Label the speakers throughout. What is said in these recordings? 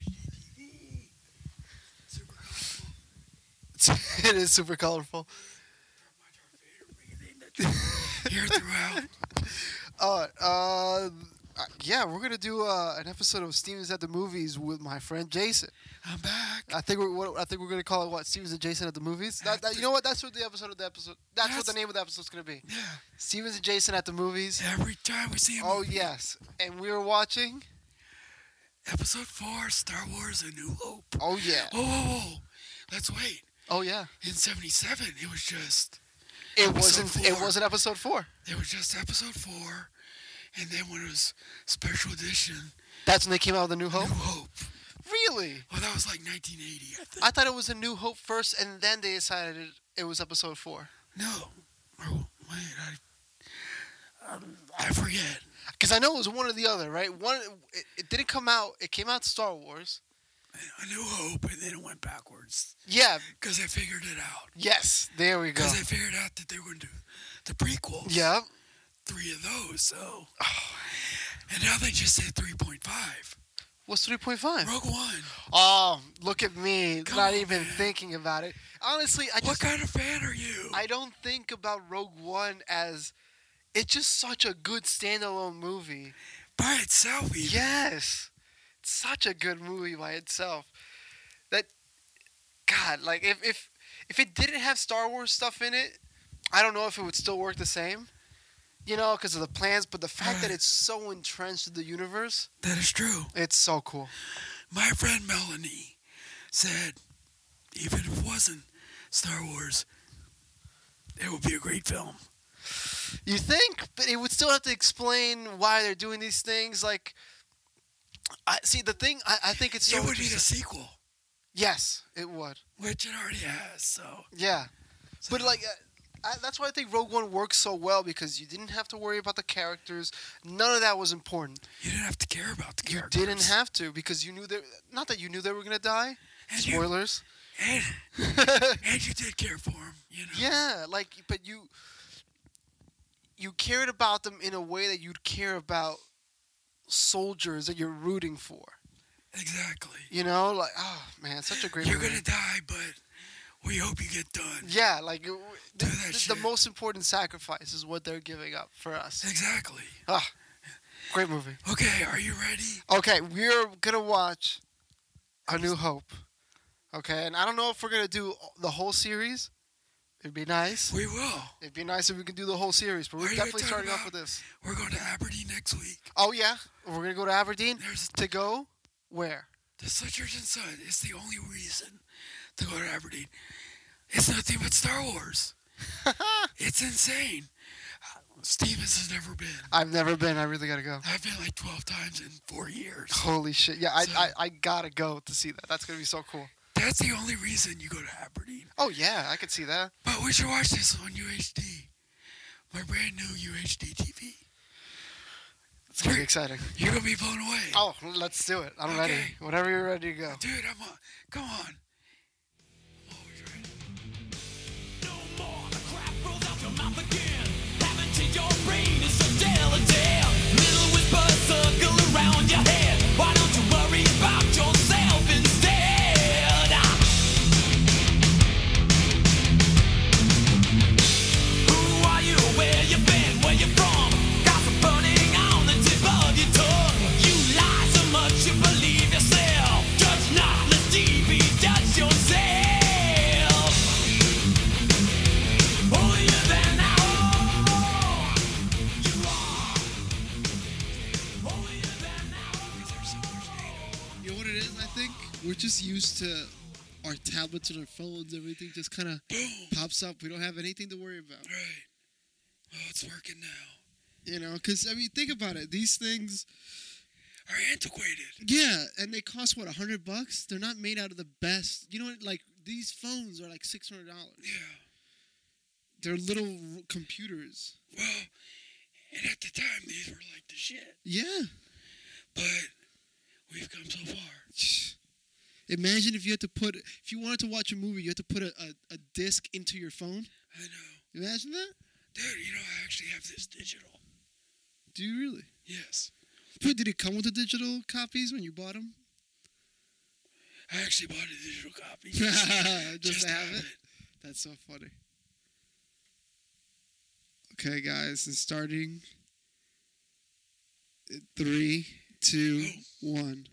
Speaker 1: it is super colorful.
Speaker 2: Here throughout.
Speaker 1: Uh, uh, yeah, we're gonna do uh, an episode of Stevens at the movies with my friend Jason.
Speaker 2: I'm back.
Speaker 1: I think we're what, I think we're gonna call it what Stevens and Jason at the movies. That, that- you know what? That's what the episode of the episode. That's, what the
Speaker 2: That's-
Speaker 1: name of the episode's gonna be.
Speaker 2: Yeah.
Speaker 1: Stevens and Jason at the movies.
Speaker 2: Every time we see him.
Speaker 1: Oh yes, and we were watching.
Speaker 2: Episode four, Star Wars: A New Hope.
Speaker 1: Oh yeah.
Speaker 2: Whoa, whoa, whoa. Let's wait.
Speaker 1: Oh yeah.
Speaker 2: In '77, it was just
Speaker 1: It
Speaker 2: Episode
Speaker 1: wasn't. It
Speaker 2: four.
Speaker 1: wasn't episode four.
Speaker 2: it was just episode four, and then when it was special edition,
Speaker 1: That's when they came out with a New
Speaker 2: New
Speaker 1: Hope.
Speaker 2: Hope.
Speaker 1: Really?
Speaker 2: Well, that was like 1980, I think.
Speaker 1: I thought it was a New Hope first, and then they decided it, it was episode four.
Speaker 2: no. Oh, wait, I. I forget.
Speaker 1: Because I know it was one or the other, right? One. It, it didn't come out. It came out Star Wars.
Speaker 2: A New Hope, and then it went backwards
Speaker 1: Yeah.
Speaker 2: because I figured it out.
Speaker 1: Yes. There we go.
Speaker 2: Because I figured out that they were going to do the prequels.
Speaker 1: Yeah.
Speaker 2: Three of those, so. And now they just said 3.5.
Speaker 1: What's three point five?
Speaker 2: Rogue One.
Speaker 1: Oh, look at me!
Speaker 2: Come
Speaker 1: not
Speaker 2: on,
Speaker 1: even
Speaker 2: man.
Speaker 1: thinking about it. Honestly, I
Speaker 2: What
Speaker 1: just
Speaker 2: kind of fan are you?
Speaker 1: I don't think about Rogue One as it's just such a good standalone movie.
Speaker 2: By itself, even.
Speaker 1: Yes, it's such a good movie by itself. That God, like if if if it didn't have Star Wars stuff in it, I don't know if it would still work the same. You know, because of the plans, but the fact that it's so entrenched in the universe,
Speaker 2: That is true.
Speaker 1: it's so cool.
Speaker 2: My friend Melanie said, even if it wasn't Star Wars, it would be a great film.
Speaker 1: You think, but it would still have to explain why they're doing these things. Like, I see the thing. I, I think it's so
Speaker 2: it would need a
Speaker 1: interesting.
Speaker 2: sequel,
Speaker 1: Yes, it would.
Speaker 2: which it already has, so.
Speaker 1: Yeah, but
Speaker 2: So-
Speaker 1: like. uh, I, that's why I think Rogue One works so well because you didn't have to worry about the characters. None of that was important.
Speaker 2: You didn't have to care about the
Speaker 1: You
Speaker 2: characters.
Speaker 1: didn't have to because you knew they not that you knew they were gonna die.
Speaker 2: And you-
Speaker 1: Spoilers.
Speaker 2: And, and you did care for him, you know.
Speaker 1: Yeah, like but you you cared about them in a way that you'd care about soldiers that you're rooting for.
Speaker 2: Exactly.
Speaker 1: You know, like oh man, such a great.
Speaker 2: You're
Speaker 1: movie.
Speaker 2: gonna die, but we hope you get done.
Speaker 1: Yeah, like w-
Speaker 2: Do
Speaker 1: th-
Speaker 2: that
Speaker 1: th- the
Speaker 2: shit.
Speaker 1: most important sacrifice is what they're giving up for us.
Speaker 2: Exactly.
Speaker 1: Great movie.
Speaker 2: Okay, are you ready?
Speaker 1: Okay, we're gonna watch A New Hope. Okay, and I don't know if we're gonna do the whole series. It'd be nice.
Speaker 2: We will.
Speaker 1: It'd be nice if we could do the whole series, but
Speaker 2: Are
Speaker 1: we're
Speaker 2: you
Speaker 1: definitely
Speaker 2: talking
Speaker 1: starting off
Speaker 2: about-
Speaker 1: with this.
Speaker 2: We're going to Aberdeen next week.
Speaker 1: Oh yeah, we're gonna go to Aberdeen
Speaker 2: There's
Speaker 1: to go where?
Speaker 2: the Sutchers and Son. It's the only reason to go to Aberdeen. It's nothing but Star Wars. it's insane. Uh, Stevens has never been.
Speaker 1: I've never been. I really gotta go.
Speaker 2: I've been like 12 times in four years.
Speaker 1: Holy shit! Yeah, I,
Speaker 2: So-
Speaker 1: I, I gotta go to see that. That's gonna be so cool.
Speaker 2: That's the only reason you go to Aberdeen.
Speaker 1: Oh yeah, I could see that.
Speaker 2: But we should watch this on UHD. My brand new UHD TV.
Speaker 1: It's gonna be exciting.
Speaker 2: You're gonna be blown away.
Speaker 1: Oh, let's do it. I'm ready.
Speaker 2: Okay.
Speaker 1: Whenever you're ready to go.
Speaker 2: Dude, I'm on. Come on. I'm always ready.
Speaker 3: No more. The crap rolls out your mouth again. Haven't changed your brain. It's a tale. Little whispers circle around your head. Why don't you worry about yourself instead? Who are you? Where you been? Where you from? Gossip burning on the tip of your tongue. You lie so much you believe yourself. Judge not, lest ye be judged yourself. Holier than thou. You are holier than thou.
Speaker 2: Is there so much data?
Speaker 1: You know what it is? I think we're just used to our tablets and our phones. Everything just kind of
Speaker 2: Boom.
Speaker 1: pops up. We don't have anything to worry about.
Speaker 2: Right. Oh, it's working now.
Speaker 1: You know, because I mean, think about it. These things,
Speaker 2: Are antiquated.
Speaker 1: yeah, and they cost what a hundred bucks. They're not made out of the best. You know, what? like these phones are like six hundred dollars.
Speaker 2: Yeah.
Speaker 1: They're little r- computers.
Speaker 2: Well, and at the time these were like the shit.
Speaker 1: Yeah.
Speaker 2: But we've come so far.
Speaker 1: Imagine if you had to put, if you wanted to watch a movie, you had to put a, a, a disc into your phone.
Speaker 2: I know.
Speaker 1: Imagine that.
Speaker 2: Dude, you know I actually have this digital.
Speaker 1: Do you really?
Speaker 2: Yes.
Speaker 1: But did it come with the digital copies when you bought them?
Speaker 2: I actually bought a digital copy.
Speaker 1: Just to have it? That's so funny. Okay, guys, and starting in three, two, one,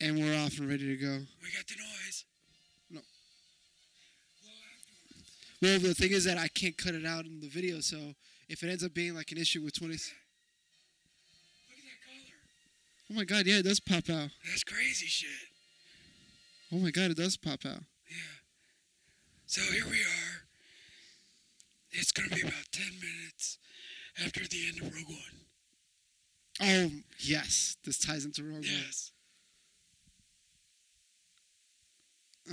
Speaker 1: and we're off and ready to go.
Speaker 2: We got the noise.
Speaker 1: Well, the thing is that I can't cut it out in the video, so if it ends up being like an issue with twenty,
Speaker 2: Look at that color.
Speaker 1: oh my god, yeah, it does pop out.
Speaker 2: That's crazy shit.
Speaker 1: Oh my god, it does pop out.
Speaker 2: Yeah. So here we are. It's gonna be about ten minutes after the end of Rogue One.
Speaker 1: Oh yes, this ties into wrong one.
Speaker 2: Yes.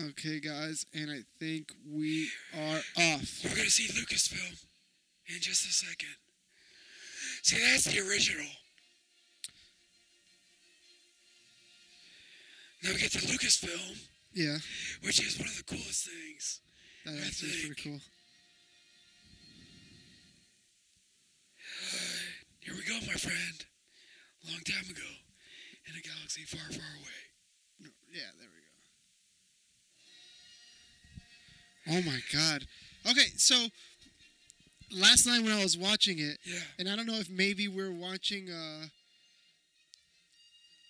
Speaker 1: Okay, guys, and I think we are off.
Speaker 2: We're gonna see Lucasfilm in just a second. See, that's the original. Now we get to Lucasfilm,
Speaker 1: Yeah,
Speaker 2: which is one of the coolest things.
Speaker 1: that
Speaker 2: I
Speaker 1: actually is
Speaker 2: think.
Speaker 1: pretty cool.
Speaker 2: Here we go, my friend. Long time ago, in a galaxy far, far away.
Speaker 1: No, yeah, there we go. Oh my god. Okay, so last night when I was watching it,
Speaker 2: Yeah.
Speaker 1: and I don't know if maybe we are watching uh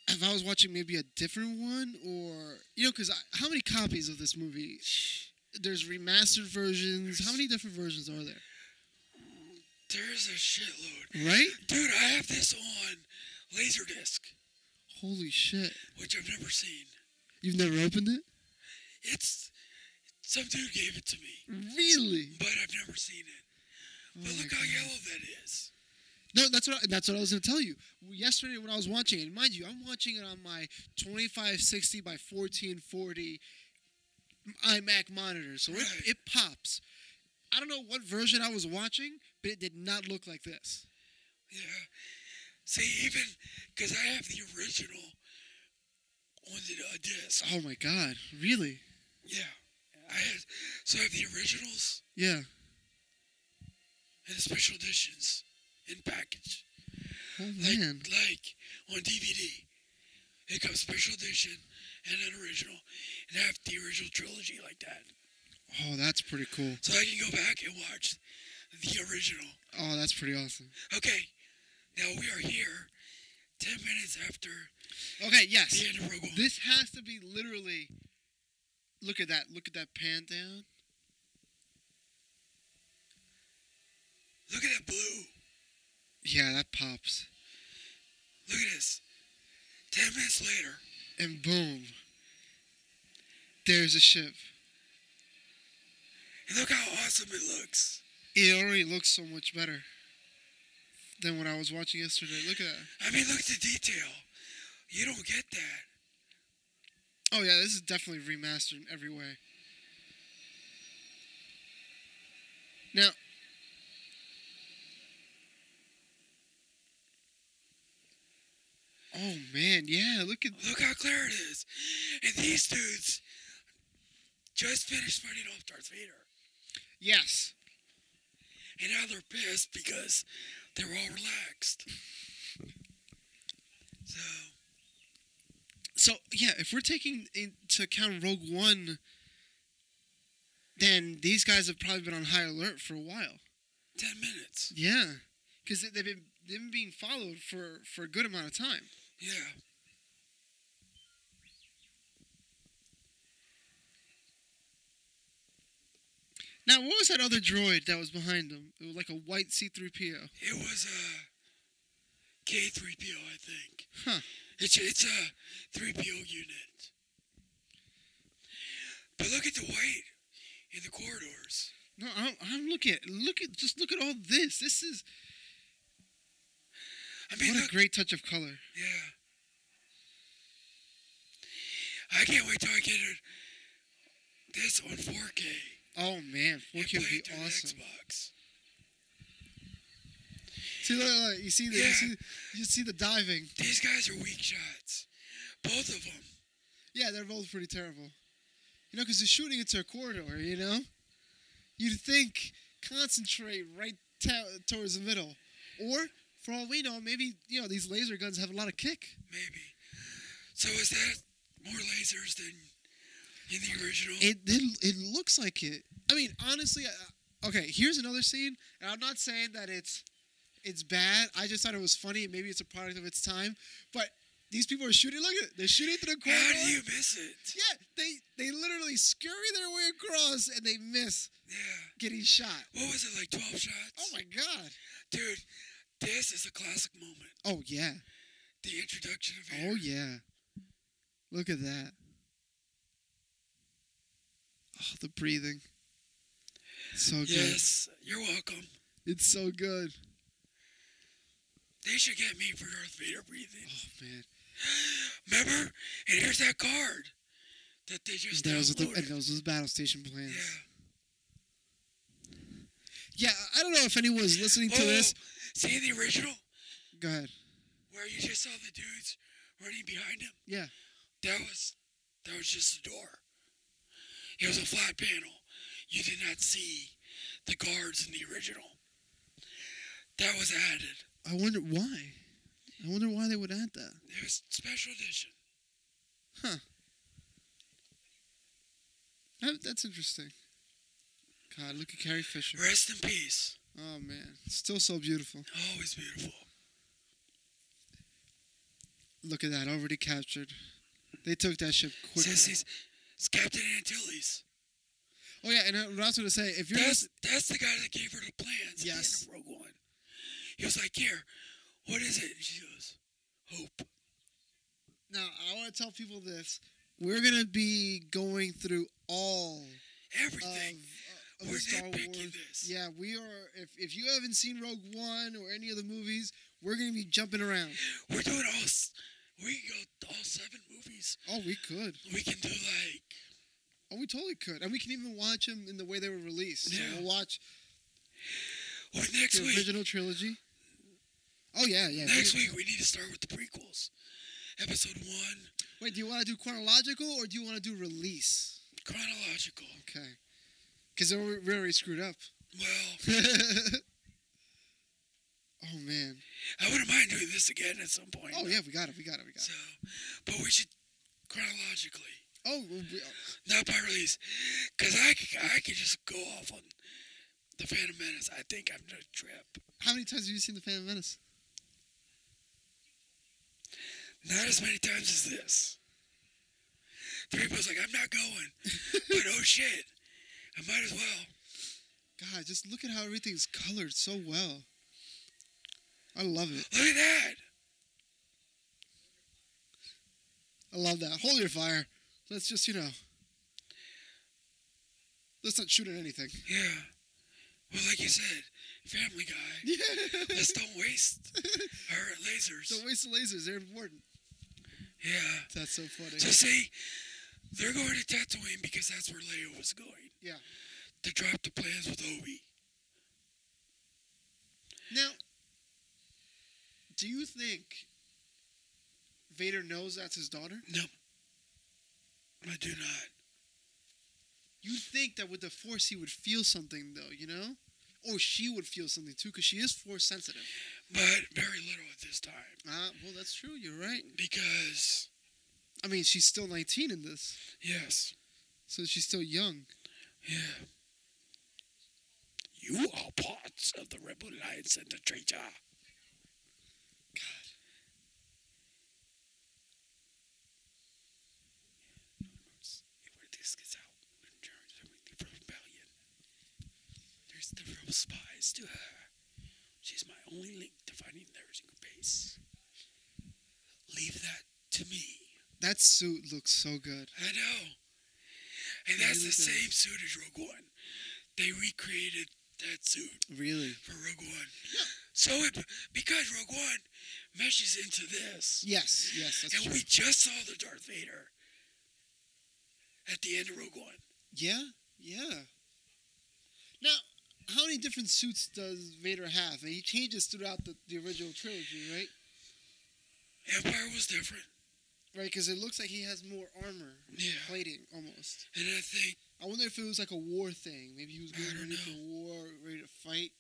Speaker 1: if I was watching maybe a different one or you know cuz how many copies of this movie there's remastered versions how many different versions are there
Speaker 2: There's a shitload.
Speaker 1: right
Speaker 2: Dude, I have this on Laserdisc,
Speaker 1: holy shit
Speaker 2: which I've never seen.
Speaker 1: you've never opened it
Speaker 2: It's. Some dude gave it to me,
Speaker 1: really
Speaker 2: but I've never seen it. But
Speaker 1: Oh my
Speaker 2: look how
Speaker 1: God.
Speaker 2: yellow that is.
Speaker 1: No, that's what I, that's what I was gonna tell you. Yesterday when I was watching, it, and mind you, I'm watching it on my 2560 by 1440 iMac monitor, so
Speaker 2: Right.
Speaker 1: it, it pops. I don't know what version I was watching, but it did not look like this.
Speaker 2: Yeah. See, even because I have the original on the uh, disc.
Speaker 1: Oh my god, really?
Speaker 2: Yeah. I had, so I have the originals
Speaker 1: Yeah.
Speaker 2: and the special editions in package.
Speaker 1: Oh
Speaker 2: Like,
Speaker 1: man.
Speaker 2: like on DVD, it comes special edition and an original, and I have the original trilogy like that.
Speaker 1: Oh, that's pretty cool.
Speaker 2: So I can go back and watch the original.
Speaker 1: Oh, that's pretty awesome.
Speaker 2: Okay, now we are here, ten minutes after
Speaker 1: Okay, yes.
Speaker 2: the end of Rogue One.
Speaker 1: This has to be literally. Look at that! Look at that pan down.
Speaker 2: Look at that blue.
Speaker 1: Yeah, that pops.
Speaker 2: Look at this. Ten minutes later,
Speaker 1: and boom, there's a ship.
Speaker 2: and look how awesome it looks.
Speaker 1: It already looks so much better than what I was watching yesterday. Look at that.
Speaker 2: I mean, look at the detail. You don't get that.
Speaker 1: Oh yeah, this is definitely remastered in every way. Now, oh man, yeah, look at
Speaker 2: Look how clear it is. And these dudes just finished fighting off Darth Vader.
Speaker 1: yes.
Speaker 2: And now they're pissed because they're all relaxed. So,
Speaker 1: So yeah, if we're taking into account Rogue One, then these guys have probably been on high alert for a while.
Speaker 2: 10 minutes.
Speaker 1: Yeah, because they've been they've been being followed for for a good amount of time.
Speaker 2: Yeah.
Speaker 1: Now, what was that other droid that was behind them? It was like a white C three PO.
Speaker 2: It was uh, K3PO, I think.
Speaker 1: Huh.
Speaker 2: It's, it's a 3PO unit. But look at the white in the corridors.
Speaker 1: No, I'm, I'm looking at look at just look at all this. This is
Speaker 2: I mean,
Speaker 1: what
Speaker 2: look,
Speaker 1: a great touch of color.
Speaker 2: Yeah. I can't wait till I get it. This on 4K.
Speaker 1: Oh man, four
Speaker 2: and
Speaker 1: K would
Speaker 2: play
Speaker 1: be
Speaker 2: it through the
Speaker 1: awesome.
Speaker 2: Xbox.
Speaker 1: See, look, look, you see the you
Speaker 2: Yeah.
Speaker 1: see you see the diving.
Speaker 2: These guys are weak shots. Both of them.
Speaker 1: Yeah, they're both pretty terrible. You know, because they're shooting into a corridor, you know? You'd think concentrate right to- towards the middle. Or, for all we know, maybe, you know, these laser guns have a lot of kick.
Speaker 2: Maybe. So is that more lasers than in the original.
Speaker 4: It it, it looks like it. I mean, honestly, I, okay. Here's another scene, and I'm not saying that it's it's bad. I just thought it was funny. and Maybe it's a product of its time, but these people are shooting. Look at it. They're shooting through the corner.
Speaker 2: How do you miss it?
Speaker 4: Yeah, they they literally scurry their way across and they miss
Speaker 2: Yeah.
Speaker 4: getting shot.
Speaker 2: What was it like? Twelve shots.
Speaker 4: Oh my god.
Speaker 2: dude, this is a classic moment.
Speaker 4: Oh yeah.
Speaker 2: The introduction of Air.
Speaker 4: Oh yeah. Look at that. Oh, the breathing. So good.
Speaker 2: Yes, you're welcome.
Speaker 4: It's so good.
Speaker 2: They should get me for Darth Vader breathing.
Speaker 4: Oh man.
Speaker 2: Remember? And here's that card that they just
Speaker 4: That was with the,
Speaker 2: downloaded.
Speaker 4: and those was battle station plans.
Speaker 2: Yeah.
Speaker 4: Yeah, I don't know if anyone's listening to
Speaker 2: Oh,
Speaker 4: this.
Speaker 2: see the original Oh.
Speaker 4: Go ahead.
Speaker 2: where you just saw the dudes running behind him.
Speaker 4: Yeah.
Speaker 2: That was that was just the door. It was a flat panel. You did not see the guards in the original. That was added.
Speaker 4: I wonder why. I wonder why they would add that.
Speaker 2: It was special edition.
Speaker 4: That- That's interesting. God, look at Carrie Fisher.
Speaker 2: Rest in peace.
Speaker 4: Oh man, still so beautiful.
Speaker 2: Always beautiful.
Speaker 4: Look at that, already captured. They took that ship quick.
Speaker 2: Says he's, it's Captain Antilles.
Speaker 4: Oh yeah, and I- what I was gonna say, if you're
Speaker 2: That's
Speaker 4: lis-
Speaker 2: that's the guy that gave her the plans.
Speaker 4: Yes.
Speaker 2: At the end of Rogue One. He was like, "Here, what is it?" And she goes, "Hope."
Speaker 4: now, I want to tell people this: we're gonna be going through all of, uh,
Speaker 2: Everything.
Speaker 4: of
Speaker 2: We're
Speaker 4: the Star
Speaker 2: nitpicking
Speaker 4: Wars.
Speaker 2: this.
Speaker 4: Yeah, we are. If if you haven't seen Rogue One or any of the movies, we're gonna be jumping around.
Speaker 2: We're doing all. s- We can go all seven movies.
Speaker 4: Oh, we could.
Speaker 2: We can do like
Speaker 4: Oh, we totally could, and we can even watch them in the way they were released.
Speaker 2: Yeah.
Speaker 4: So we'll watch
Speaker 2: well, next
Speaker 4: the
Speaker 2: week.
Speaker 4: original trilogy. Oh yeah, yeah.
Speaker 2: Next
Speaker 4: we-
Speaker 2: week we need to start with the prequels. Episode one,
Speaker 4: Wait, do you want to do chronological or do you want to do release?
Speaker 2: chronological.
Speaker 4: Okay. Because we're we're already screwed up.
Speaker 2: Well,
Speaker 4: oh man.
Speaker 2: I wouldn't mind doing this again at some point.
Speaker 4: Oh yeah, we got it. We got it. We got
Speaker 2: So,
Speaker 4: it.
Speaker 2: but we should chronologically.
Speaker 4: Oh, we- we-
Speaker 2: Not by release, because I, c- I could just go off on the Phantom Menace. I think I'm gonna trip.
Speaker 4: how many times have you seen the Phantom Menace?
Speaker 2: Not as many times as this. Three people's like, I'm not going, but oh shit, I might as well.
Speaker 4: God, just look at how everything's colored so well. I love it.
Speaker 2: Look at that.
Speaker 4: I love that. Hold your fire. Let's just you know. Let's not shoot at anything.
Speaker 2: Yeah. Well, like you said, Family Guy.
Speaker 4: Yeah.
Speaker 2: Let's don't waste our lasers.
Speaker 4: Don't waste the lasers. They're important.
Speaker 2: Yeah.
Speaker 4: That's so funny.
Speaker 2: So see, they're going to Tatooine because that's where Leia was going
Speaker 4: Yeah.
Speaker 2: to drop the plans with Obi.
Speaker 4: Now, do you think Vader knows that's his daughter?
Speaker 2: No. I do not.
Speaker 4: You'd think that with the Force he would feel something, though, you know? Or she would feel something too, because she is Force sensitive.
Speaker 2: but very little at this time
Speaker 4: Ah, well, that's true. You're right.
Speaker 2: because
Speaker 4: I mean, she's still 19 in this,
Speaker 2: yes,
Speaker 4: so she's still young.
Speaker 2: yeah, you are parts of the rebel alliance and the traitor. God, where this gets out, we're in charge of everything for rebellion. There's the real spies to her. She's my only link to finding their single base. Leave that to me.
Speaker 4: That suit looks so good.
Speaker 2: I know. And that's
Speaker 4: really
Speaker 2: the
Speaker 4: does.
Speaker 2: same suit as Rogue One. They recreated that suit
Speaker 4: Really?
Speaker 2: for Rogue One. So it because Rogue One meshes into this.
Speaker 4: Yes, yes, that's
Speaker 2: and
Speaker 4: true.
Speaker 2: we just saw the Darth Vader at the end of Rogue One.
Speaker 4: Yeah, yeah. Now, how many different suits does Vader have? And he changes throughout the, the original trilogy, right?
Speaker 2: Empire was different.
Speaker 4: Right, because it looks like he has more armor
Speaker 2: Yeah.
Speaker 4: plating almost.
Speaker 2: And I think
Speaker 4: I wonder if it was like a war thing. Maybe he was
Speaker 2: I
Speaker 4: getting
Speaker 2: don't
Speaker 4: ready for war, ready to fight.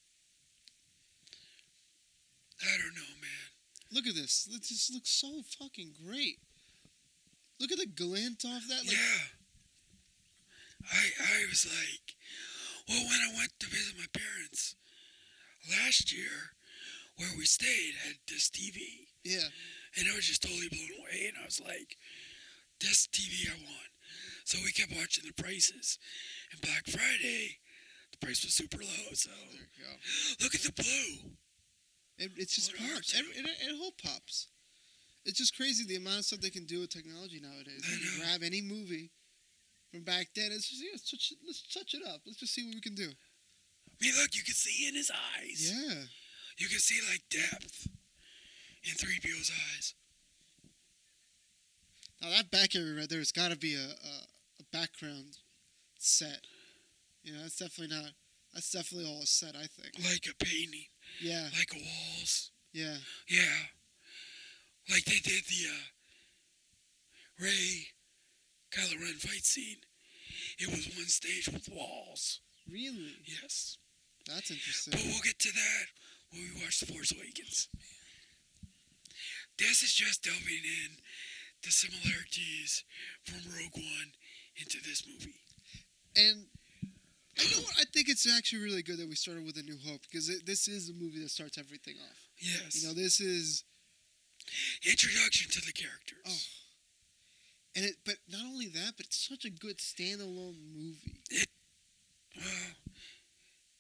Speaker 2: I don't know, man.
Speaker 4: Look at this. This just looks so fucking great. Look at the glint off that. Like,
Speaker 2: yeah. I, I was like, well, when I went to visit my parents last year, where we stayed had this TV,
Speaker 4: Yeah.
Speaker 2: and I was just totally blown away. And I was like, this TV I want. So we kept watching the prices, and Black Friday, the price was super low. So
Speaker 4: There you go.
Speaker 2: look at the blue.
Speaker 4: It, it's just
Speaker 2: What
Speaker 4: pops.
Speaker 2: are
Speaker 4: Every- It, it, whole pops. It's just crazy the amount of stuff they can do with technology nowadays.
Speaker 2: I
Speaker 4: You can
Speaker 2: know.
Speaker 4: grab any movie from back then. It's just, yeah, let's touch, it- let's touch it up. Let's just see what we can do.
Speaker 2: I mean, look, you can see in his eyes.
Speaker 4: Yeah.
Speaker 2: You can see like depth in 3PO's eyes.
Speaker 4: Now that back area right there, it's got to be a, a a background set. You know, that's definitely not. That's definitely all a set. I think.
Speaker 2: Like a painting,
Speaker 4: Yeah.
Speaker 2: like walls.
Speaker 4: Yeah.
Speaker 2: Yeah. Like they did the uh, Ray Kylo Ren fight scene. It was one stage with walls.
Speaker 4: Really.
Speaker 2: Yes.
Speaker 4: That's
Speaker 2: But
Speaker 4: interesting.
Speaker 2: we'll get to that when we watch The Force Awakens. This is just delving in the similarities from Rogue One into this movie.
Speaker 4: And you know what? I think it's actually really good that we started with A New Hope because it, this is the movie that starts everything off.
Speaker 2: Yes.
Speaker 4: You know, this is
Speaker 2: Introduction to the characters.
Speaker 4: Oh. and it. But not only that, but it's such a good standalone movie.
Speaker 2: Well,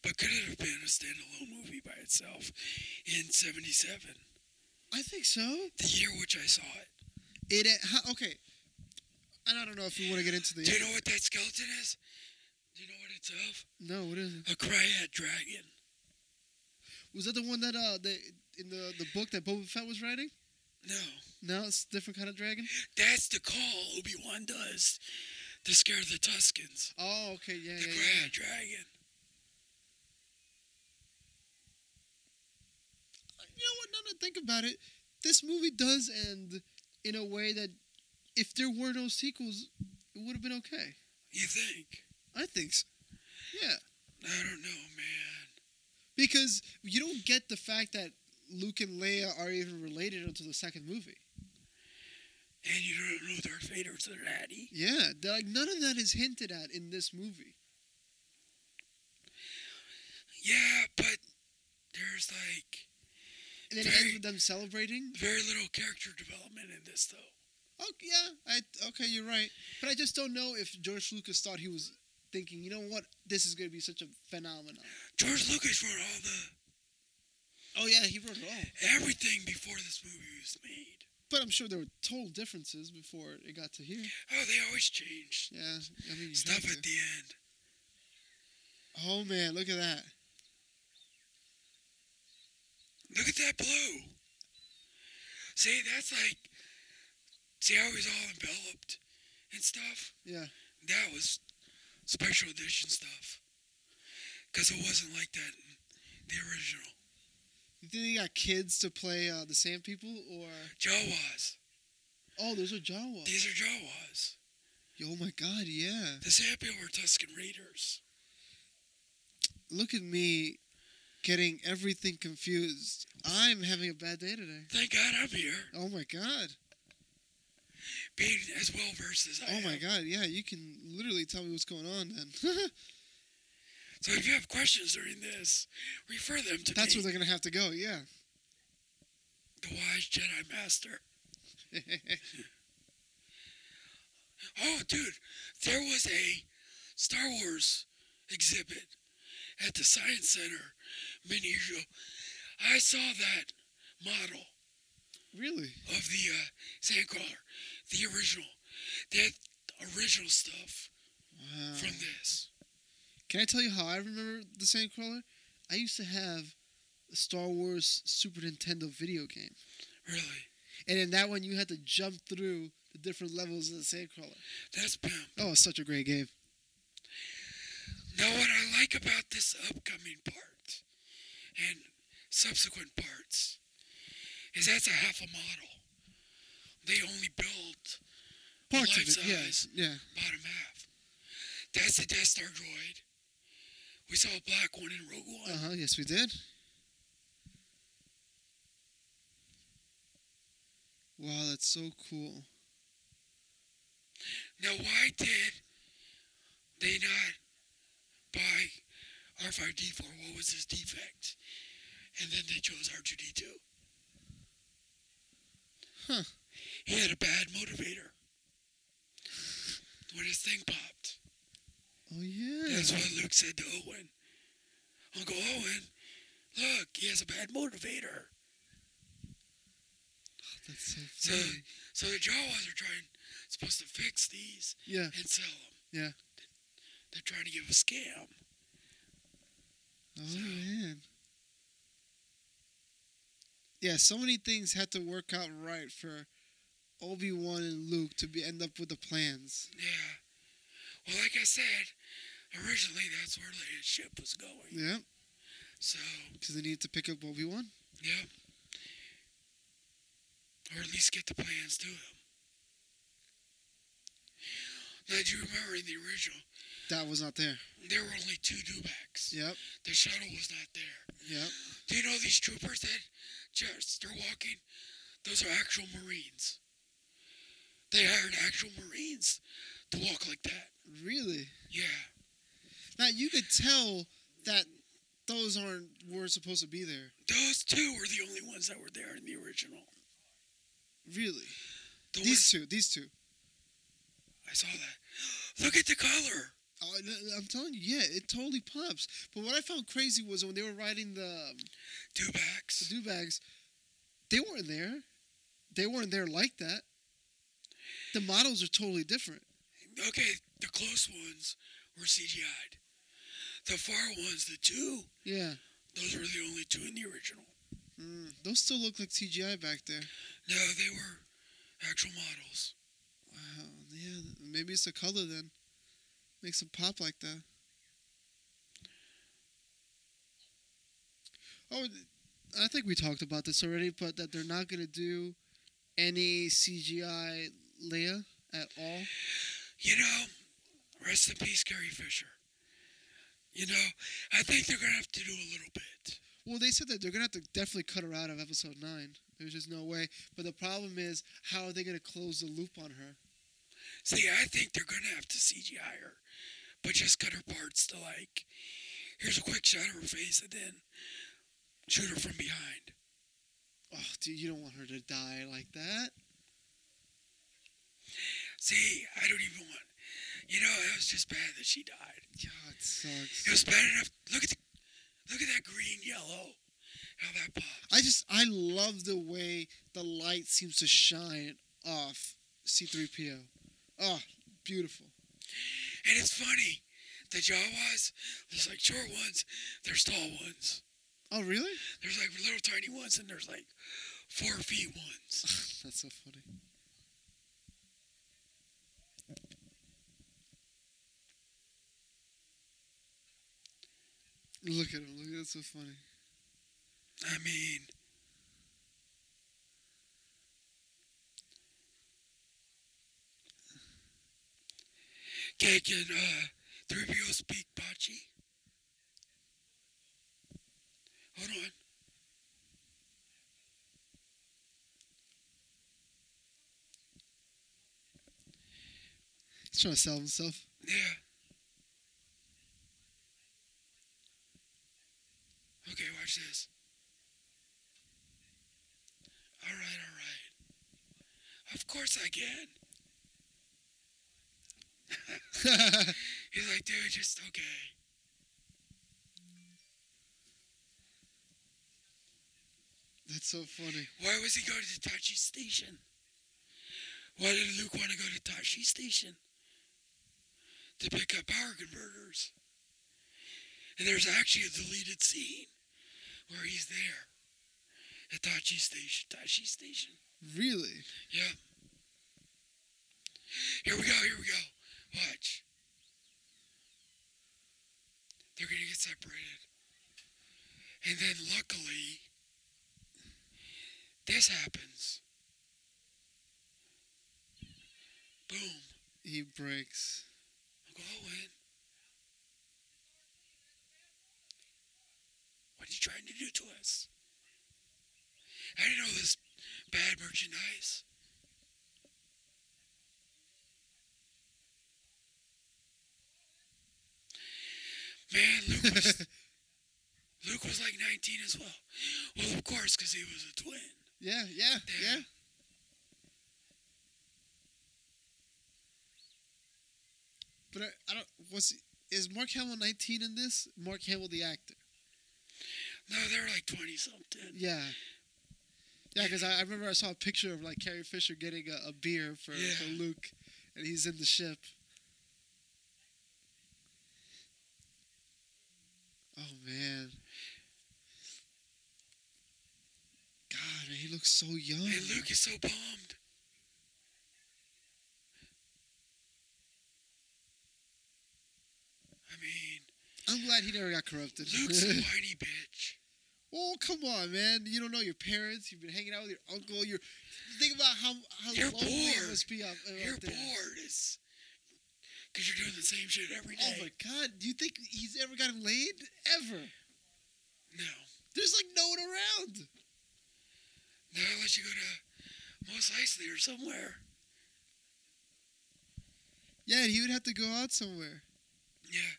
Speaker 2: but could it have been a standalone movie by itself in 77?
Speaker 4: I think so.
Speaker 2: The year which I saw it.
Speaker 4: It. How, okay. And I don't know if we want to get into
Speaker 2: Do you
Speaker 4: the.
Speaker 2: know what that skeleton is? Do you know what it's of?
Speaker 4: No, what is it?
Speaker 2: A cryad dragon.
Speaker 4: Was that the one that uh the in the the book that Boba Fett was writing?
Speaker 2: No.
Speaker 4: No, it's a different kind of dragon.
Speaker 2: That's the call Obi-Wan does to scare the Tuskins.
Speaker 4: Oh, okay, yeah,
Speaker 2: The
Speaker 4: yeah,
Speaker 2: cryad
Speaker 4: yeah.
Speaker 2: dragon.
Speaker 4: You know what? Now that I think about it, this movie does end in a way that if there were no sequels, it would have been okay.
Speaker 2: You think?
Speaker 4: I think so. Yeah,
Speaker 2: I don't know, man.
Speaker 4: because you don't get the fact that Luke and Leia are even related until the second movie.
Speaker 2: And you don't know Darth Vader's their daddy.
Speaker 4: Yeah, they're like none of that is hinted at in this movie.
Speaker 2: Yeah, but there's like
Speaker 4: And then it ends with them celebrating.
Speaker 2: very little character development in this, though.
Speaker 4: Oh yeah, I okay, you're right. But I just don't know if George Lucas thought he was thinking, you know what, this is gonna be such a phenomenon.
Speaker 2: George Lucas wrote all the
Speaker 4: Oh yeah, he wrote it all.
Speaker 2: everything before this movie was made.
Speaker 4: But I'm sure there were total differences before it got to here.
Speaker 2: Oh, they always changed
Speaker 4: Yeah, I mean, you
Speaker 2: stuff
Speaker 4: have
Speaker 2: at
Speaker 4: to.
Speaker 2: the end.
Speaker 4: Oh man, look at that.
Speaker 2: Look at that blue. See, that's like see how he's all enveloped and stuff.
Speaker 4: Yeah,
Speaker 2: That was special edition stuff. Cause it wasn't like that in the original.
Speaker 4: you think they got kids to play uh, the Sand People or?
Speaker 2: Jawas.
Speaker 4: Oh, those are Jawas.
Speaker 2: These are Jawas.
Speaker 4: Oh my God, yeah.
Speaker 2: The Sapio were Tuscan Raiders.
Speaker 4: Look at me, getting everything confused. I'm having a bad day today.
Speaker 2: Thank God I'm here,
Speaker 4: Oh my God.
Speaker 2: being as well versed as I
Speaker 4: Oh my
Speaker 2: am.
Speaker 4: god, yeah, you can literally tell me what's going on then.
Speaker 2: So if you have questions during this, refer them to
Speaker 4: That's
Speaker 2: me,
Speaker 4: where they're gonna have to go, yeah.
Speaker 2: the wise Jedi Master. Oh, dude, there was a Star Wars exhibit at the Science Center many years ago. I saw that model
Speaker 4: really?
Speaker 2: of the uh, Sandcrawler, the original. They had original stuff
Speaker 4: Wow.
Speaker 2: from this.
Speaker 4: Can I tell you how I remember the Sandcrawler? I used to have a Star Wars Super Nintendo video game.
Speaker 2: Really?
Speaker 4: And in that one you had to jump through the different levels of the Sandcrawler.
Speaker 2: That's Pimp.
Speaker 4: Oh, it's such a great game.
Speaker 2: Now, what I like about this upcoming part and subsequent parts is that's a half a model. They only build
Speaker 4: Parts of it,
Speaker 2: Life
Speaker 4: yes.
Speaker 2: size.
Speaker 4: Yeah.
Speaker 2: bottom half. That's the Death Star droid. We saw a black one in Rogue One.
Speaker 4: Uh huh, yes we did. Wow, that's so cool.
Speaker 2: Now, why did they not buy R5D4? What was his defect? And then they chose R2D2.
Speaker 4: Huh.
Speaker 2: He had a bad motivator. When his thing popped.
Speaker 4: Oh yeah.
Speaker 2: That's what Luke said to Owen. Uncle Owen, look, he has a bad motivator.
Speaker 4: That's so
Speaker 2: So,
Speaker 4: funny.
Speaker 2: so the Jawas are trying, supposed to fix these
Speaker 4: yeah.
Speaker 2: and sell them.
Speaker 4: Yeah.
Speaker 2: They're trying to give a scam.
Speaker 4: Oh man. Yeah, so many things had to work out right for Obi Wan and Luke to be end up with the plans.
Speaker 2: Yeah. Well, like I said, originally that's where the ship was going.
Speaker 4: Yeah,
Speaker 2: So,
Speaker 4: because they needed to pick up Obi Wan.
Speaker 2: yeah. Or at least get the plans to him. Now, do you remember in the original,
Speaker 4: That was not there.
Speaker 2: there were only two dewbacks.
Speaker 4: Yep,
Speaker 2: The shuttle was not there.
Speaker 4: yep.
Speaker 2: Do you know these troopers that just they're walking? Those are actual Marines. They hired actual Marines to walk like that.
Speaker 4: Really?
Speaker 2: Yeah.
Speaker 4: Now you could tell that those aren't were supposed to be there.
Speaker 2: Those two were the only ones that were there in the original.
Speaker 4: Really?
Speaker 2: The
Speaker 4: These two, these two.
Speaker 2: ones, I saw that. Look at the color.
Speaker 4: Oh, and, uh, I'm telling you, yeah, it totally pops. But what I found crazy was when they were riding the um,
Speaker 2: Two backs.
Speaker 4: the bags, they weren't there. They weren't there like that. The models are totally different.
Speaker 2: Okay, the close ones were CGI'd. The far ones, the two,
Speaker 4: Yeah.
Speaker 2: those were the only two in the original.
Speaker 4: Mm, those still look like CGI back there.
Speaker 2: No, they were actual models.
Speaker 4: Wow. Yeah. Maybe it's the color then. Makes them pop like that. Oh, th- I think we talked about this already, but that they're not going to do any CGI Leia at all.
Speaker 2: You know, rest in peace, Carrie Fisher. You know, I think they're gonna have to do a little bit.
Speaker 4: Well, they said that they're gonna have to definitely cut her out of episode nine. There's just no way. But the problem is, how are they gonna close the loop on her?
Speaker 2: See, I think they're gonna have to CGI her, but just cut her parts to like, here's a quick shot of her face, and then shoot her from behind.
Speaker 4: Oh, dude, you don't want her to die like that.
Speaker 2: See, I don't even want. You know, it was just bad that she died.
Speaker 4: Yeah, it
Speaker 2: It
Speaker 4: sucks.
Speaker 2: was bad enough. Look at the, look at that green yellow, how that pops.
Speaker 4: I just, I love the way the light seems to shine off C-3PO. Oh, beautiful.
Speaker 2: And it's funny, the Jawas, there's like short ones, there's tall ones.
Speaker 4: Oh, really?
Speaker 2: There's like little tiny ones, and there's like four feet ones.
Speaker 4: That's so funny. Look at him. Look at that's so funny.
Speaker 2: I mean, can can uh, three PO speak Pachi? Hold on.
Speaker 4: He's trying to sell himself.
Speaker 2: Yeah. Okay, watch this. All right, all right. Of course I can. He's like, dude, just okay.
Speaker 4: That's so funny.
Speaker 2: Why was he going to Tachi Station? Why did Luke want to go to Tachi Station? To pick up power converters. And there's actually a deleted scene where he's there at Tachi Station. Tachi Station.
Speaker 4: Really?
Speaker 2: Yeah. Here we go, here we go. Watch. They're going to get separated. And then luckily, this happens. Boom.
Speaker 4: He breaks.
Speaker 2: Uncle Owen. What are you trying to do to us? I didn't know this bad merchandise. Luke was, Luke was like 19 as well. Well, of course, because he was a twin.
Speaker 4: Yeah, yeah, yeah. But I, I don't. Was is Mark Hamill nineteen in this? Mark Hamill the actor.
Speaker 2: No, they were like 20 something.
Speaker 4: Yeah. Yeah, because I, I remember I saw a picture of like Carrie Fisher getting a, a beer for, for
Speaker 2: Yeah.
Speaker 4: Luke, and he's in the ship. Oh man. God, man, he looks so young.
Speaker 2: And Luke is so bummed. I mean,
Speaker 4: I'm glad he never got corrupted.
Speaker 2: Luke's a whiny bitch.
Speaker 4: oh come on, man! You don't know your parents. You've been hanging out with your uncle. You're think about how how
Speaker 2: You're
Speaker 4: lonely it
Speaker 2: bored.
Speaker 4: must be up, up
Speaker 2: You're
Speaker 4: there.
Speaker 2: bored. It's because you're doing the same shit every
Speaker 4: Oh
Speaker 2: day.
Speaker 4: my god, do you think he's ever gotten laid? Ever?
Speaker 2: no.
Speaker 4: There's like no one around.
Speaker 2: No, unless you go to Mos Eisley or somewhere.
Speaker 4: Yeah, and he would have to go out somewhere.
Speaker 2: Yeah.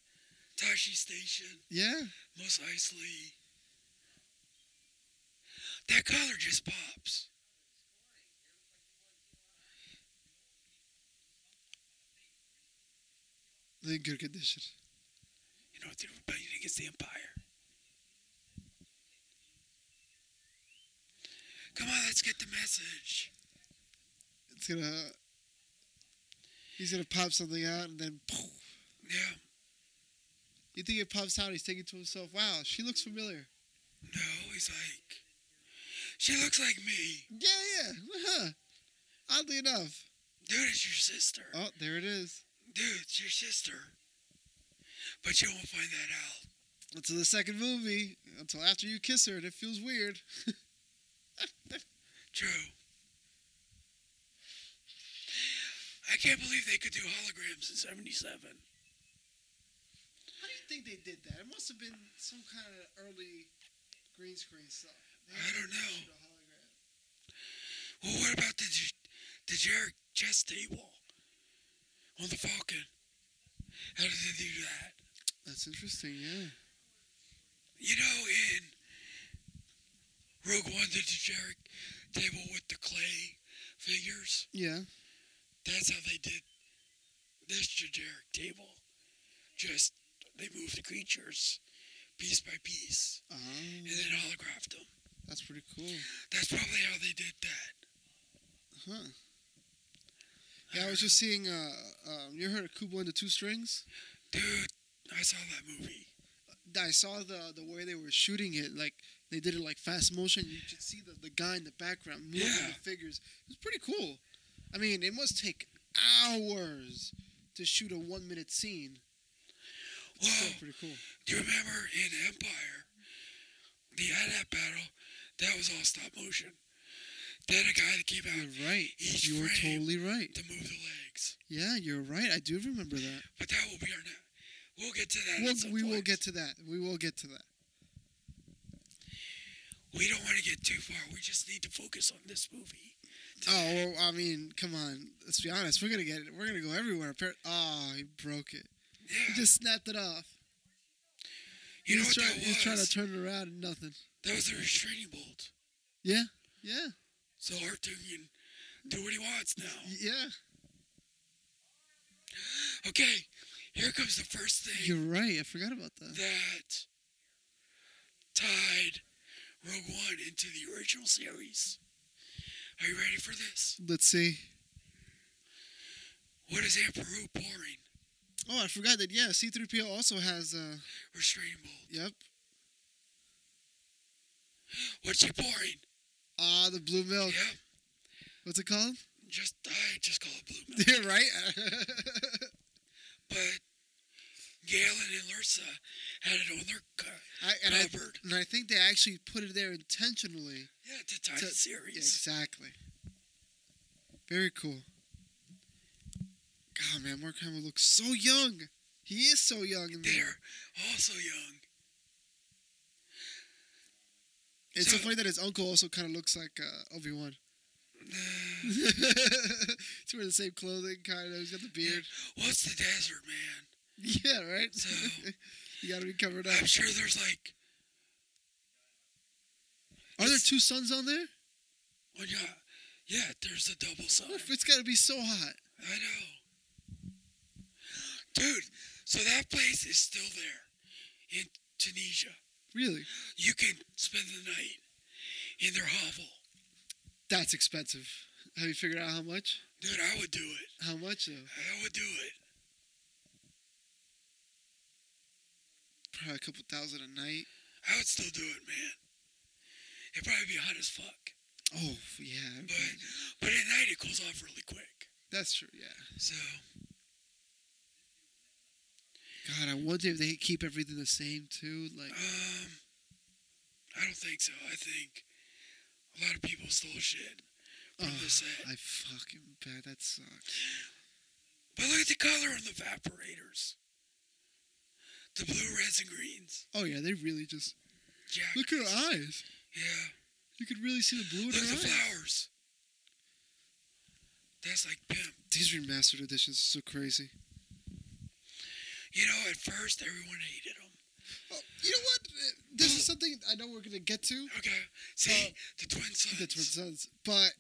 Speaker 2: Tashi Station,
Speaker 4: Yeah.
Speaker 2: Mos Eisley. That collar just pops.
Speaker 4: In good condition.
Speaker 2: You know, it's the rebellion against the Empire. Come on, let's get the message.
Speaker 4: It's gonna. He's gonna pop something out and then. Poof,
Speaker 2: Yeah.
Speaker 4: you think it pops out? He's thinking to himself, "Wow, she looks familiar."
Speaker 2: No, he's like, she looks like me.
Speaker 4: Yeah, yeah. huh. Oddly enough.
Speaker 2: Dude, it's your sister.
Speaker 4: Oh, there it is.
Speaker 2: Dude, it's your sister. But you won't find that out.
Speaker 4: Until the second movie, until after you kiss her, and it feels weird.
Speaker 2: True. I can't believe they could do holograms in 77.
Speaker 4: How do you think they did that? It must have been some kind of early green screen stuff.
Speaker 2: I don't know. Well, what about the, J- the Jarek chess table on the Falcon? How did they do that?
Speaker 4: That's interesting, yeah.
Speaker 2: You know, in Rogue One, the Jarek table with the clay figures,
Speaker 4: Yeah.
Speaker 2: that's how they did this Jarek table. Just, they moved the creatures piece by piece
Speaker 4: Oh,
Speaker 2: and then holographed them.
Speaker 4: that's pretty cool.
Speaker 2: That's probably how they did that.
Speaker 4: Huh. Yeah, I was just seeing. Uh, um, you heard of Kubo and the Two Strings?
Speaker 2: Dude, I saw that movie.
Speaker 4: I saw the the way they were shooting it. Like they did it like fast motion. You could see the, the guy in the background moving
Speaker 2: Yeah.
Speaker 4: the figures. It was pretty cool. I mean, it must take hours to shoot a one minute scene. It's still
Speaker 2: Whoa,
Speaker 4: pretty cool.
Speaker 2: do you remember in Empire, the ADAP battle, that was all stop motion. Then a guy that came out,
Speaker 4: You're right.
Speaker 2: Each
Speaker 4: You're
Speaker 2: frame.
Speaker 4: totally right.
Speaker 2: to move the legs.
Speaker 4: Yeah, you're right. I do remember that.
Speaker 2: But that will be our next. We'll get to that. at
Speaker 4: We'll,
Speaker 2: some
Speaker 4: we will
Speaker 2: point.
Speaker 4: get to that. We will get to that.
Speaker 2: We don't want to get too far. We just need to focus on this movie.
Speaker 4: Oh, well, I mean, come on. Let's be honest. We're gonna get it. We're gonna go everywhere. Appar- Oh, he broke it. He
Speaker 2: Yeah.
Speaker 4: just snapped it off.
Speaker 2: you know
Speaker 4: he's
Speaker 2: what
Speaker 4: trying.
Speaker 2: that
Speaker 4: He's trying to
Speaker 2: was?
Speaker 4: turn it around and nothing.
Speaker 2: that was the restraining bolt.
Speaker 4: Yeah. Yeah.
Speaker 2: Oh. So Arthur can do what he wants now.
Speaker 4: Yeah.
Speaker 2: Okay, here comes the first thing.
Speaker 4: You're right. I forgot about that.
Speaker 2: that tied Rogue One into the original series. Are you ready for this?
Speaker 4: Let's see.
Speaker 2: What is Amperu pouring?
Speaker 4: Oh, I forgot that. Yeah, C-3PO also has. uh
Speaker 2: Restraining bolt.
Speaker 4: Yep.
Speaker 2: What's she pouring?
Speaker 4: Ah, the blue milk.
Speaker 2: Yeah,
Speaker 4: What's it called?
Speaker 2: just I just call it blue milk.
Speaker 4: Yeah, right.
Speaker 2: But Galen and Lursa had it on their cu-
Speaker 4: I, and I
Speaker 2: Covered.
Speaker 4: and I think they actually put it there intentionally.
Speaker 2: yeah to tie
Speaker 4: To-
Speaker 2: the
Speaker 4: Yeah,
Speaker 2: series.
Speaker 4: exactly. Very cool. God, man, Mark Hamill looks so young. He is so young in there.
Speaker 2: They're also young.
Speaker 4: It's so
Speaker 2: So-
Speaker 4: funny that his uncle also kind of looks like uh, Obi Wan. He's wearing the same clothing, kind of. He's got the beard.
Speaker 2: What's the desert, man?
Speaker 4: Yeah, right. you gotta be covered up.
Speaker 2: I'm sure there's like,
Speaker 4: Are there two suns on there?
Speaker 2: oh yeah, yeah, there's a double sign.
Speaker 4: Oof, It's gotta be so hot.
Speaker 2: I know. Dude, so that place is still there in Tunisia.
Speaker 4: Really?
Speaker 2: You can spend the night in their hovel.
Speaker 4: That's expensive. Have you figured out how much?
Speaker 2: Dude, I would do it.
Speaker 4: How much Uh, though?
Speaker 2: I would do it.
Speaker 4: Probably a couple thousand a night.
Speaker 2: I would still do it, man. It'd probably be hot as fuck.
Speaker 4: Oh yeah,
Speaker 2: But but at night it cools off really quick.
Speaker 4: that's true. Yeah.
Speaker 2: So
Speaker 4: God, I wonder if they keep everything the same too. Like,
Speaker 2: um I don't think so. I think a lot of people stole shit from
Speaker 4: oh,
Speaker 2: the set.
Speaker 4: I fucking bet that sucks.
Speaker 2: But look at the color on the evaporators. The blue, reds, and greens.
Speaker 4: Oh yeah, they really just
Speaker 2: Jack.
Speaker 4: look at her eyes.
Speaker 2: Yeah.
Speaker 4: You could really see the blue in
Speaker 2: Look
Speaker 4: her
Speaker 2: at the
Speaker 4: eyes.
Speaker 2: flowers. That's like pimp.
Speaker 4: These remastered editions are so crazy.
Speaker 2: You know, at first everyone hated him.
Speaker 4: Oh, you know what? Uh, This is something I know we're gonna get to.
Speaker 2: Okay. See,
Speaker 4: Uh,
Speaker 2: the twin sons.
Speaker 4: The Twin Sons, but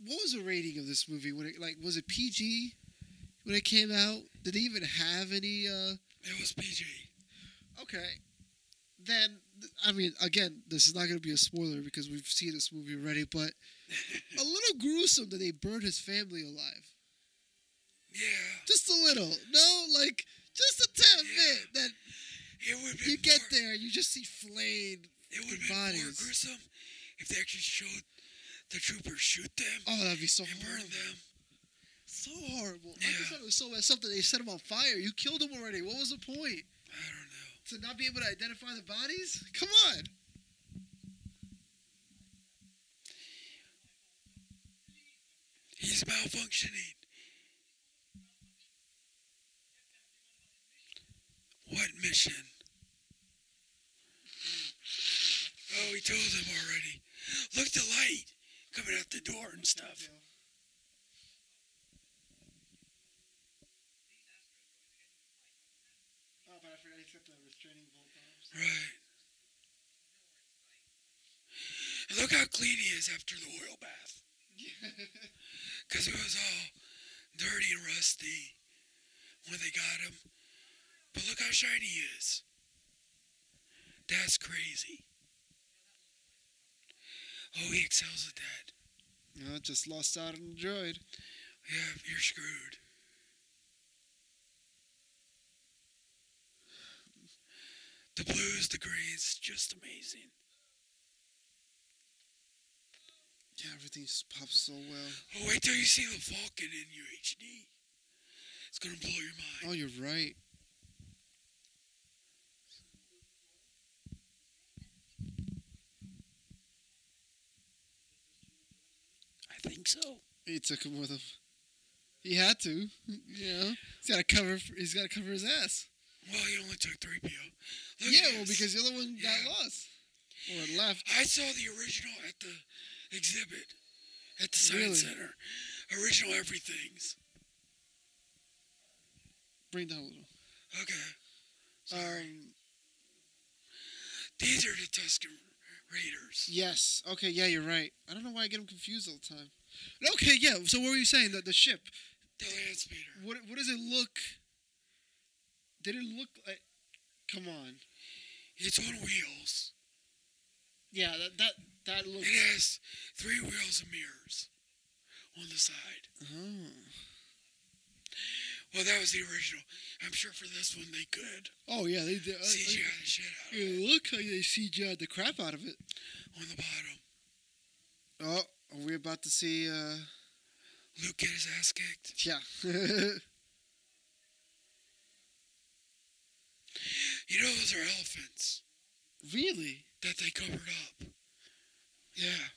Speaker 4: what was the rating of this movie when it like was it PG when it came out? Did it even have any? uh
Speaker 2: It was PG.
Speaker 4: Okay. Then, th- I mean, again, this is not going to be a spoiler because we've seen this movie already, but a little gruesome that they burned his family alive.
Speaker 2: Yeah.
Speaker 4: Just a little. No, like, just a tad
Speaker 2: Yeah.
Speaker 4: bit that
Speaker 2: It would be
Speaker 4: you get
Speaker 2: more,
Speaker 4: there, you just see flayed.
Speaker 2: It would
Speaker 4: the
Speaker 2: be more
Speaker 4: bodies.
Speaker 2: gruesome if they actually showed the troopers shoot them
Speaker 4: Oh, that'd be so
Speaker 2: and burn
Speaker 4: horrible.
Speaker 2: them.
Speaker 4: So horrible. I
Speaker 2: Yeah.
Speaker 4: just thought it was so messed up that they set him on fire. You killed him already. What was the point?
Speaker 2: I don't know.
Speaker 4: To not be able to identify the bodies? Come on.
Speaker 2: He's malfunctioning. What mission? Oh, we told him already. Look, the light coming out the door and stuff.
Speaker 4: Oh, but I forgot he took the restraining bolt off.
Speaker 2: Right. And look how clean he is after the oil bath. Because it was all dirty and rusty when they got him. But look how shiny he is. That's crazy. Oh, he excels at that.
Speaker 4: No, just lost out on the droid.
Speaker 2: Yeah, you're screwed. The blues, the greens, just amazing.
Speaker 4: Yeah, everything just pops so well.
Speaker 2: Oh, wait till you see the Falcon in your HD. It's gonna blow your mind.
Speaker 4: Oh, you're right.
Speaker 2: I think so.
Speaker 4: He took him with him. He had to. You know, he's got to cover. He's got to cover his ass.
Speaker 2: Well, he only took three PO. Look
Speaker 4: Yeah,
Speaker 2: at
Speaker 4: well,
Speaker 2: this.
Speaker 4: because the other one
Speaker 2: Yeah.
Speaker 4: got lost or left.
Speaker 2: I saw the original at the exhibit at the science
Speaker 4: Really?
Speaker 2: center. Original everything's
Speaker 4: Bring down a little.
Speaker 2: okay.
Speaker 4: Um.
Speaker 2: These are the Tuscan Raiders.
Speaker 4: Yes. Okay. Yeah, you're right. I don't know why I get them confused all the time. Okay. Yeah. So what were you saying? That the ship.
Speaker 2: The land speeder.
Speaker 4: What What does it look? Did it look like? Come on.
Speaker 2: It's on wheels.
Speaker 4: Yeah. That that that
Speaker 2: It
Speaker 4: looks.
Speaker 2: has three wheels and mirrors on the side.
Speaker 4: Oh.
Speaker 2: Well, that was the original. I'm sure for this one they could
Speaker 4: Oh yeah. They did. uh,
Speaker 2: CGI the shit out of it
Speaker 4: It looked like they CGI'd the crap out of it.
Speaker 2: on the bottom.
Speaker 4: Oh, are we about to see? uh
Speaker 2: Luke get his ass kicked.
Speaker 4: Yeah.
Speaker 2: You know those are elephants
Speaker 4: really?
Speaker 2: that they covered up. Yeah.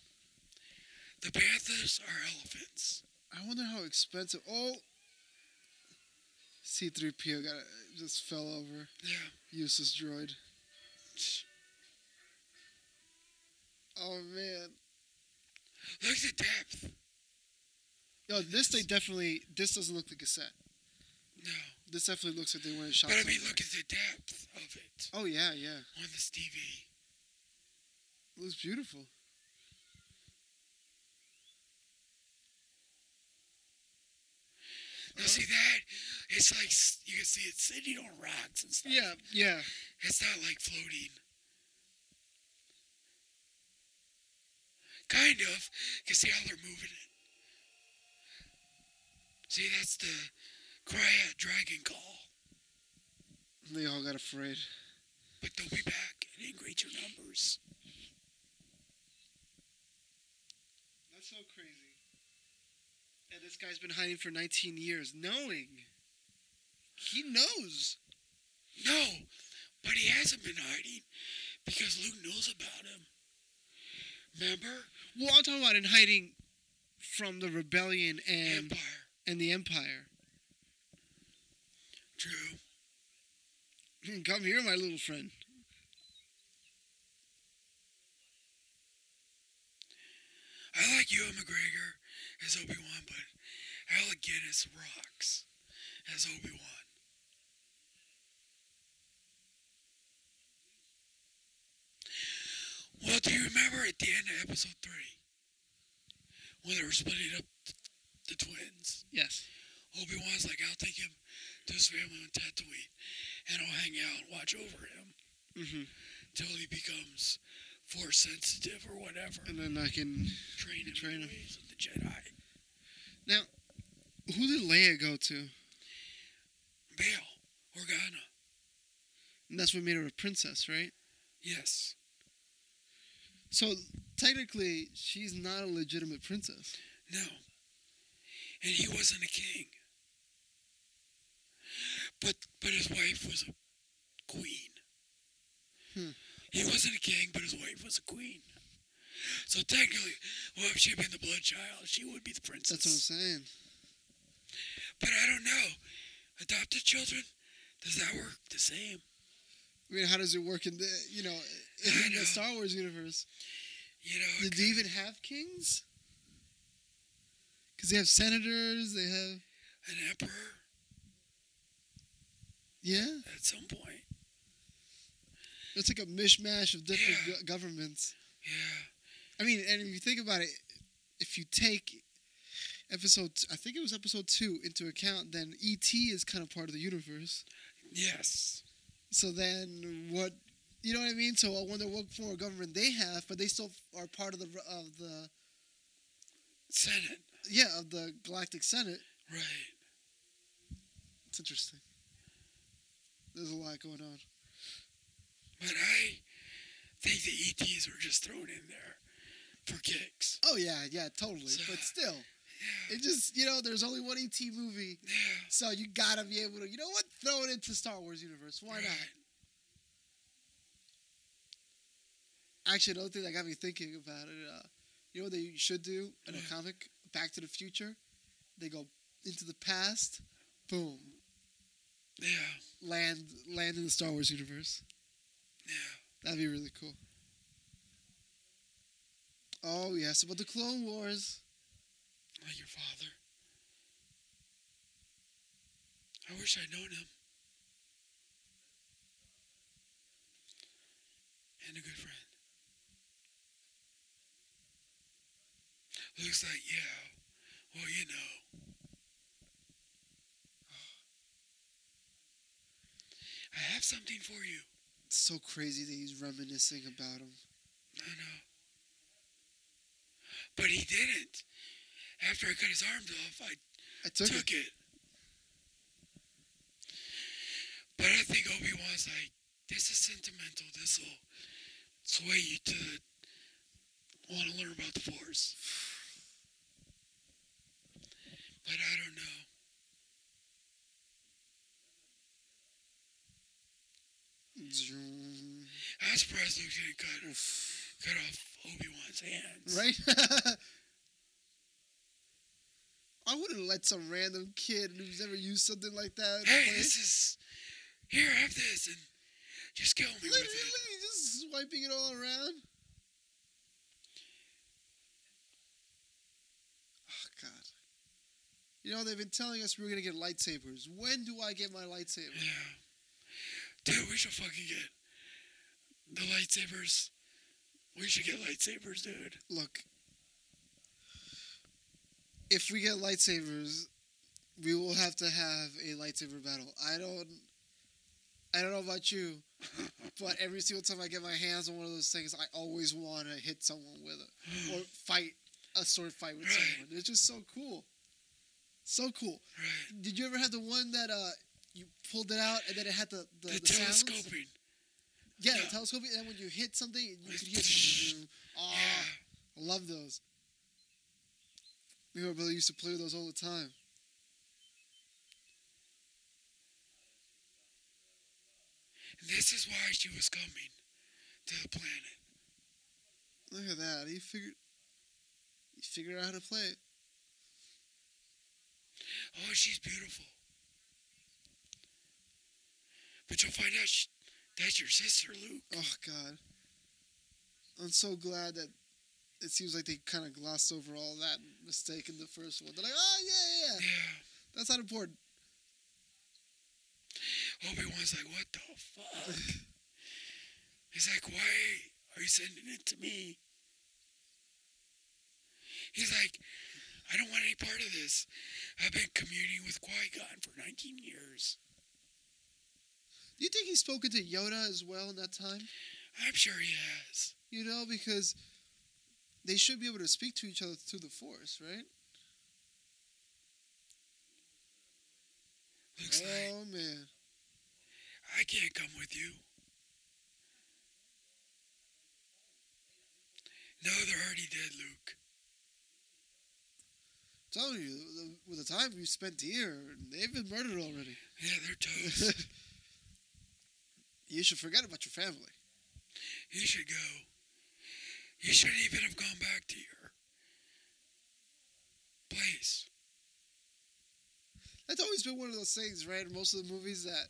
Speaker 2: The panthers are elephants.
Speaker 4: I wonder how expensive. Oh. C3PO got just fell over.
Speaker 2: Yeah.
Speaker 4: Useless droid. Oh man.
Speaker 2: Look at the depth.
Speaker 4: No, this they definitely. This doesn't look like a set.
Speaker 2: No.
Speaker 4: This definitely looks like they went and shot.
Speaker 2: But I mean,
Speaker 4: somewhere.
Speaker 2: look at the depth of it
Speaker 4: Oh yeah, yeah.
Speaker 2: on this TV.
Speaker 4: It was beautiful.
Speaker 2: Now, see that? It's like s- you can see it sitting on rocks and stuff.
Speaker 4: Yeah, yeah.
Speaker 2: It's not like floating. Kind of. You can see how they're moving it. See, that's the cry out dragon call.
Speaker 4: They all got afraid.
Speaker 2: But they'll be back. It didn't reach your numbers.
Speaker 4: That's so crazy. And this guy's been hiding for 19 years, knowing. He knows.
Speaker 2: No, but he hasn't been hiding because Luke knows about him. Remember?
Speaker 4: Well, I'm talking about in hiding from the rebellion and
Speaker 2: Empire.
Speaker 4: and the empire.
Speaker 2: True.
Speaker 4: Come here, my little friend.
Speaker 2: I like Ewan McGregor as Obi Wan, but Alec Guinness rocks as Obi Wan. Well, do you remember at the end of episode three when they were splitting up th- the twins?
Speaker 4: Yes.
Speaker 2: Obi Wan's like, "I'll take him to his family on Tatooine, and I'll hang out and watch over him
Speaker 4: hmm
Speaker 2: till he becomes force sensitive or whatever."
Speaker 4: And then I can.
Speaker 2: Train him.
Speaker 4: Train
Speaker 2: Train
Speaker 4: him.
Speaker 2: Ways of the Jedi.
Speaker 4: Who did Leia go to?
Speaker 2: Bail, Organa.
Speaker 4: And that's what made her a princess, right?
Speaker 2: Yes.
Speaker 4: So technically, she's not a legitimate princess.
Speaker 2: No. And he wasn't a king. But but his wife was a queen.
Speaker 4: Hmm.
Speaker 2: He wasn't a king, but his wife was a queen. So technically, well, if she'd been the blood child, she would be the princess.
Speaker 4: That's what I'm saying.
Speaker 2: but I don't know. Adopted children, does that work the same?
Speaker 4: I mean, how does it work in the you know
Speaker 2: I
Speaker 4: in the
Speaker 2: know.
Speaker 4: Star Wars universe?
Speaker 2: You know,
Speaker 4: Did they even have kings? Because they have senators. They have
Speaker 2: an emperor
Speaker 4: yeah.
Speaker 2: at some point.
Speaker 4: It's like a mishmash of different
Speaker 2: Yeah.
Speaker 4: go- governments.
Speaker 2: Yeah.
Speaker 4: I mean, and if you think about it, if you take episode, t- I think it was episode two into account, then ET is kind of part of the universe.
Speaker 2: Yes.
Speaker 4: So then, what? You know what I mean? So I wonder what form of government they have, but they still are part of the of the
Speaker 2: Senate.
Speaker 4: yeah of the Galactic Senate.
Speaker 2: Right.
Speaker 4: It's interesting. There's a lot going on.
Speaker 2: But I think the ETs were just thrown in there for kicks.
Speaker 4: Oh yeah, yeah, totally. But still, it just you know, there's only one ET movie,
Speaker 2: Yeah.
Speaker 4: so you gotta be able to. You know what? Throw it into Star Wars universe. Why
Speaker 2: Right.
Speaker 4: not? Actually, another thing that got me thinking about it. Uh, you know what they should do in a
Speaker 2: What?
Speaker 4: comic, Back to the Future. They go into the past, boom,
Speaker 2: Yeah.
Speaker 4: land land in the Star Wars universe.
Speaker 2: Yeah.
Speaker 4: That'd be really cool. Oh yes, about the Clone Wars.
Speaker 2: Like Oh, your father. I wish I'd known him. And a good friend. Looks like, yeah. Well, you know. I have something for you.
Speaker 4: It's so crazy that he's reminiscing about him.
Speaker 2: I know. But he didn't. After I cut his arms off, I
Speaker 4: I took,
Speaker 2: took,
Speaker 4: it.
Speaker 2: it. But I think Obi Wan's like, this is sentimental. This will sway you to want to learn about the Force. But I don't know.
Speaker 4: Zoom.
Speaker 2: I'm surprised Luke didn't cut, cut off Obi Wan's hands.
Speaker 4: Right? I wouldn't let some random kid who's never used something like that.
Speaker 2: Hey,
Speaker 4: play.
Speaker 2: this is. Here, have this, and just kill me
Speaker 4: Look,
Speaker 2: with
Speaker 4: look,
Speaker 2: it.
Speaker 4: look, he's just swiping it all around. Oh, God. You know, they've been telling us we were gonna get lightsabers. When do I get my lightsaber?
Speaker 2: Dude, we should fucking get the lightsabers. We should get lightsabers, dude.
Speaker 4: Look, if we get lightsabers, we will have to have a lightsaber battle. I don't, I don't know about you, but every single time I get my hands on one of those things, I always want to hit someone with it or fight a sword fight with
Speaker 2: Right.
Speaker 4: someone. It's just so cool, so cool.
Speaker 2: Right.
Speaker 4: Did you ever have the one that uh you pulled it out and then it had the the,
Speaker 2: The,
Speaker 4: the, sounds?
Speaker 2: telescoping.
Speaker 4: Yeah,
Speaker 2: Yeah.
Speaker 4: the telescope. And then when you hit something, you could
Speaker 2: Psh.
Speaker 4: hear. Oh, I love those. Me and my brother used to play with those all the time.
Speaker 2: And this is why she was coming to the planet.
Speaker 4: Look at that. He figured. He figured out how to play it.
Speaker 2: Oh, she's beautiful. But you'll find out sh- that's your sister, Luke.
Speaker 4: Oh God. I'm so glad that it seems like they kind of glossed over all that mistake in the first one. They're like, oh yeah, yeah, yeah.
Speaker 2: Yeah.
Speaker 4: that's not important.
Speaker 2: Obi Wan's like, what the fuck? He's like, why are you sending it to me? He's like, I don't want any part of this. I've been communing with Qui Gon for 19 years.
Speaker 4: Do you think he's spoken to Yoda as well in that time?
Speaker 2: I'm sure he has.
Speaker 4: You know, because they should be able to speak to each other through the Force, right?
Speaker 2: Looks like
Speaker 4: Oh man,
Speaker 2: I can't come with you. No, they're already dead, Luke.
Speaker 4: I'm telling you, the- with the time you spent here, they've been murdered already.
Speaker 2: Yeah, they're toast.
Speaker 4: you should forget about your family.
Speaker 2: you should go. You shouldn't even have gone back to your place.
Speaker 4: That's always been one of those things, right? In most of the movies that.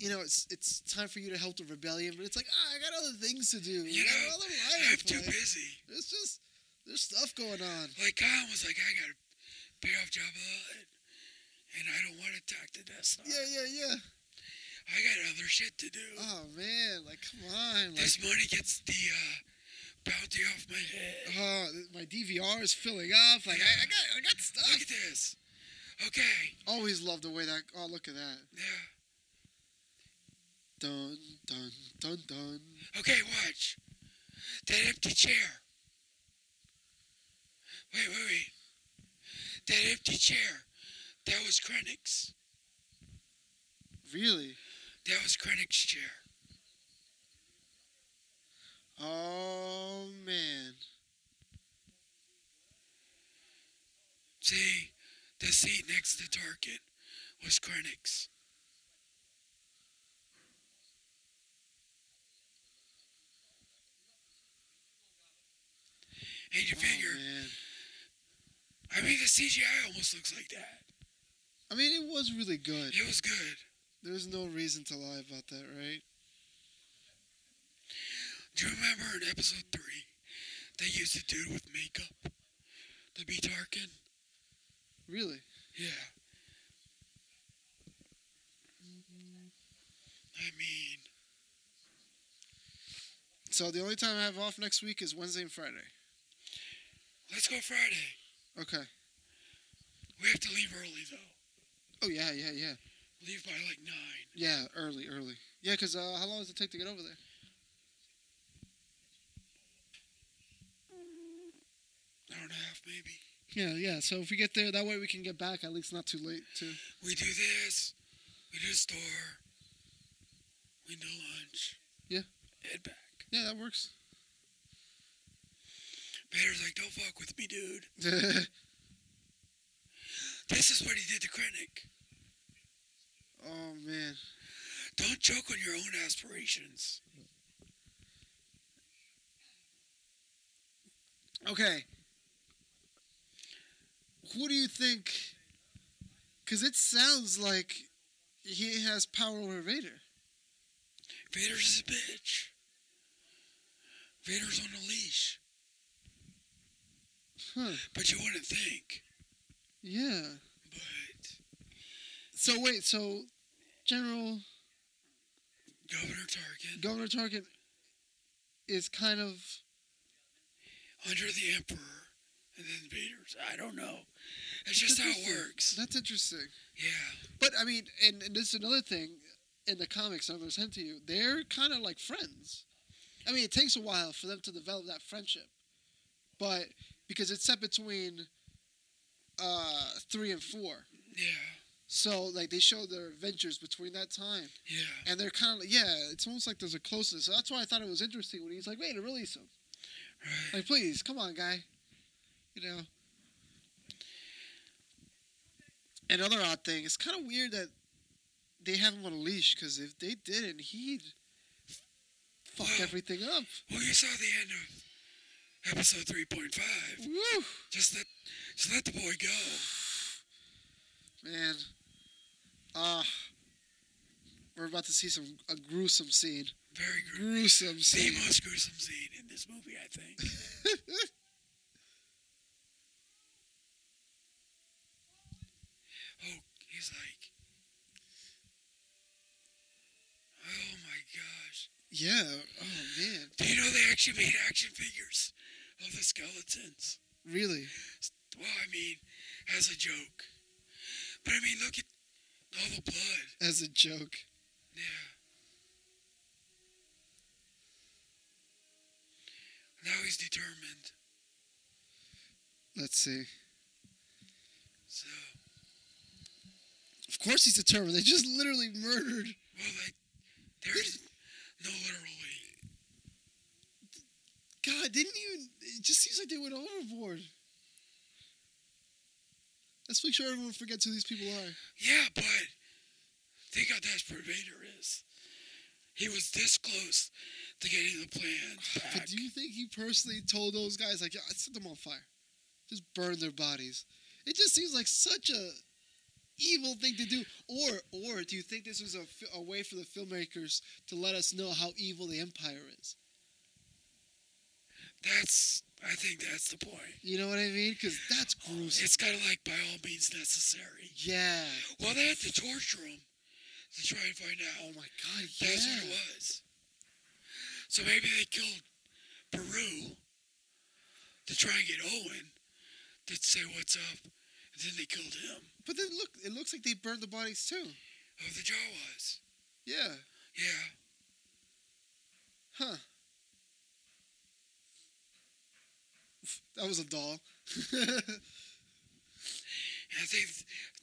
Speaker 4: You know, it's it's time for you to help the rebellion, but it's like ah, I got other things to do.
Speaker 2: You
Speaker 4: I got
Speaker 2: know,
Speaker 4: other
Speaker 2: I'm
Speaker 4: life.
Speaker 2: too
Speaker 4: like,
Speaker 2: busy.
Speaker 4: there's just there's stuff going on.
Speaker 2: Like Khan was like, I gotta pay off Jabba the Hutt, and I don't want to attack the Death Star.
Speaker 4: Yeah, yeah, yeah.
Speaker 2: I got other shit to do.
Speaker 4: Oh man, like come on, like
Speaker 2: this money gets the uh, bounty off my head.
Speaker 4: oh, th- my DVR is filling up. Like I, I got I got
Speaker 2: Look
Speaker 4: stuff.
Speaker 2: at this. Okay.
Speaker 4: Always love the way that. Oh, look at that.
Speaker 2: Yeah.
Speaker 4: Dun dun dun dun.
Speaker 2: Okay, watch. That empty chair. Wait, wait, wait. That empty chair. That was Krennic's.
Speaker 4: Really?
Speaker 2: That was Krennic's chair.
Speaker 4: Oh man.
Speaker 2: See, the seat next to Target was Krennic's. And you
Speaker 4: Oh,
Speaker 2: figure,
Speaker 4: man.
Speaker 2: I mean, the CGI almost looks like that.
Speaker 4: I mean, it was really good.
Speaker 2: It was good.
Speaker 4: There's no reason to lie about that, right?
Speaker 2: Do you remember in episode three, they used a dude with makeup to be Tarkin?
Speaker 4: Really?
Speaker 2: Yeah. Mm-hmm. I mean,
Speaker 4: So the only time I have off next week is Wednesday and Friday.
Speaker 2: let's go Friday.
Speaker 4: Okay.
Speaker 2: We have to leave early though.
Speaker 4: Oh yeah, yeah, yeah,
Speaker 2: Leave by like nine.
Speaker 4: yeah. Early, early. Yeah, cause uh, how long does it take to get over there?
Speaker 2: Hour and a half maybe.
Speaker 4: Yeah, yeah. So if we get there, that way we can get back at least not too late too.
Speaker 2: We do this. We do the store. We do lunch.
Speaker 4: Yeah.
Speaker 2: Head back.
Speaker 4: Yeah, that works.
Speaker 2: Vader's like, don't fuck with me, dude.
Speaker 4: oh
Speaker 2: This is what he did to Krennic.
Speaker 4: man.
Speaker 2: Don't choke on your own aspirations.
Speaker 4: Okay. Who do you think? Because it sounds like he has power over Vader.
Speaker 2: Vader's a bitch. Vader's on a leash.
Speaker 4: Huh.
Speaker 2: But you wouldn't think.
Speaker 4: Yeah.
Speaker 2: But
Speaker 4: So wait, so General
Speaker 2: Governor Tarkin,
Speaker 4: Governor Tarkin is kind of
Speaker 2: under the Emperor, and then Vader's. I don't know. That's just how it
Speaker 4: Interesting.
Speaker 2: works.
Speaker 4: That's interesting.
Speaker 2: Yeah.
Speaker 4: But I mean, and, and this is another thing in the comics I'm going to send to you. They're kind of like friends. I mean, it takes a while for them to develop that friendship, but because it's set between uh, three and four,
Speaker 2: Yeah.
Speaker 4: so like they show their adventures between that time,
Speaker 2: Yeah.
Speaker 4: and they're kind of like, yeah, it's almost like there's a closeness. So that's why I thought it was interesting when he's like, wait, to release him,
Speaker 2: Right.
Speaker 4: like please, come on, guy, you know. Another odd thing, it's kind of weird that they have him on a leash because if they didn't, he'd fuck everything up.
Speaker 2: Well, you saw the end of episode three point five.
Speaker 4: Woo,
Speaker 2: Just let, just let the boy go.
Speaker 4: man. Ah, we're about to see some a gruesome scene.
Speaker 2: Very gruesome.
Speaker 4: Gruesome
Speaker 2: The
Speaker 4: scene.
Speaker 2: most gruesome scene in this movie, I think. oh, he's like, oh my gosh!
Speaker 4: Yeah. Oh man.
Speaker 2: Do you know they actually made action figures of the skeletons?
Speaker 4: Really?
Speaker 2: Well, I mean, as a joke. But I mean, look at all the blood.
Speaker 4: As a joke.
Speaker 2: Yeah. Now he's determined.
Speaker 4: Let's see.
Speaker 2: So,
Speaker 4: Of course he's determined. They just literally murdered.
Speaker 2: well, like, there's no literally.
Speaker 4: God, didn't even. It just seems like they went overboard. Let's make sure everyone forgets who these people are.
Speaker 2: Yeah, but think how desperate Vader is. He was this close to getting the plans
Speaker 4: But
Speaker 2: back.
Speaker 4: do you think he personally told those guys, like, yeah, I set them on fire? Just burn their bodies. It just seems like such a evil thing to do. Or, or do you think this was a, fi- a way for the filmmakers to let us know how evil the Empire is?
Speaker 2: That's, I think that's the point.
Speaker 4: You know what I mean? Because that's gruesome.
Speaker 2: It's kind of like by all means necessary.
Speaker 4: Yeah.
Speaker 2: Well, they had to torture him to try and find out.
Speaker 4: Oh my God. Yeah.
Speaker 2: That's what it was. So maybe they killed Peru to try and get Owen to say what's up, and then they killed him.
Speaker 4: But then look, it looks like they burned the bodies too.
Speaker 2: Oh, the Jawas.
Speaker 4: Yeah.
Speaker 2: Yeah.
Speaker 4: Huh. That was a doll.
Speaker 2: And I think,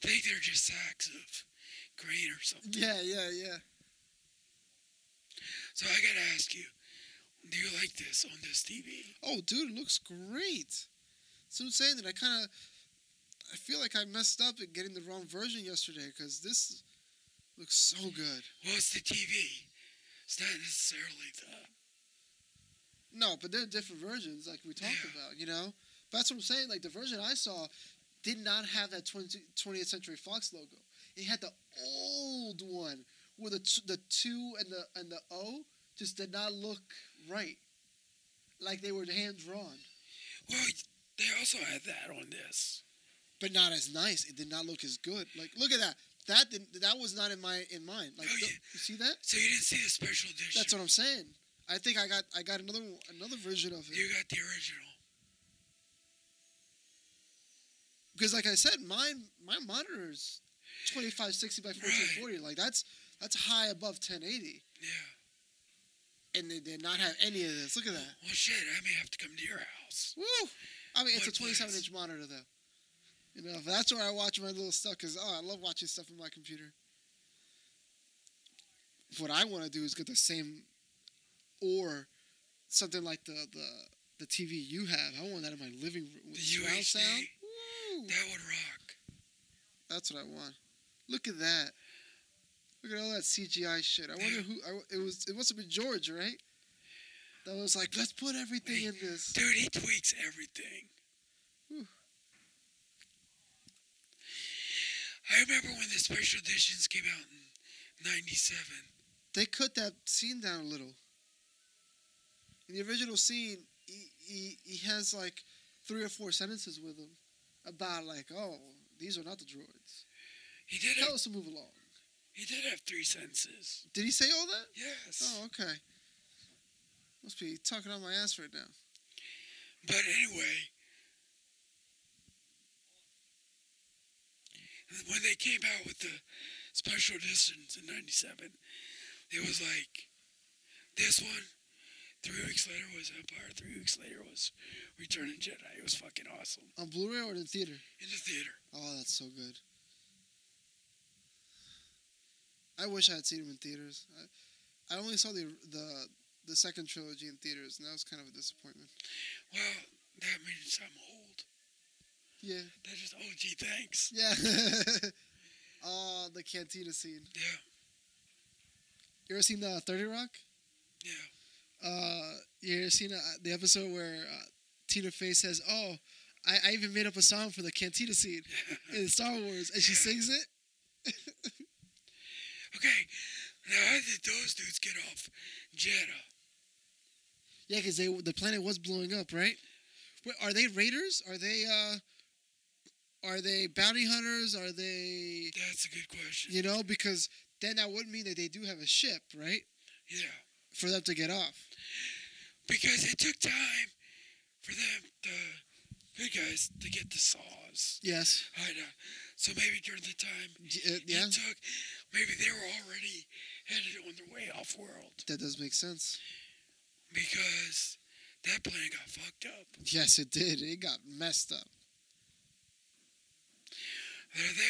Speaker 2: I think they're just sacks of grain or something.
Speaker 4: yeah, yeah, yeah.
Speaker 2: So I gotta ask you, do you like this on this TV?
Speaker 4: Oh, dude, it looks great. So I'm saying that I kind of, I feel like I messed up at getting the wrong version yesterday because this looks so good.
Speaker 2: Well, it's the TV. It's not necessarily the.
Speaker 4: No, but there are different versions, like we talked
Speaker 2: Yeah.
Speaker 4: about, you know. But that's what I'm saying. Like the version I saw did not have that 20, 20th Century Fox logo. It had the old one where the t- the two and the and the O just did not look right, like they were hand drawn.
Speaker 2: Well, they also had that on this.
Speaker 4: But not as nice. It did not look as good. Like look at that. That didn't. That was not in my in mind. Like
Speaker 2: Oh,
Speaker 4: the-
Speaker 2: yeah.
Speaker 4: you see that?
Speaker 2: So you didn't see the special edition.
Speaker 4: That's what I'm saying. I think I got I got another one- another version of it.
Speaker 2: You got the original.
Speaker 4: because like I said, mine my monitor is 2560 by 1440. Like that's that's high above 1080,
Speaker 2: Yeah.
Speaker 4: and they did not have any of this. Look at that.
Speaker 2: Well, shit, I may have to come to your house.
Speaker 4: Woo! I mean, it's a
Speaker 2: What
Speaker 4: 27
Speaker 2: place?
Speaker 4: inch monitor though. You know, that's where I watch my little stuff because oh, I love watching stuff on my computer. What I want to do is get the same, or something like the the the TV you have. I want that in my living room with
Speaker 2: The
Speaker 4: surround
Speaker 2: UHD.
Speaker 4: sound. Woo!
Speaker 2: That would rock.
Speaker 4: That's what I want. Look at that. Look at all that CGI shit. I wonder who. I, it was. It must have been George, right? That was like, let's put everything in this.
Speaker 2: Dude, he tweaks everything.
Speaker 4: Whew.
Speaker 2: I remember when the special editions came out in 97.
Speaker 4: They cut that scene down a little. In the original scene, he, he, he has like three or four sentences with him about like, oh, the These are not the droids.
Speaker 2: He did
Speaker 4: Tell
Speaker 2: have,
Speaker 4: us to move along.
Speaker 2: he did have three senses.
Speaker 4: Did he say all that?
Speaker 2: Yes.
Speaker 4: Oh, okay. Must be talking on my ass right now.
Speaker 2: But anyway, when they came out with the special editions in '97, it was like this one. Three weeks later was Empire. Three weeks later was Return of the Jedi. It was fucking awesome
Speaker 4: On Blu-ray or in theater?
Speaker 2: in the theater.
Speaker 4: Oh, that's so good. I wish I had seen him in theaters. I, I only saw the the the second trilogy in theaters, and that was kind of a disappointment.
Speaker 2: Well, that means I'm old.
Speaker 4: Yeah,
Speaker 2: That is oh gee, thanks.
Speaker 4: yeah. uh, the cantina scene.
Speaker 2: Yeah,
Speaker 4: You ever seen the Thirty Rock?
Speaker 2: yeah.
Speaker 4: Uh, you ever seen uh, the episode where uh, Tina Fey says, "Oh, I, I even made up a song for the cantina scene in Star Wars," and she sings it?
Speaker 2: Okay, now how did those dudes get off Jeddah?
Speaker 4: Yeah, because they the planet was blowing up, right? Wait, are they raiders? Are they uh are they bounty hunters? Are they
Speaker 2: That's a good question.
Speaker 4: you know, because then that would mean that they do have a ship, right?
Speaker 2: yeah.
Speaker 4: For them to get off.
Speaker 2: because it took time for them, the good guys, to get the saws.
Speaker 4: Yes.
Speaker 2: I know. So maybe during the time
Speaker 4: Y- uh, yeah.
Speaker 2: it took, maybe they were already headed on their way off world
Speaker 4: That does make sense.
Speaker 2: because that plane got fucked up.
Speaker 4: Yes, it did. It got messed up.
Speaker 2: There they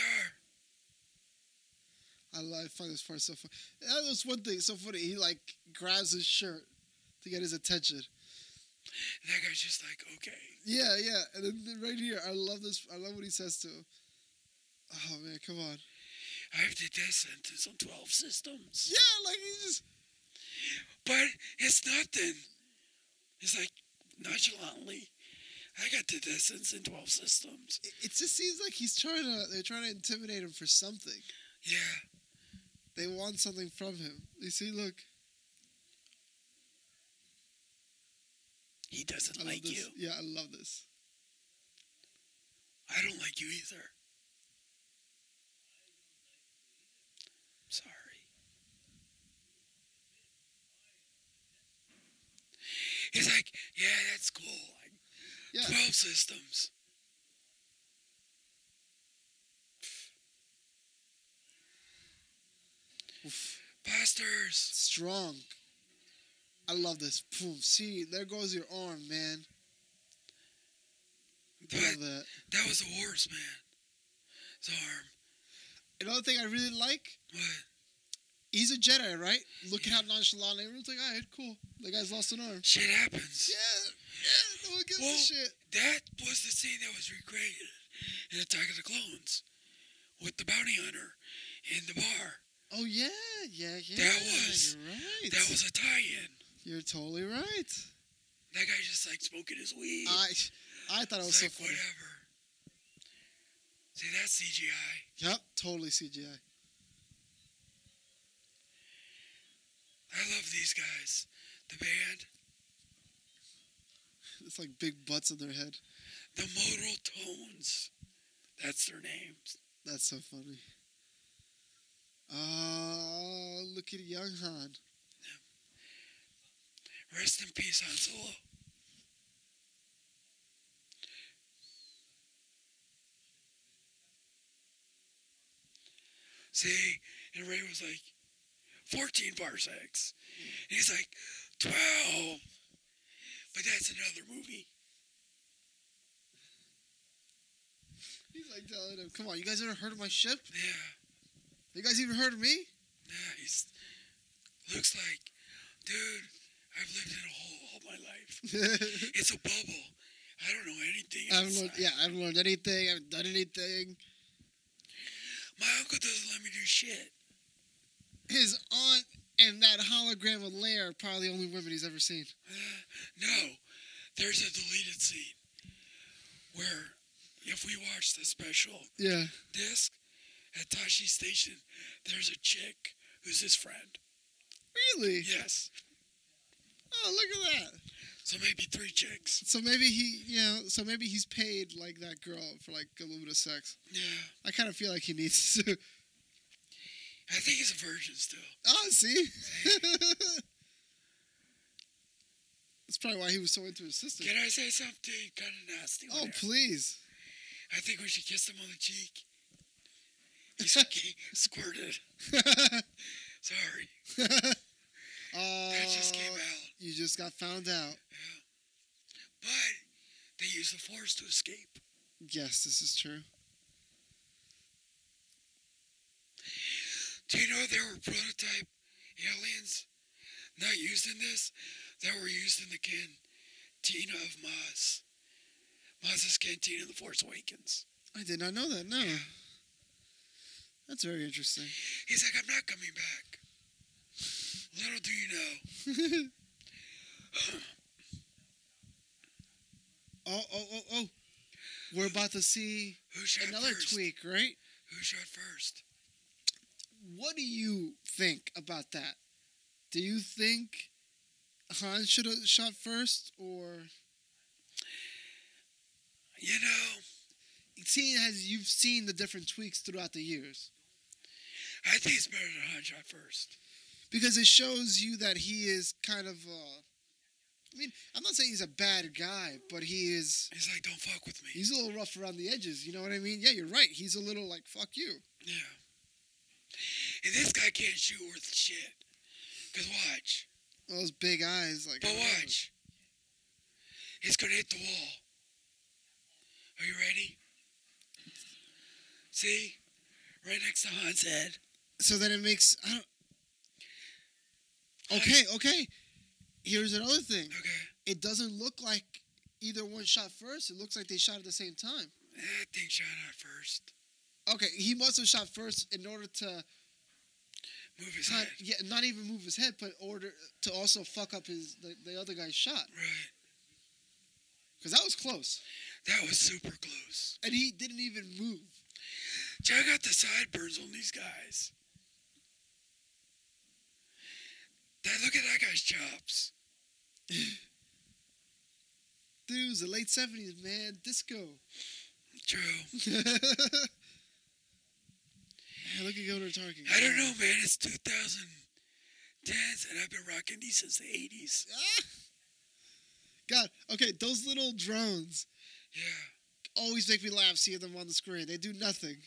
Speaker 2: are.
Speaker 4: I love I find this part so funny. That was one thing so funny. He like grabs his shirt to get his attention.
Speaker 2: And that guy's just like, okay.
Speaker 4: Yeah, yeah. And then- then right here, I love this. I love what he says to him. Oh man, come on.
Speaker 2: I've did death sentence on 12 systems.
Speaker 4: Yeah, like he just
Speaker 2: But it's nothing. It's like nonchalantly. I got the death sentence in 12 systems.
Speaker 4: it- it just seems like he's trying to they're trying to intimidate him for something.
Speaker 2: Yeah.
Speaker 4: They want something from him. You see, look,
Speaker 2: He doesn't
Speaker 4: I love
Speaker 2: like
Speaker 4: this.
Speaker 2: you.
Speaker 4: Yeah, I love this.
Speaker 2: I don't like you either. Sorry. He's like, yeah, that's cool. Like,
Speaker 4: Yeah.
Speaker 2: 12 systems. Bastards.
Speaker 4: Strong. I love this. Boom. See, there goes your arm, man. I
Speaker 2: That,
Speaker 4: love that.
Speaker 2: that was a horseman. His arm.
Speaker 4: Another thing I really like,
Speaker 2: What?
Speaker 4: he's a Jedi, right? Look at how nonchalant everyone's like, all right, cool. The guy's lost an arm.
Speaker 2: Shit happens.
Speaker 4: Yeah, yeah, no one gives
Speaker 2: Well,
Speaker 4: a shit.
Speaker 2: That was the scene that was recreated in Attack of the Clones with the bounty hunter in the bar.
Speaker 4: Oh yeah, yeah, yeah.
Speaker 2: was-
Speaker 4: you're right.
Speaker 2: That was a tie-in.
Speaker 4: you're totally right.
Speaker 2: That guy just like smoking his weed.
Speaker 4: I I thought it was
Speaker 2: It's
Speaker 4: so
Speaker 2: like,
Speaker 4: funny.
Speaker 2: whatever. See, that's CGI.
Speaker 4: Yep, totally CGI.
Speaker 2: I love these guys. The band,
Speaker 4: It's like big butts in their head.
Speaker 2: the Modal Tones. That's their names.
Speaker 4: That's so funny. Oh, look at young Han.
Speaker 2: Rest in peace, Han Solo. See, and Ray was like, 14 parsecs. And he's like, 12. But that's another movie.
Speaker 4: He's like telling him, "Come on, you guys ever heard of my ship?
Speaker 2: Yeah,
Speaker 4: You guys even heard of me?"
Speaker 2: yeah, he's. Looks like, dude, I've lived in a hole all my life. It's a bubble. I don't know anything.
Speaker 4: I haven't learned.
Speaker 2: outside.
Speaker 4: Yeah, I haven't learned anything. I haven't done anything.
Speaker 2: My uncle doesn't let me do shit.
Speaker 4: His aunt and that hologram of Leia are probably the only women he's ever seen.
Speaker 2: No, there's a deleted scene where if we watch the special
Speaker 4: Yeah.
Speaker 2: disc at Tashi Station, there's a chick who's his friend.
Speaker 4: Really?
Speaker 2: Yes.
Speaker 4: Oh, look at that.
Speaker 2: So maybe three chicks.
Speaker 4: So maybe he, you know, so maybe he's paid like that girl for like a little bit of sex.
Speaker 2: Yeah.
Speaker 4: I kind of feel like he needs to.
Speaker 2: I think he's a virgin still.
Speaker 4: Oh, see. That's probably why he was so into his sister.
Speaker 2: Can I say something kind of nasty?
Speaker 4: Oh,
Speaker 2: Whatever.
Speaker 4: please.
Speaker 2: I think we should kiss him on the cheek. He's he squirted.
Speaker 4: Uh,
Speaker 2: Sorry. That just came
Speaker 4: Oh,
Speaker 2: out.
Speaker 4: You just got found out.
Speaker 2: But they use the force to escape.
Speaker 4: Yes, this is true.
Speaker 2: Do you know there were prototype aliens not used in this that were used in the cantina of Maz? Maz's cantina in The Force Awakens.
Speaker 4: I did not know that. No. That's very interesting.
Speaker 2: He's like, I'm not coming back. Little do you know.
Speaker 4: Oh, oh, oh, oh. We're about to see
Speaker 2: Who shot
Speaker 4: another
Speaker 2: first?
Speaker 4: tweak, right?
Speaker 2: Who shot first?
Speaker 4: What do you think about that? Do you think Han should have shot first, or
Speaker 2: You know,
Speaker 4: seeing as you've seen the different tweaks throughout the years?
Speaker 2: I think it's better than Han shot first.
Speaker 4: because it shows you that he is kind of. Uh, I mean, I'm not saying he's a bad guy, but he is.
Speaker 2: He's like, don't fuck with me.
Speaker 4: He's a little rough around the edges. You know what I mean? Yeah, you're right. He's a little like fuck you.
Speaker 2: Yeah. And this guy can't shoot worth shit. Cause watch.
Speaker 4: Those big eyes, like.
Speaker 2: But watch. It's gonna hit the wall. Are you ready? See? Right next to Han's head.
Speaker 4: So then it makes. I don't. Okay, okay. Here's another thing.
Speaker 2: Okay.
Speaker 4: It doesn't look like either one shot first. It looks like they shot at the same time.
Speaker 2: I think shot out first.
Speaker 4: Okay, he must have shot first in order to
Speaker 2: Move his
Speaker 4: not,
Speaker 2: head.
Speaker 4: yeah, not even move his head, but order to also fuck up his the, the other guy's shot.
Speaker 2: Right.
Speaker 4: Because that was close.
Speaker 2: That was super close.
Speaker 4: And he didn't even move.
Speaker 2: Check out the sideburns on these guys. That look at that guy's chops.
Speaker 4: Dude, it was the late 70s, man. Disco.
Speaker 2: True.
Speaker 4: Man, look at Gilder Tarkin.
Speaker 2: I don't know, man. It's 2010s, and I've been rocking these since the 80s.
Speaker 4: Ah! God, okay, those little drones
Speaker 2: Yeah.
Speaker 4: always make me laugh seeing them on the screen. They do nothing.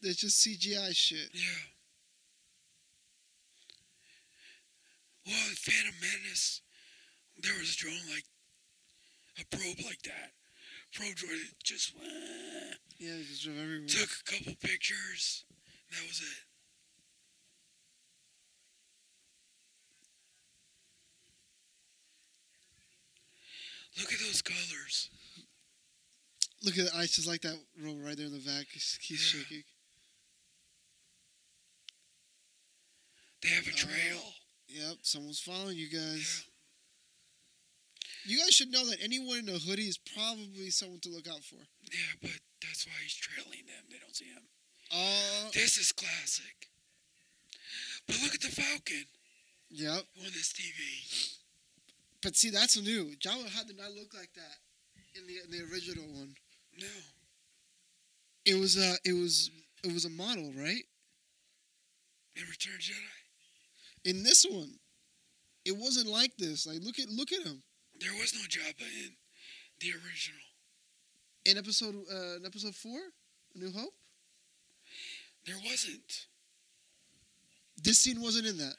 Speaker 4: They're just CGI shit.
Speaker 2: Yeah. Well, in Phantom Menace, there was a drone like a probe like that. Probe droid that just uh,
Speaker 4: Yeah, they just drove everywhere.
Speaker 2: took a couple pictures. And that was it. Look at those colors.
Speaker 4: Look at the ice, just like that roll right there in the back. He's, he's
Speaker 2: Yeah.
Speaker 4: shaking.
Speaker 2: They have a
Speaker 4: Oh.
Speaker 2: trail.
Speaker 4: Yep, someone's following you guys. You guys should know that anyone in a hoodie is probably someone to look out for.
Speaker 2: Yeah, but that's why he's trailing them. They don't see him.
Speaker 4: Oh,
Speaker 2: This is classic. But look at the Falcon
Speaker 4: yep.
Speaker 2: on this TV.
Speaker 4: But see, that's new. Jabba had did not look like that in the in the original one.
Speaker 2: No.
Speaker 4: It was a it was it was a model, right?
Speaker 2: In Return of Jedi,
Speaker 4: In this one, it wasn't like this. Like look at look at him
Speaker 2: there was no Jabba in the original.
Speaker 4: in episode uh, in episode four, A New Hope.
Speaker 2: There wasn't.
Speaker 4: This scene wasn't in that.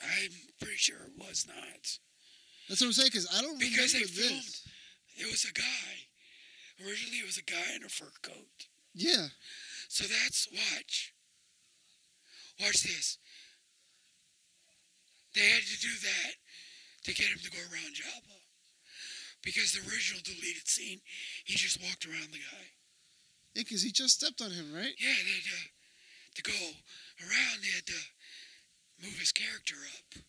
Speaker 2: I'm pretty sure it was not.
Speaker 4: That's what I'm saying because I don't
Speaker 2: Because
Speaker 4: remember
Speaker 2: they filmed-
Speaker 4: this.
Speaker 2: It was a guy. Originally, it was a guy in a fur coat.
Speaker 4: Yeah,
Speaker 2: So that's watch. Watch this. They had to do that to get him to go around Jabba. Because the original deleted scene, he just walked around the guy.
Speaker 4: because he just stepped on him, right?
Speaker 2: Yeah, they had to, to go around, they had to move his character up.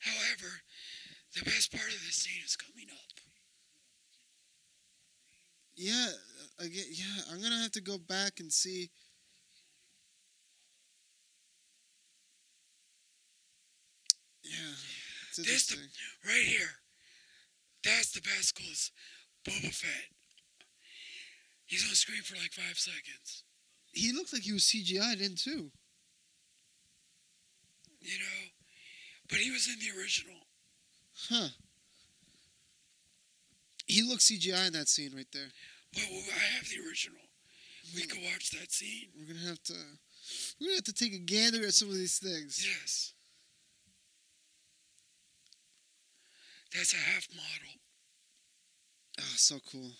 Speaker 2: However, the best part of this scene is coming up.
Speaker 4: Yeah, I get, yeah. I'm gonna have to go back and see. It's
Speaker 2: There's the-
Speaker 4: interesting.
Speaker 2: right here. That's the Pascal's Boba Fett. He's on screen for like five seconds.
Speaker 4: He looked like he was CGI'd in too.
Speaker 2: You know? But he was in the original.
Speaker 4: Huh. He looked CGI in that scene right there.
Speaker 2: But I have the original. We can watch that scene.
Speaker 4: We're gonna have to we're gonna have to take a gander at some of these things.
Speaker 2: Yes. That's a half model,
Speaker 4: Oh, so cool.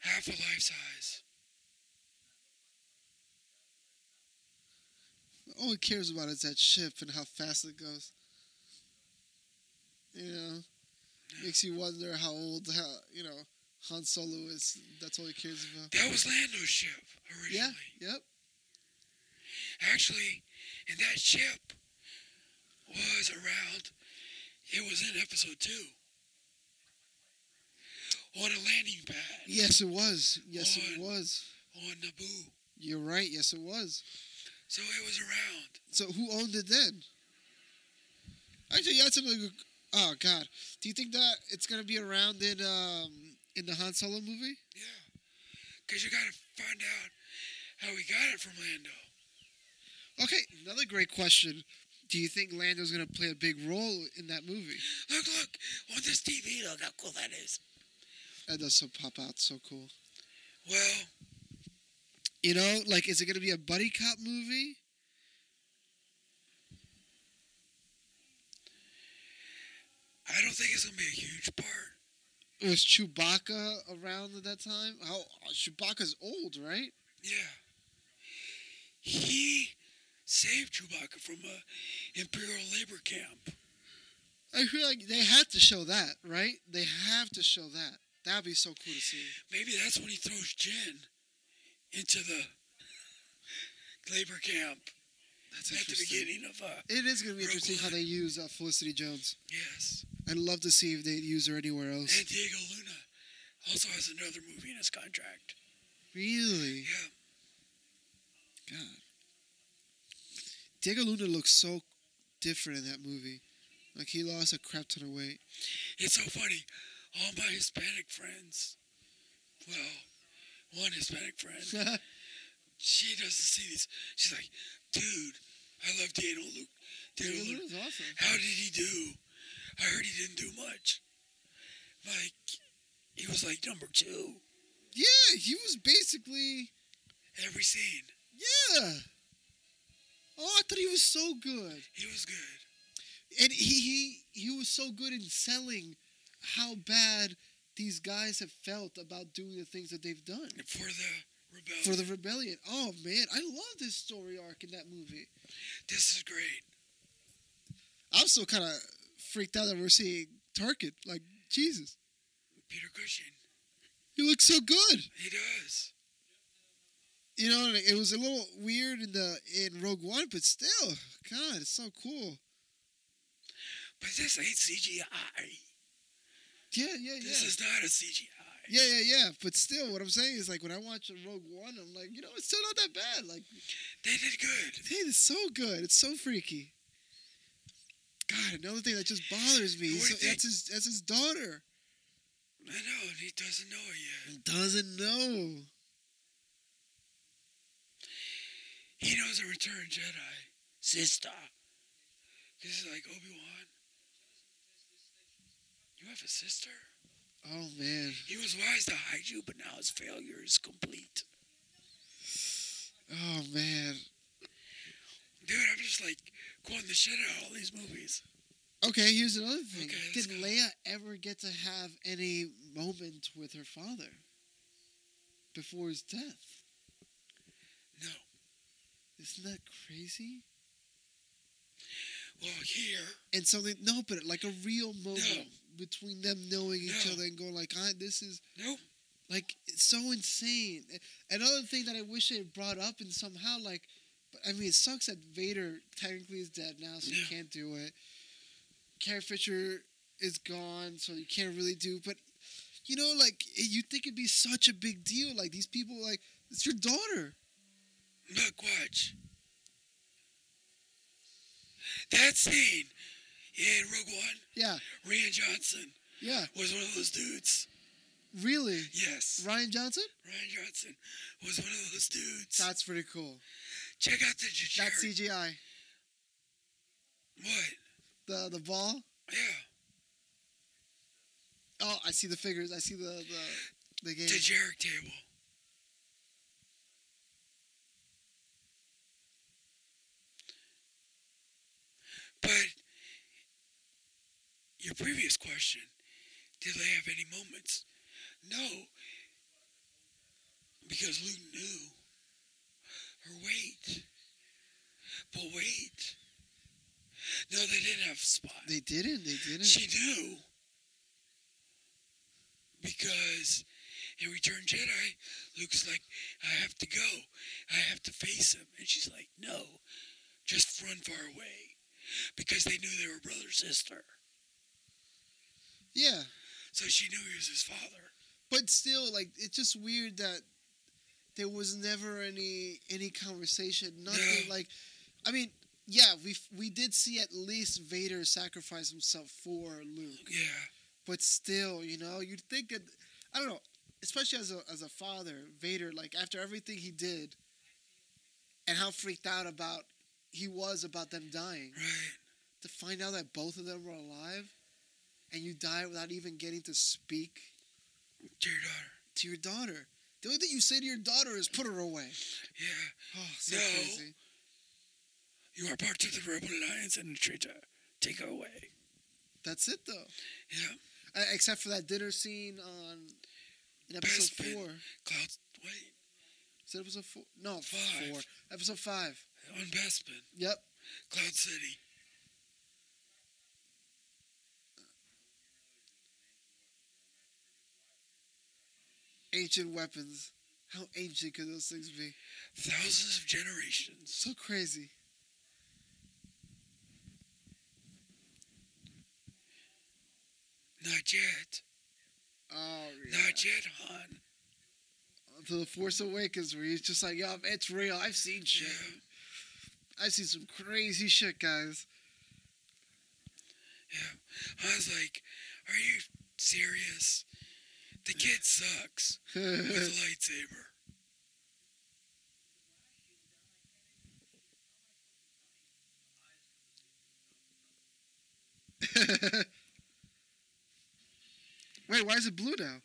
Speaker 2: half a life size.
Speaker 4: All he cares about is that ship and how fast it goes. You know, makes you wonder how old how you know Han Solo is. That's all he cares about.
Speaker 2: That was Lando's ship
Speaker 4: Yeah.
Speaker 2: originally.
Speaker 4: Yep.
Speaker 2: Actually, and that ship was around. It was in episode two. On a landing pad
Speaker 4: Yes, it was. Yes, it
Speaker 2: What?
Speaker 4: was.
Speaker 2: on Naboo.
Speaker 4: You're right. Yes, it was.
Speaker 2: So it was around.
Speaker 4: So who owned it then? Actually, yeah, that's another good. Oh God, do you think that it's gonna be around in um in the Han Solo movie?
Speaker 2: Yeah. Because you got to find out how we got it from Lando.
Speaker 4: Okay, another great question. Do you think Lando's gonna play a big role in that movie?
Speaker 2: Look, look, on this TV, look how cool that is.
Speaker 4: That does so pop out so cool.
Speaker 2: Well,
Speaker 4: You know, like is it gonna be a buddy cop movie?
Speaker 2: I don't think it's gonna be a huge part.
Speaker 4: Was Chewbacca around at that time? How Chewbacca's old, right?
Speaker 2: Yeah. He saved Chewbacca from a Imperial labor camp.
Speaker 4: I feel like they had to show that, right? They have to show that. That'd be so cool to see.
Speaker 2: Maybe that's when he throws Jin into the labor camp
Speaker 4: That's
Speaker 2: at the beginning of uh
Speaker 4: It is going to be interesting how they use uh, Felicity Jones.
Speaker 2: yes.
Speaker 4: I'd love to see if they use her anywhere else.
Speaker 2: And Diego Luna also has another movie in his contract.
Speaker 4: Really?
Speaker 2: Yeah.
Speaker 4: God. Diego Luna looks so different in that movie. Like he lost a crap ton of weight.
Speaker 2: It's so funny. All my Hispanic friends well, one Hispanic friend she doesn't see these. She's like, dude, I love Daniel Luke. Daniel Luke,
Speaker 4: awesome.
Speaker 2: how did he do? I heard he didn't do much. Like, he was like number two
Speaker 4: Yeah, he was basically
Speaker 2: every scene.
Speaker 4: yeah. Oh, I thought he was so good,
Speaker 2: He was good.
Speaker 4: and he he he was so good in selling how bad these guys have felt about doing the things that they've done.
Speaker 2: For the rebellion.
Speaker 4: for the rebellion. Oh man, I love this story arc in that movie.
Speaker 2: this is great.
Speaker 4: I'm still kind of freaked out that we're seeing Tarkin. Like Jesus,
Speaker 2: Peter Cushing.
Speaker 4: he looks so good.
Speaker 2: He does.
Speaker 4: You know, and it was a little weird in the in Rogue One, but still, God, it's so cool.
Speaker 2: But this ain't CGI.
Speaker 4: Yeah, yeah, yeah.
Speaker 2: This is not a CGI.
Speaker 4: yeah, yeah, yeah. But still, what I'm saying is, like, when I watch a Rogue One, I'm like, you know, it's still not that bad. Like,
Speaker 2: They did good.
Speaker 4: hey, it's so good. It's so freaky. God, another thing that just bothers me.
Speaker 2: What do
Speaker 4: So,
Speaker 2: you think?
Speaker 4: that's his. That's his daughter.
Speaker 2: I know, and he doesn't know it yet.
Speaker 4: Doesn't know.
Speaker 2: He knows a returned Jedi. Sister. This is like Obi Wan. You have a sister?
Speaker 4: Oh man.
Speaker 2: He was wise to hide you, but now his failure is complete.
Speaker 4: Oh man.
Speaker 2: Dude, I'm just like quoting the shit out of all these movies.
Speaker 4: Okay, here's another thing.
Speaker 2: Okay, let's
Speaker 4: Did
Speaker 2: go.
Speaker 4: Leia ever get to have any moment with her father before his death?
Speaker 2: No.
Speaker 4: Isn't that crazy?
Speaker 2: Well, here,
Speaker 4: And something no, but like a real moment between them knowing each
Speaker 2: No.
Speaker 4: other and going like, I, "This is
Speaker 2: no.
Speaker 4: like it's so insane." Another thing that I wish they had brought up and somehow like, but I mean, it sucks that Vader technically is dead now, so you
Speaker 2: Yeah.
Speaker 4: can't do it. Carrie Fisher is gone, so you can't really do. But you know, like you think it'd be such a big deal. Like these people, like it's your daughter.
Speaker 2: Look, watch. That scene Yeah, in Rogue One,
Speaker 4: Yeah,
Speaker 2: Rian Johnson
Speaker 4: yeah.
Speaker 2: was one of those dudes.
Speaker 4: Really,
Speaker 2: Yes.
Speaker 4: Ryan Johnson?
Speaker 2: Ryan Johnson was one of those dudes.
Speaker 4: That's pretty cool.
Speaker 2: Check out the Jajar.
Speaker 4: That's CGI.
Speaker 2: What?
Speaker 4: The the ball.
Speaker 2: Yeah.
Speaker 4: Oh, I see the figures. I see the the the game.
Speaker 2: The Jarek table. But your previous question, did they have any moments? No. Because Luke knew. Or wait. But wait. No, they didn't have spots.
Speaker 4: They didn't. They didn't.
Speaker 2: She knew. Because in Return Jedi, Luke's like, I have to go. I have to face him. And she's like, no, just run far away. Because they knew they were brother sister.
Speaker 4: yeah,
Speaker 2: So she knew he was his father.
Speaker 4: but still, like it's just weird that there was never any any conversation. Nothing
Speaker 2: No.
Speaker 4: like, I mean, yeah, we f- we did see at least Vader sacrifice himself for Luke,
Speaker 2: Yeah.
Speaker 4: but still, you know, you'd think that I don't know, especially as a as a father, Vader, like after everything he did, and how freaked out about he was about them dying.
Speaker 2: Right.
Speaker 4: to find out that both of them were alive and you died without even getting to speak
Speaker 2: To your daughter.
Speaker 4: to your daughter. The only thing you say to your daughter is put her away.
Speaker 2: Yeah.
Speaker 4: Oh, so
Speaker 2: No.
Speaker 4: crazy.
Speaker 2: You are part of the Rebel Alliance and a traitor. Take her away.
Speaker 4: That's it though.
Speaker 2: Yeah.
Speaker 4: Uh, except for that dinner scene on in episode
Speaker 2: Bespin.
Speaker 4: four.
Speaker 2: Cloud, wait.
Speaker 4: Is it episode four? No,
Speaker 2: Five.
Speaker 4: four. Episode five.
Speaker 2: On Bespin.
Speaker 4: Yep.
Speaker 2: Cloud City.
Speaker 4: Ancient weapons. How ancient could those things be?
Speaker 2: Thousands of generations.
Speaker 4: So crazy.
Speaker 2: Not yet.
Speaker 4: Oh, yeah.
Speaker 2: Not yet, hon.
Speaker 4: To the Force Awakens, where he's just like, "Yup, it's real. I've seen shit.
Speaker 2: Yeah.
Speaker 4: I've seen some crazy shit, guys."
Speaker 2: I was like, are you serious? The kid sucks with a lightsaber.
Speaker 4: Wait, why is it blue now?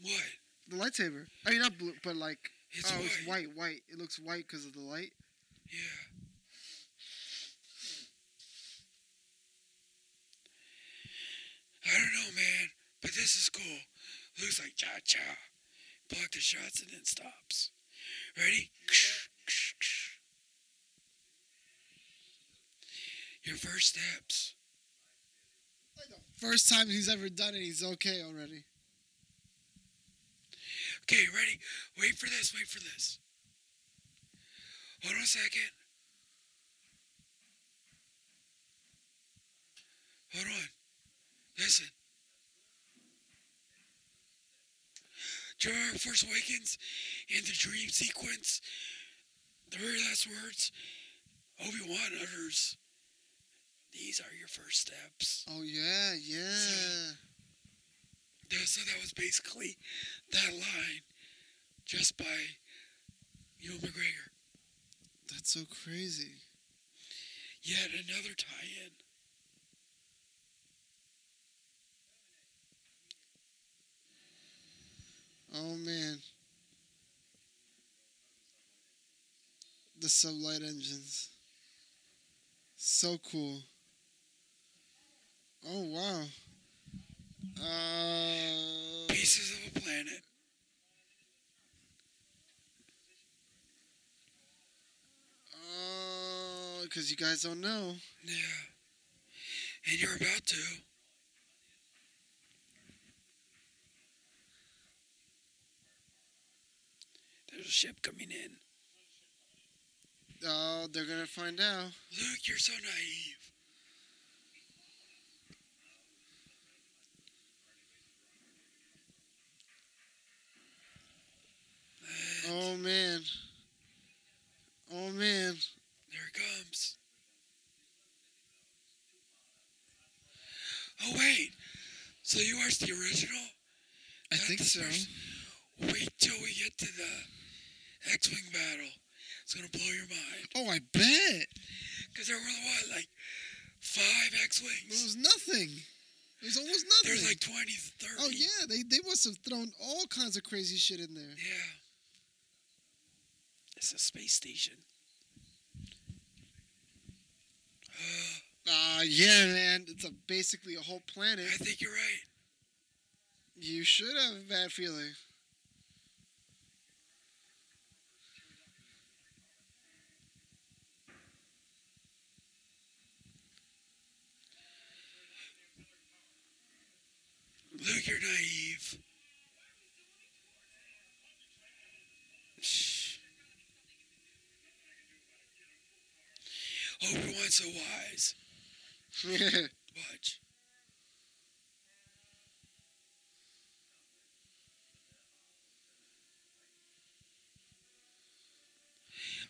Speaker 2: What?
Speaker 4: The lightsaber. I mean, not blue, but like
Speaker 2: It's
Speaker 4: oh,
Speaker 2: white.
Speaker 4: it's white, white. It looks white because of the light.
Speaker 2: Yeah. I don't know, man, but this is cool. Looks like cha cha. Block the shots and then stops. Ready? Your first steps.
Speaker 4: First time he's ever done it, he's okay already.
Speaker 2: Okay, ready? Wait for this, wait for this. Hold on a second. Hold on. Listen. Do you remember Force Awakens in the dream sequence? The very last words Obi Wan utters These are your first steps.
Speaker 4: Oh yeah, yeah.
Speaker 2: Yeah, so that was basically that line just by Ewan McGregor.
Speaker 4: That's so crazy.
Speaker 2: Yet another tie in.
Speaker 4: Oh man. The sublight engines. So cool. Oh wow. Uh,
Speaker 2: Pieces of a planet.
Speaker 4: because Oh, you guys don't know.
Speaker 2: Yeah. And you're about to. There's a ship coming in.
Speaker 4: Oh, they're gonna find out.
Speaker 2: Luke, you're so naive.
Speaker 4: Oh man. Oh man.
Speaker 2: There it comes. Oh, Mars the original?
Speaker 4: I
Speaker 2: Not
Speaker 4: think
Speaker 2: the
Speaker 4: so.
Speaker 2: first- Wait till we get to the X-wing battle. It's gonna blow your mind.
Speaker 4: Oh, I bet.
Speaker 2: Cause there were what, like five
Speaker 4: It
Speaker 2: X-wings.
Speaker 4: was nothing. It was almost nothing.
Speaker 2: There's like 20, 30.
Speaker 4: oh yeah, they they must have thrown all kinds of crazy shit in there.
Speaker 2: Yeah. It's a space station.
Speaker 4: Ah, yeah, man. It's a, basically a whole planet.
Speaker 2: I think you're right.
Speaker 4: You should have a bad feeling.
Speaker 2: Luke, you're naive. Shh. Obi-Wan's so wise. Watch.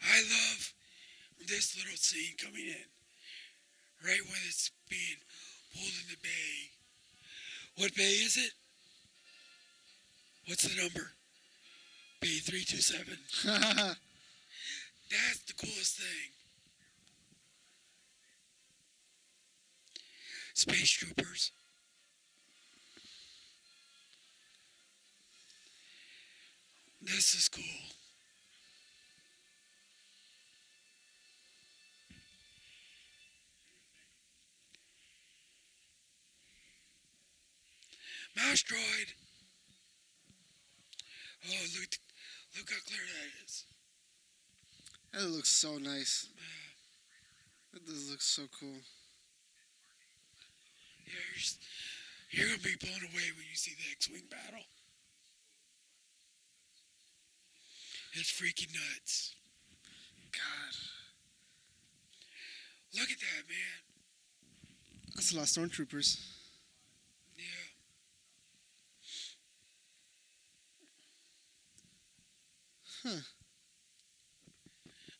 Speaker 2: I love this little scene coming in. Right when it's being pulled in the bay. What bay is it? What's the number? Bay 327. That's the coolest thing. Space troopers. This is cool. Mouse droid. Oh, look, look how clear that is.
Speaker 4: that looks so nice. That does look so cool.
Speaker 2: Yeah, you're, s- you're gonna be blown away when you see the X-wing battle. It's freaking nuts.
Speaker 4: God,
Speaker 2: Look at that, man.
Speaker 4: that's a lot of stormtroopers.
Speaker 2: Yeah.
Speaker 4: Huh.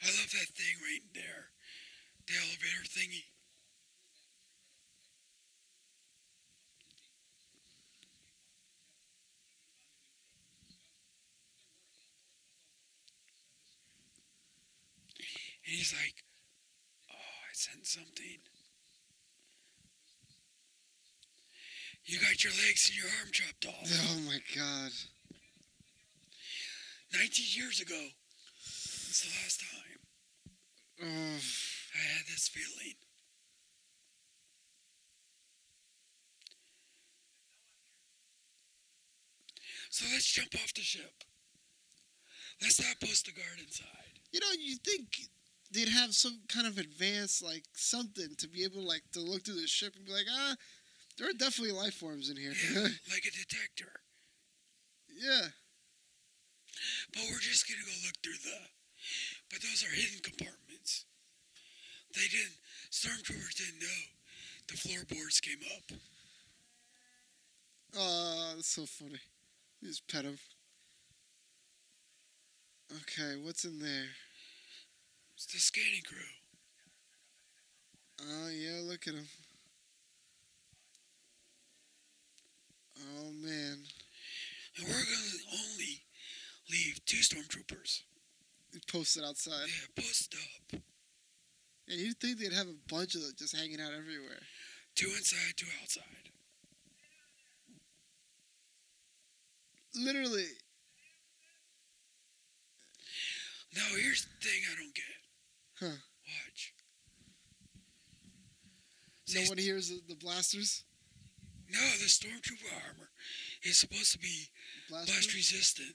Speaker 2: I love that thing right there. The elevator thingy. And he's like, Oh, I sent something. You got your legs and your arm chopped off.
Speaker 4: Oh my God.
Speaker 2: 19 years ago. It's the last time
Speaker 4: Oh,
Speaker 2: I had this feeling. So let's jump off the ship. Let's not post the guard inside.
Speaker 4: you know, you think they'd have some kind of advance, like something, to be able, like, to look through the ship and be like, ah, there are definitely life forms in here.
Speaker 2: Yeah, like a detector.
Speaker 4: yeah.
Speaker 2: But we're just gonna go look through the. But those are hidden compartments. They didn't. Stormtroopers didn't know. The floorboards came up.
Speaker 4: Oh, that's so funny. You just pet him. Okay, what's in there?
Speaker 2: It's the scanning crew.
Speaker 4: Oh yeah, look at him. Oh man,
Speaker 2: And we're gonna only leave two stormtroopers.
Speaker 4: he posted outside.
Speaker 2: Yeah, post up.
Speaker 4: Yeah, you'd think they'd have a bunch of them just hanging out everywhere.
Speaker 2: Two inside, two outside.
Speaker 4: Literally.
Speaker 2: Now here's the thing I don't get.
Speaker 4: Huh.
Speaker 2: Watch.
Speaker 4: No
Speaker 2: These-
Speaker 4: one hears the, the blasters.
Speaker 2: No, the stormtrooper armor is supposed to be blast
Speaker 4: Blasters.
Speaker 2: resistant.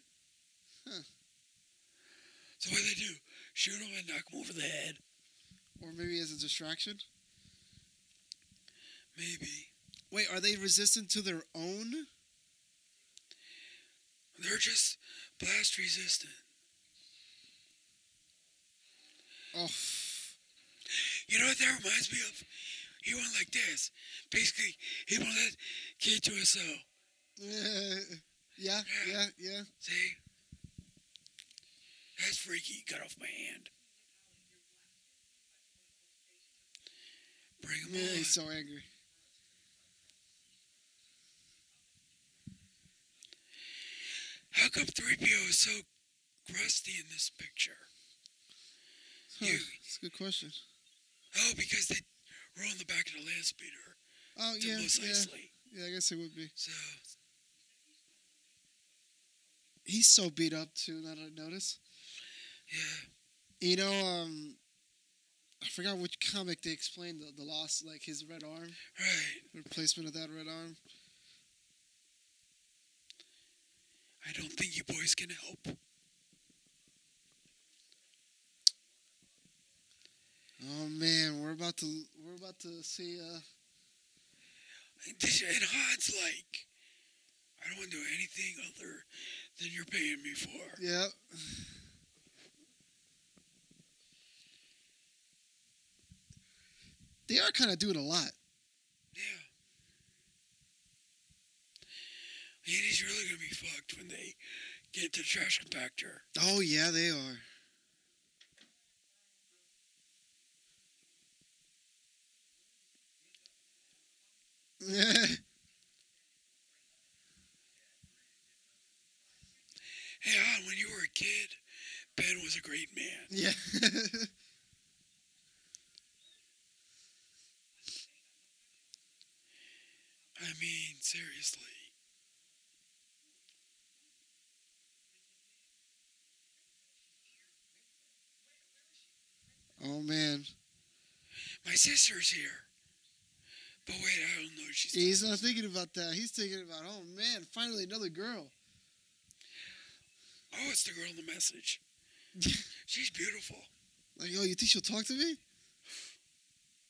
Speaker 4: Huh.
Speaker 2: So what do they do? Shoot them and knock them over the head.
Speaker 4: Or maybe as a distraction.
Speaker 2: Maybe
Speaker 4: Wait, are they resistant to their own?
Speaker 2: they're just blast resistant.
Speaker 4: Oh,
Speaker 2: You know what that reminds me of? He went like this. Basically, he won't let kid to a cell.
Speaker 4: yeah, yeah, yeah.
Speaker 2: See? That's freaky. Cut off my hand. Bring him
Speaker 4: Yeah,
Speaker 2: on.
Speaker 4: he's so angry.
Speaker 2: How come 3PO is so crusty in this picture?
Speaker 4: Huh, that's a good question.
Speaker 2: Oh, because they were on the back of the land speeder.
Speaker 4: Oh
Speaker 2: To
Speaker 4: yeah,
Speaker 2: most
Speaker 4: yeah,
Speaker 2: likely.
Speaker 4: yeah. I guess it would be.
Speaker 2: So,
Speaker 4: He's so beat up too. Now that I notice.
Speaker 2: yeah.
Speaker 4: You know, um, I forgot which comic they explained the, the loss, like his red arm,
Speaker 2: Right.
Speaker 4: replacement of that red arm.
Speaker 2: I don't think you boys can help.
Speaker 4: Oh man, we're about to we're about to see. Uh,
Speaker 2: And this- and Han's like, I don't want to do anything other than you're paying me for.
Speaker 4: yeah, they are kind of doing a lot.
Speaker 2: Yeah. It is really gonna be fucked when they get to the trash compactor.
Speaker 4: Oh yeah, they are.
Speaker 2: Hey, Han, when you were a kid, Ben was a great man.
Speaker 4: yeah.
Speaker 2: I mean, seriously.
Speaker 4: oh man,
Speaker 2: My sister's here. But wait, I don't know. if She's
Speaker 4: he's not thinking about that. He's thinking about oh man, finally another girl.
Speaker 2: oh, it's the girl in the message. She's beautiful.
Speaker 4: Like oh, you think she'll talk to me?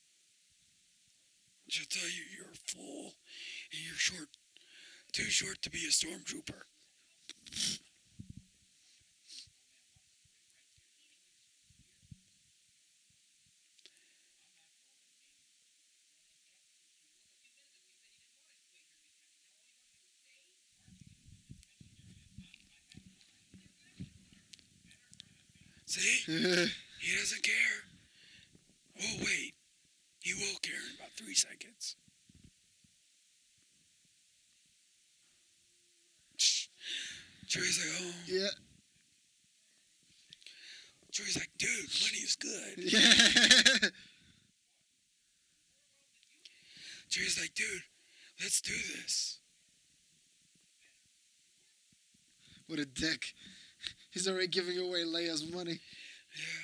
Speaker 2: She'll tell you you're a fool and you're short, too short to be a stormtrooper. See? He doesn't care. Oh, wait. He will care in about three seconds. Shh. Joey's like, oh.
Speaker 4: yeah.
Speaker 2: Joey's like, dude, money is good.
Speaker 4: Yeah.
Speaker 2: Joey's like, dude, let's do this.
Speaker 4: What a dick. He's already giving away Leia's money.
Speaker 2: Yeah.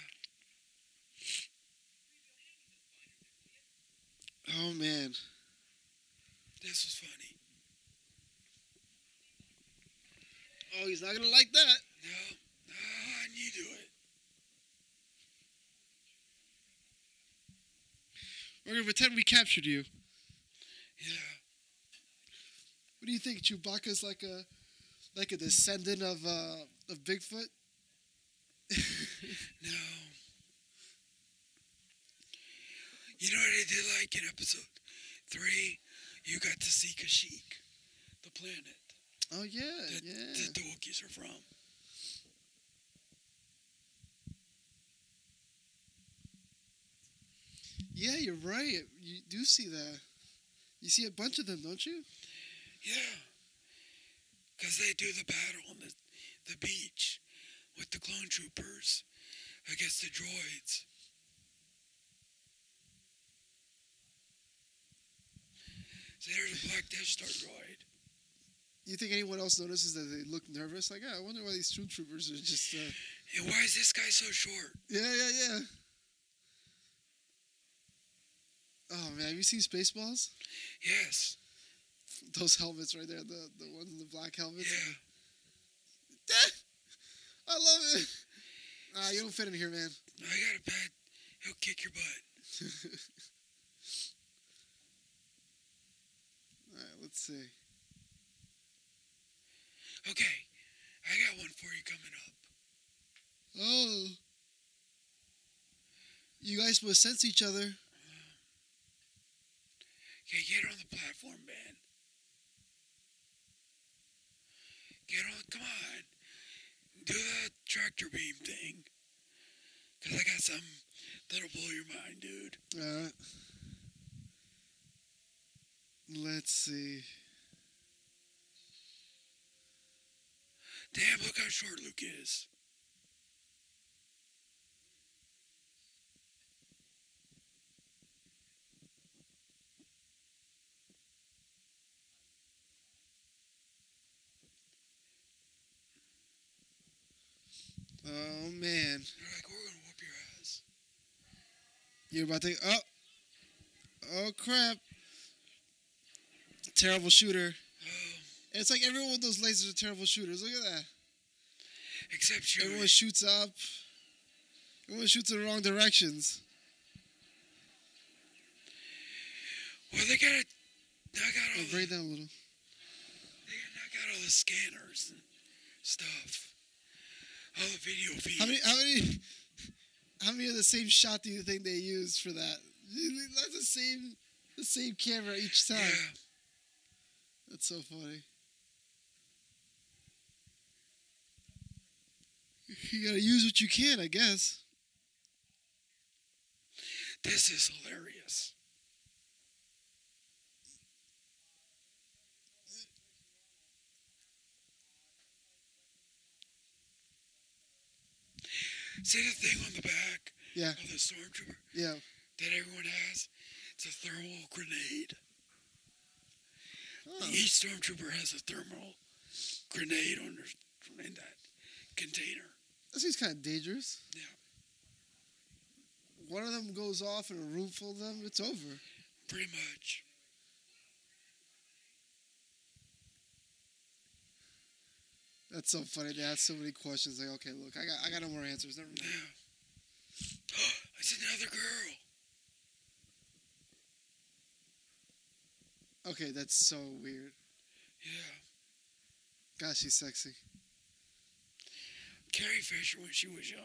Speaker 4: Oh man.
Speaker 2: This was funny.
Speaker 4: Oh, he's not gonna like that.
Speaker 2: No. Ah, and you do it.
Speaker 4: We're gonna pretend we captured you.
Speaker 2: Yeah.
Speaker 4: What do you think? Chewbacca's like a like a descendant of uh of Bigfoot?
Speaker 2: No. You know what I did like in episode three? You got to see Kashyyyk, the planet
Speaker 4: Oh yeah,
Speaker 2: that,
Speaker 4: yeah.
Speaker 2: that the Wookiees are from.
Speaker 4: Yeah, you're right. You do see that. You see a bunch of them, don't you?
Speaker 2: Yeah. Because they do the battle on the, the beach with the clone troopers against the droids. So there's a Black Death Star droid.
Speaker 4: You think anyone else notices that they look nervous? Like, oh, I wonder why these stormtroopers are just. Uh...
Speaker 2: And why is this guy so short?
Speaker 4: Yeah, yeah, yeah. Oh man, have you seen Spaceballs?
Speaker 2: Yes.
Speaker 4: Those helmets right there, the the ones in the black helmets.
Speaker 2: Yeah.
Speaker 4: I love it. Ah, you don't fit in here, man.
Speaker 2: I got a bad. He'll kick your butt.
Speaker 4: All right, let's see.
Speaker 2: Okay. I got one for you coming up.
Speaker 4: Oh, you guys will sense each other.
Speaker 2: Okay, get on the platform, man. Get on, come on. Do the tractor beam thing. Because I got something that'll blow your mind, dude.
Speaker 4: All right. Let's see.
Speaker 2: Damn, look how short Luke is.
Speaker 4: Oh man,
Speaker 2: They're like, we're gonna whoop your ass.
Speaker 4: you're about to. Oh, oh crap! Terrible shooter.
Speaker 2: Um,
Speaker 4: It's like everyone with those lasers are terrible shooters. Look at that.
Speaker 2: Except Joey.
Speaker 4: Everyone shoots up. Everyone shoots in the wrong directions.
Speaker 2: Well, they gotta knock out
Speaker 4: Oh,
Speaker 2: all the,
Speaker 4: break down a little.
Speaker 2: they gotta knock out all the scanners and stuff. All the video feeds.
Speaker 4: How many? How many? How many of the same shot do you think they used for that? That's the same, the same camera each time.
Speaker 2: yeah.
Speaker 4: That's so funny. You gotta use what you can, I guess.
Speaker 2: This is hilarious. See the thing on the back
Speaker 4: Yeah,
Speaker 2: of the stormtrooper?
Speaker 4: yeah.
Speaker 2: that everyone has. It's a thermal grenade.
Speaker 4: Oh.
Speaker 2: Each stormtrooper has a thermal grenade on their, in that container.
Speaker 4: That seems kind of dangerous.
Speaker 2: Yeah.
Speaker 4: One of them goes off in a room full of them, it's over.
Speaker 2: Pretty much.
Speaker 4: That's so funny. They have so many questions. Like, okay, look, I got, I got no more answers. Never mind.
Speaker 2: Yeah. it's another girl.
Speaker 4: Okay, that's so weird.
Speaker 2: Yeah.
Speaker 4: God, she's sexy.
Speaker 2: Carrie Fisher when she was young.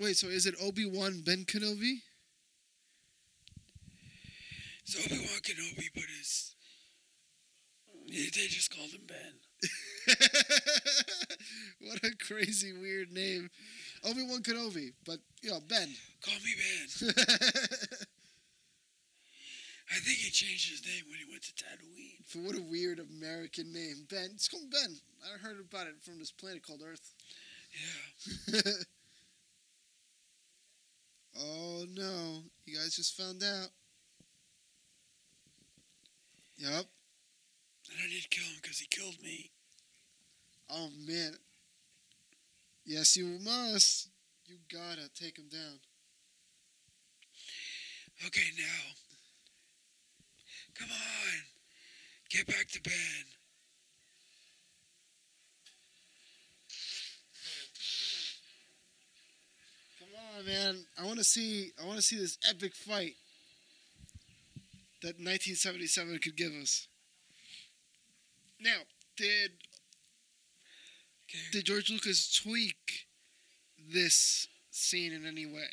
Speaker 4: Wait, so is it Obi Wan Ben Kenobi?
Speaker 2: It's Obi Wan Kenobi, but it's. They they just called him Ben.
Speaker 4: what a crazy weird name, Obi Wan Kenobi. But you know Ben.
Speaker 2: Call me Ben. I think he changed his name when he went to Tatooine.
Speaker 4: For what a weird American name, Ben. It's called Ben. I heard about it from this planet called Earth.
Speaker 2: Yeah.
Speaker 4: oh no, you guys just found out. Yep.
Speaker 2: And I did kill him because he killed me.
Speaker 4: Oh man. Yes, you must. You gotta take him down.
Speaker 2: Okay, now. Come on. Get back to Ben.
Speaker 4: Come on, man. I want to see. I want to see this epic fight that 1977 could give us. Now, did
Speaker 2: Okay.
Speaker 4: did George Lucas tweak this scene in any way?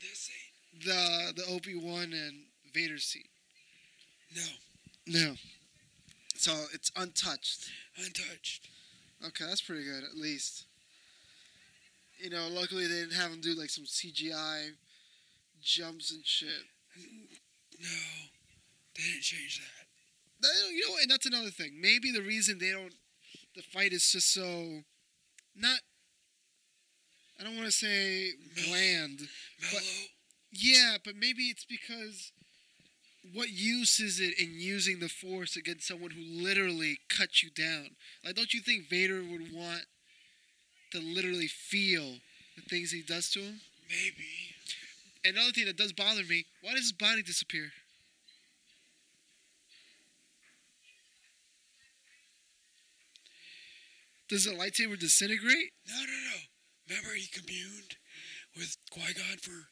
Speaker 2: This ain't.
Speaker 4: The the Obi Wan and Vader scene.
Speaker 2: No,
Speaker 4: No. So it's untouched.
Speaker 2: untouched.
Speaker 4: Okay, that's pretty good at least. You know, luckily they didn't have him do like some CGI jumps and shit.
Speaker 2: No, they didn't change that.
Speaker 4: That- you know, and that's another thing. Maybe the reason they don't, the fight is just so, not. I don't want to say bland.
Speaker 2: Mellow.
Speaker 4: Yeah, but maybe it's because. What use is it in using the force against someone who literally cut you down? Like, don't you think Vader would want to literally feel the things he does to him?
Speaker 2: Maybe.
Speaker 4: And another thing that does bother me: why does his body disappear? Does the lightsaber disintegrate?
Speaker 2: No, no, no. Remember, he communed with Qui Gon for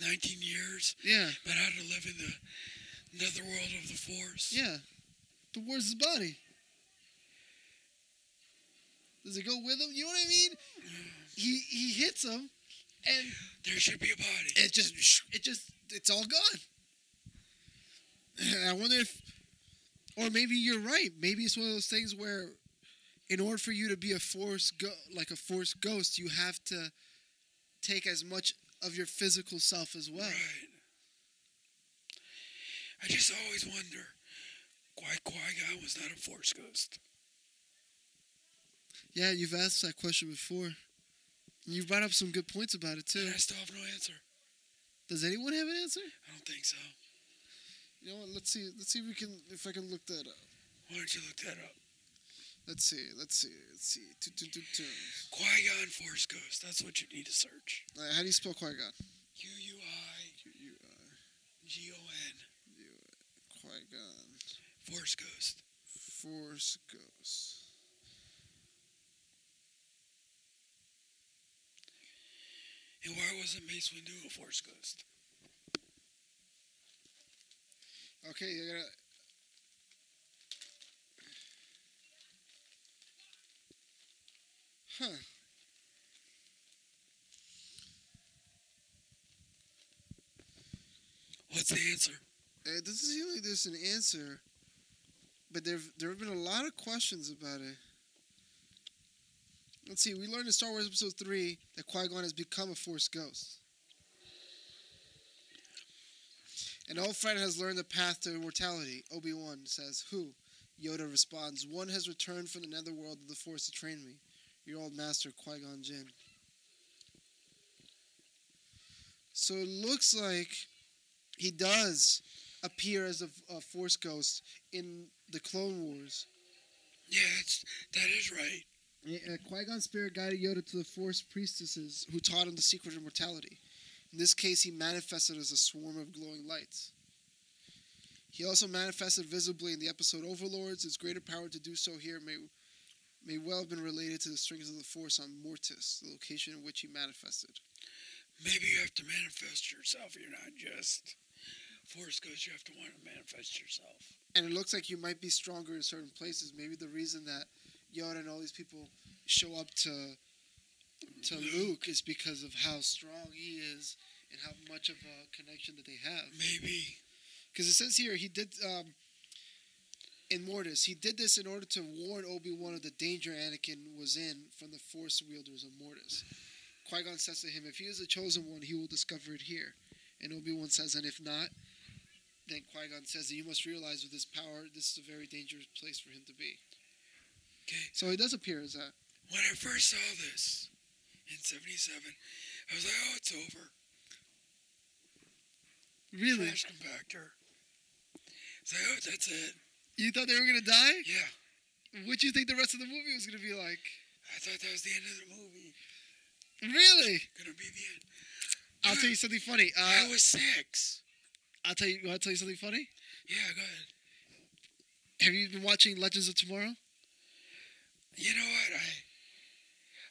Speaker 2: 19 years
Speaker 4: Yeah,
Speaker 2: about how to live in the nether world of the Force?
Speaker 4: yeah. But where's his body? Does it go with him? You know what I mean? He he hits him, and
Speaker 2: There should be a body.
Speaker 4: it just it just it's all gone. I wonder if, or maybe you're right. Maybe it's one of those things where, in order for you to be a force go like a force ghost, you have to take as much of your physical self as well.
Speaker 2: Right. I just always wonder why Qui Gon was not a Force ghost.
Speaker 4: Yeah, you've asked that question before. And You brought up some good points about it too.
Speaker 2: And I still have no answer.
Speaker 4: Does anyone have an answer?
Speaker 2: I don't think so.
Speaker 4: You know what? Let's see. Let's see if we can if I can look that up.
Speaker 2: Why don't you look that up?
Speaker 4: Let's see. Let's see. Let's see. Do, do, do, do.
Speaker 2: Qui Gon Force Ghost. That's what you need to search.
Speaker 4: All right, how do you spell Qui Gon?
Speaker 2: U U I
Speaker 4: You are
Speaker 2: G O N.
Speaker 4: Qui Gon
Speaker 2: Force Ghost.
Speaker 4: Force Ghost.
Speaker 2: And why wasn't Mace Windu a Force Ghost?
Speaker 4: Okay, you're gonna. Huh.
Speaker 2: What's the answer?
Speaker 4: Uh, It doesn't seem like there's an answer, but there there have been a lot of questions about it. Let's see. We learned in Star Wars Episode Three that Qui Gon has become a Force ghost, an old friend has learned the path to immortality. Obi Wan says, "Who?" Yoda responds, "One has returned from the netherworld of the Force to train me, your old master Qui Gon Jinn." So it looks like he does appear as a, a force ghost in the Clone Wars.
Speaker 2: Yeah, it's, that is right.
Speaker 4: Uh, Qui Gon's spirit guided Yoda to the Force priestesses who taught him the secret of immortality. In this case, he manifested as a swarm of glowing lights. He also manifested visibly in the episode Overlords. His greater power to do so here may may well have been related to the strings of the Force on Mortis, the location in which he manifested.
Speaker 2: Maybe you have to manifest yourself. You're not just Force Ghost. You have to want to manifest yourself.
Speaker 4: and it looks like you might be stronger in certain places. Maybe the reason that Yoda and all these people show up to to Luke is because of how strong he is and how much of a connection that they have.
Speaker 2: Maybe.
Speaker 4: Because it says here he did um, in Mortis he did this in order to warn Obi Wan of the danger Anakin was in from the Force wielders of Mortis. Qui Gon says to him, "If he is the chosen one, he will discover it here." And Obi Wan says, "And if not." Then Qui Gon says that you must realize with his power, this is a very dangerous place for him to be.
Speaker 2: Okay.
Speaker 4: So he does appear as that.
Speaker 2: When I first saw this in '77, I was like, "Oh, it's over."
Speaker 4: Really?
Speaker 2: Trash compactor. It's like, "Oh, that's it."
Speaker 4: You thought they were gonna die?
Speaker 2: Yeah,
Speaker 4: What do you think the rest of the movie was gonna be like?
Speaker 2: I thought that was the end of the movie.
Speaker 4: Really?
Speaker 2: Gonna be the end.
Speaker 4: I'll tell you something funny.
Speaker 2: I
Speaker 4: Uh,
Speaker 2: was six.
Speaker 4: I'll tell you. Want to tell you something funny?
Speaker 2: Yeah, go ahead.
Speaker 4: Have you been watching Legends of Tomorrow?
Speaker 2: You know what? I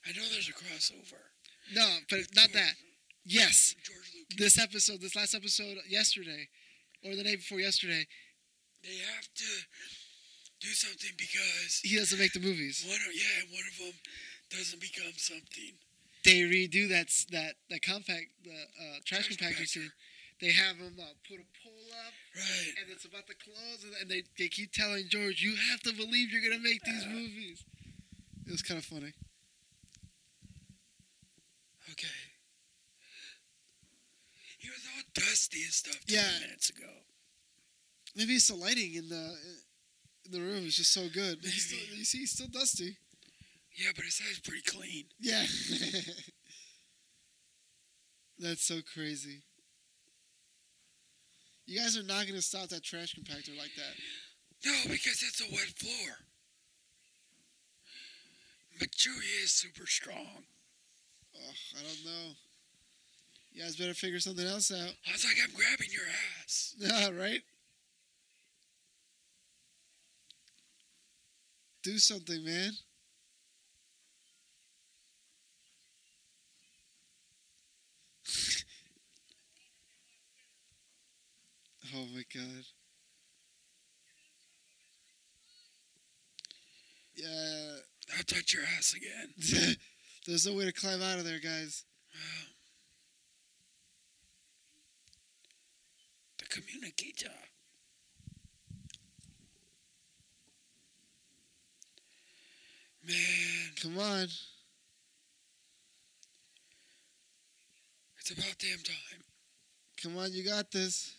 Speaker 2: I know there's a crossover.
Speaker 4: No, but not that. Yes,
Speaker 2: George Lucas.
Speaker 4: this episode, this last episode yesterday, or the day before yesterday,
Speaker 2: They have to do something because
Speaker 4: he doesn't make the movies.
Speaker 2: one of yeah, one of them doesn't become something.
Speaker 4: They redo that s- that that compact the uh, trash
Speaker 2: Trash
Speaker 4: compactor
Speaker 2: compactor.
Speaker 4: scene. They have him uh, put a pole up.
Speaker 2: Right.
Speaker 4: and it's about the clothes, and- and they, they keep telling George, you have to believe you're gonna make these movies. It was kind of funny.
Speaker 2: Okay. He was all dusty and stuff ten
Speaker 4: Yeah.
Speaker 2: minutes ago.
Speaker 4: Maybe it's the lighting in the in the room is just so good. But he's still,
Speaker 2: Maybe.
Speaker 4: you see, he's still dusty.
Speaker 2: Yeah, but his eyes pretty clean.
Speaker 4: Yeah. That's so crazy. You guys are not gonna stop that trash compactor like that.
Speaker 2: No, because it's a wet floor. But Chewie is super strong.
Speaker 4: Oh, I don't know. You guys better figure something else out.
Speaker 2: I was like, I'm grabbing your ass.
Speaker 4: Yeah, right? Do something, man. oh my god. Yeah.
Speaker 2: I'll touch your ass again.
Speaker 4: There's no way to climb out of there, guys.
Speaker 2: Wow. The communicator. Man,
Speaker 4: Come on.
Speaker 2: it's about damn time.
Speaker 4: Come on, you got this.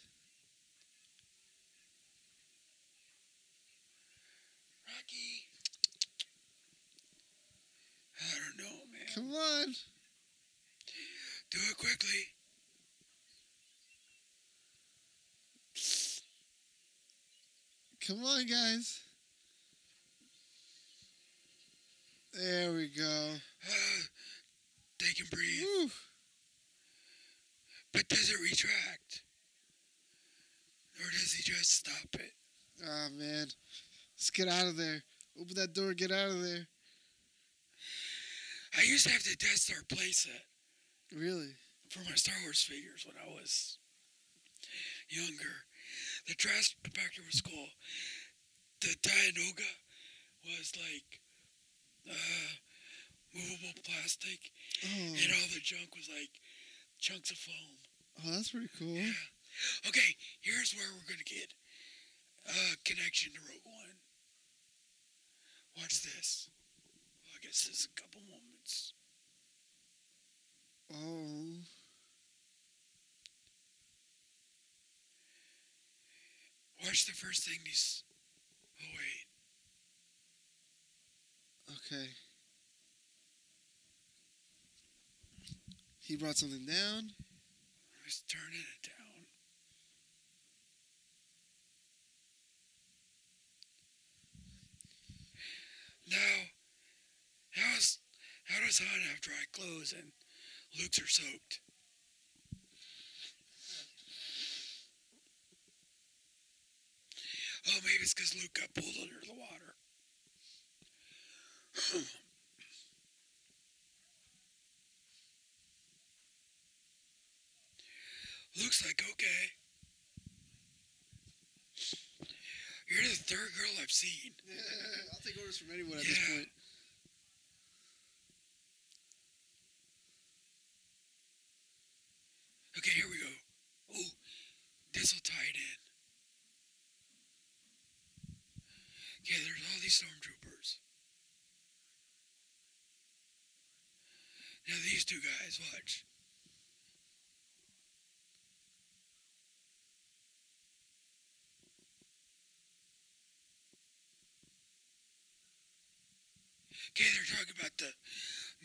Speaker 4: Come on.
Speaker 2: Do it quickly.
Speaker 4: Come on, guys. There we go.
Speaker 2: Uh, they can breathe,
Speaker 4: Whew.
Speaker 2: but does it retract? Or does he just stop it?
Speaker 4: Oh, man. Let's get out of there. Open that door, get out of there.
Speaker 2: I used to have to test our playset
Speaker 4: Really?
Speaker 2: for my Star Wars figures when I was younger. The trash compactor was cool. The Dianoga was like uh, movable plastic,
Speaker 4: Oh,
Speaker 2: and all the junk was like chunks of foam.
Speaker 4: oh that's pretty cool.
Speaker 2: Okay, here's where we're gonna get uh, connection to Rogue One. Watch this. Well, I guess there's a couple moments.
Speaker 4: Oh.
Speaker 2: Watch the first thing these. Oh wait,
Speaker 4: Okay. He brought something down.
Speaker 2: I was turning it down. Now, how's how does Han have dry clothes and Luke's are soaked? Oh, maybe it's because Luke got pulled under the water. Looks like okay. You're the third girl I've seen.
Speaker 4: I'll take orders from anyone
Speaker 2: at this Yeah. point. Okay, here we go. Oh, this'll tie it in. Okay, there's all these stormtroopers. Now these two guys, watch. Okay, they're talking about the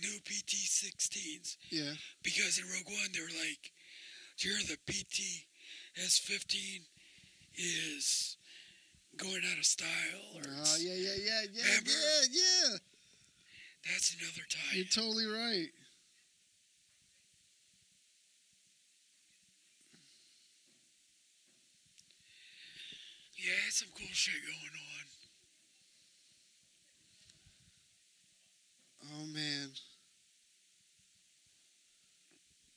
Speaker 2: new PT-16s.
Speaker 4: Yeah.
Speaker 2: because in Rogue One they were like, "You're the PTS 15 is going out of style," or
Speaker 4: Oh,
Speaker 2: it's-
Speaker 4: yeah, yeah, yeah, yeah,
Speaker 2: Remember?
Speaker 4: yeah, yeah.
Speaker 2: that's another tie.
Speaker 4: You're totally right.
Speaker 2: yeah, it's some cool shit going on.
Speaker 4: Oh man.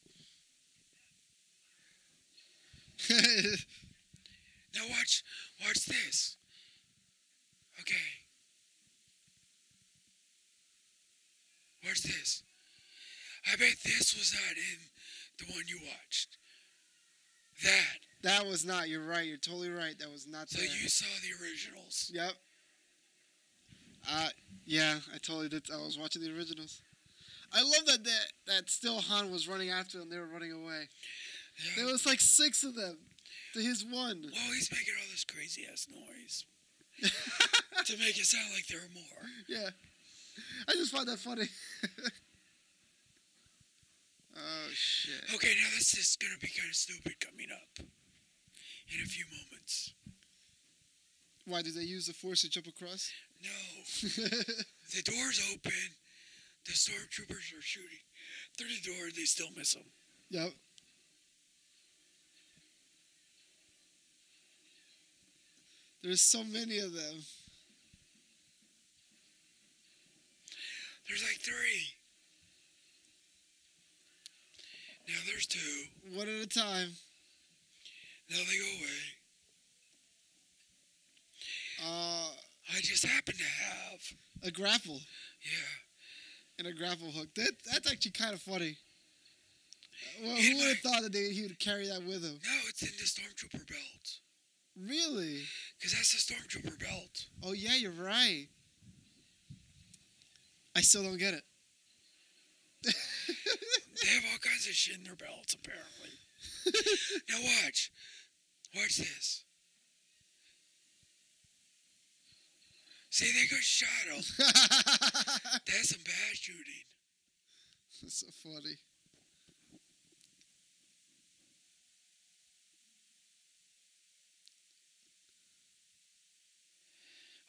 Speaker 2: Now watch, watch this. Okay. Watch this. I bet this was not in the one you watched. That.
Speaker 4: that was not. You're right. You're totally right. That was not
Speaker 2: So
Speaker 4: there.
Speaker 2: you saw the originals.
Speaker 4: Yep. Uh, yeah, I totally did. I was watching the originals. I love that that, that still Han was running after them. They were running away. There was like six of them to his one.
Speaker 2: Well, he's making all this crazy ass noise to make it sound like there are more.
Speaker 4: Yeah. I just find that funny. oh, shit.
Speaker 2: Okay, now this is gonna be kind of stupid coming up in a few moments.
Speaker 4: Why did they use the force to jump across?
Speaker 2: No, the door's open. The stormtroopers are shooting through the door. They still miss him.
Speaker 4: yep. There's so many of them.
Speaker 2: There's like three. Now there's two.
Speaker 4: One at a time.
Speaker 2: Now they go away.
Speaker 4: Uh,
Speaker 2: I just happen to have.
Speaker 4: a grapple
Speaker 2: Yeah.
Speaker 4: and a grapple hook. That that's actually kind of funny. Uh, Well,
Speaker 2: It
Speaker 4: who would have
Speaker 2: might-
Speaker 4: thought that they, he would carry that with him?
Speaker 2: No, it's in the stormtrooper belt.
Speaker 4: Really?
Speaker 2: Because that's the stormtrooper belt.
Speaker 4: Oh yeah, you're right. I still don't get it.
Speaker 2: They have all kinds of shit in their belts, apparently. now watch. Watch this. See, they got shot. him. That's some bad shooting.
Speaker 4: That's so funny.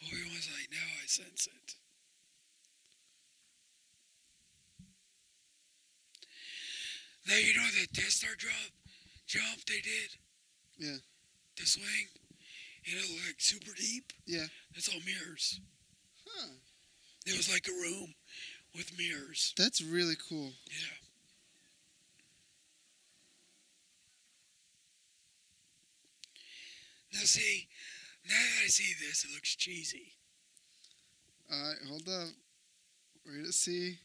Speaker 2: Oh, he was like, now I sense it. Now you know that Death Star jump, jump they did.
Speaker 4: Yeah.
Speaker 2: The swing, and it looked like super deep.
Speaker 4: Yeah.
Speaker 2: That's all mirrors.
Speaker 4: Huh.
Speaker 2: It was like a room with mirrors.
Speaker 4: That's really cool.
Speaker 2: Yeah. Now see, now that I see this, it looks cheesy.
Speaker 4: All right, hold up. We're gonna see.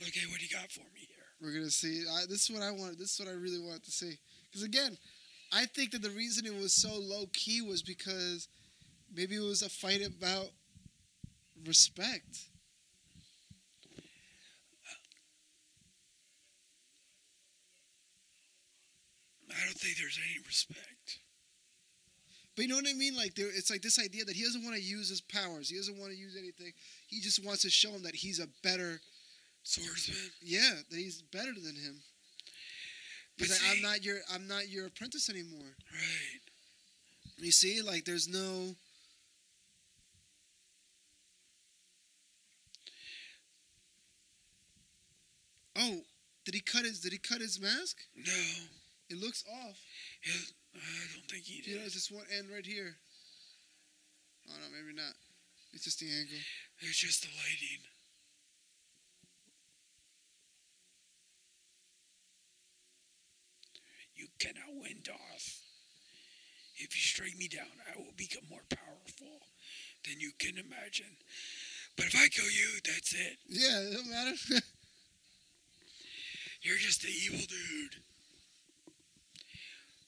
Speaker 2: Okay, what do you got for me here?
Speaker 4: We're gonna see. I, this is what I wanted. This is what I really wanted to see. Because again, I think that the reason it was so low key was because maybe it was a fight about respect.
Speaker 2: I don't think there's any respect.
Speaker 4: But you know what I mean? Like there, it's like this idea that he doesn't want to use his powers. He doesn't want to use anything. He just wants to show him that he's a better.
Speaker 2: Swordsman?
Speaker 4: Yeah, that he's better than him.
Speaker 2: But
Speaker 4: He's like, I'm
Speaker 2: see-
Speaker 4: not your. I'm not your apprentice anymore.
Speaker 2: Right.
Speaker 4: You see, like there's no. Oh, did he cut his? Did he cut his mask?
Speaker 2: No.
Speaker 4: It looks off.
Speaker 2: It, I don't think he
Speaker 4: You know,
Speaker 2: did.
Speaker 4: it's just one end right here. Oh no, maybe not. It's just the angle.
Speaker 2: It's just the lighting. You cannot win, Darth. If you strike me down, I will become more powerful than you can imagine. But if I kill you, that's it.
Speaker 4: Yeah, it don't matter.
Speaker 2: You're just an evil dude.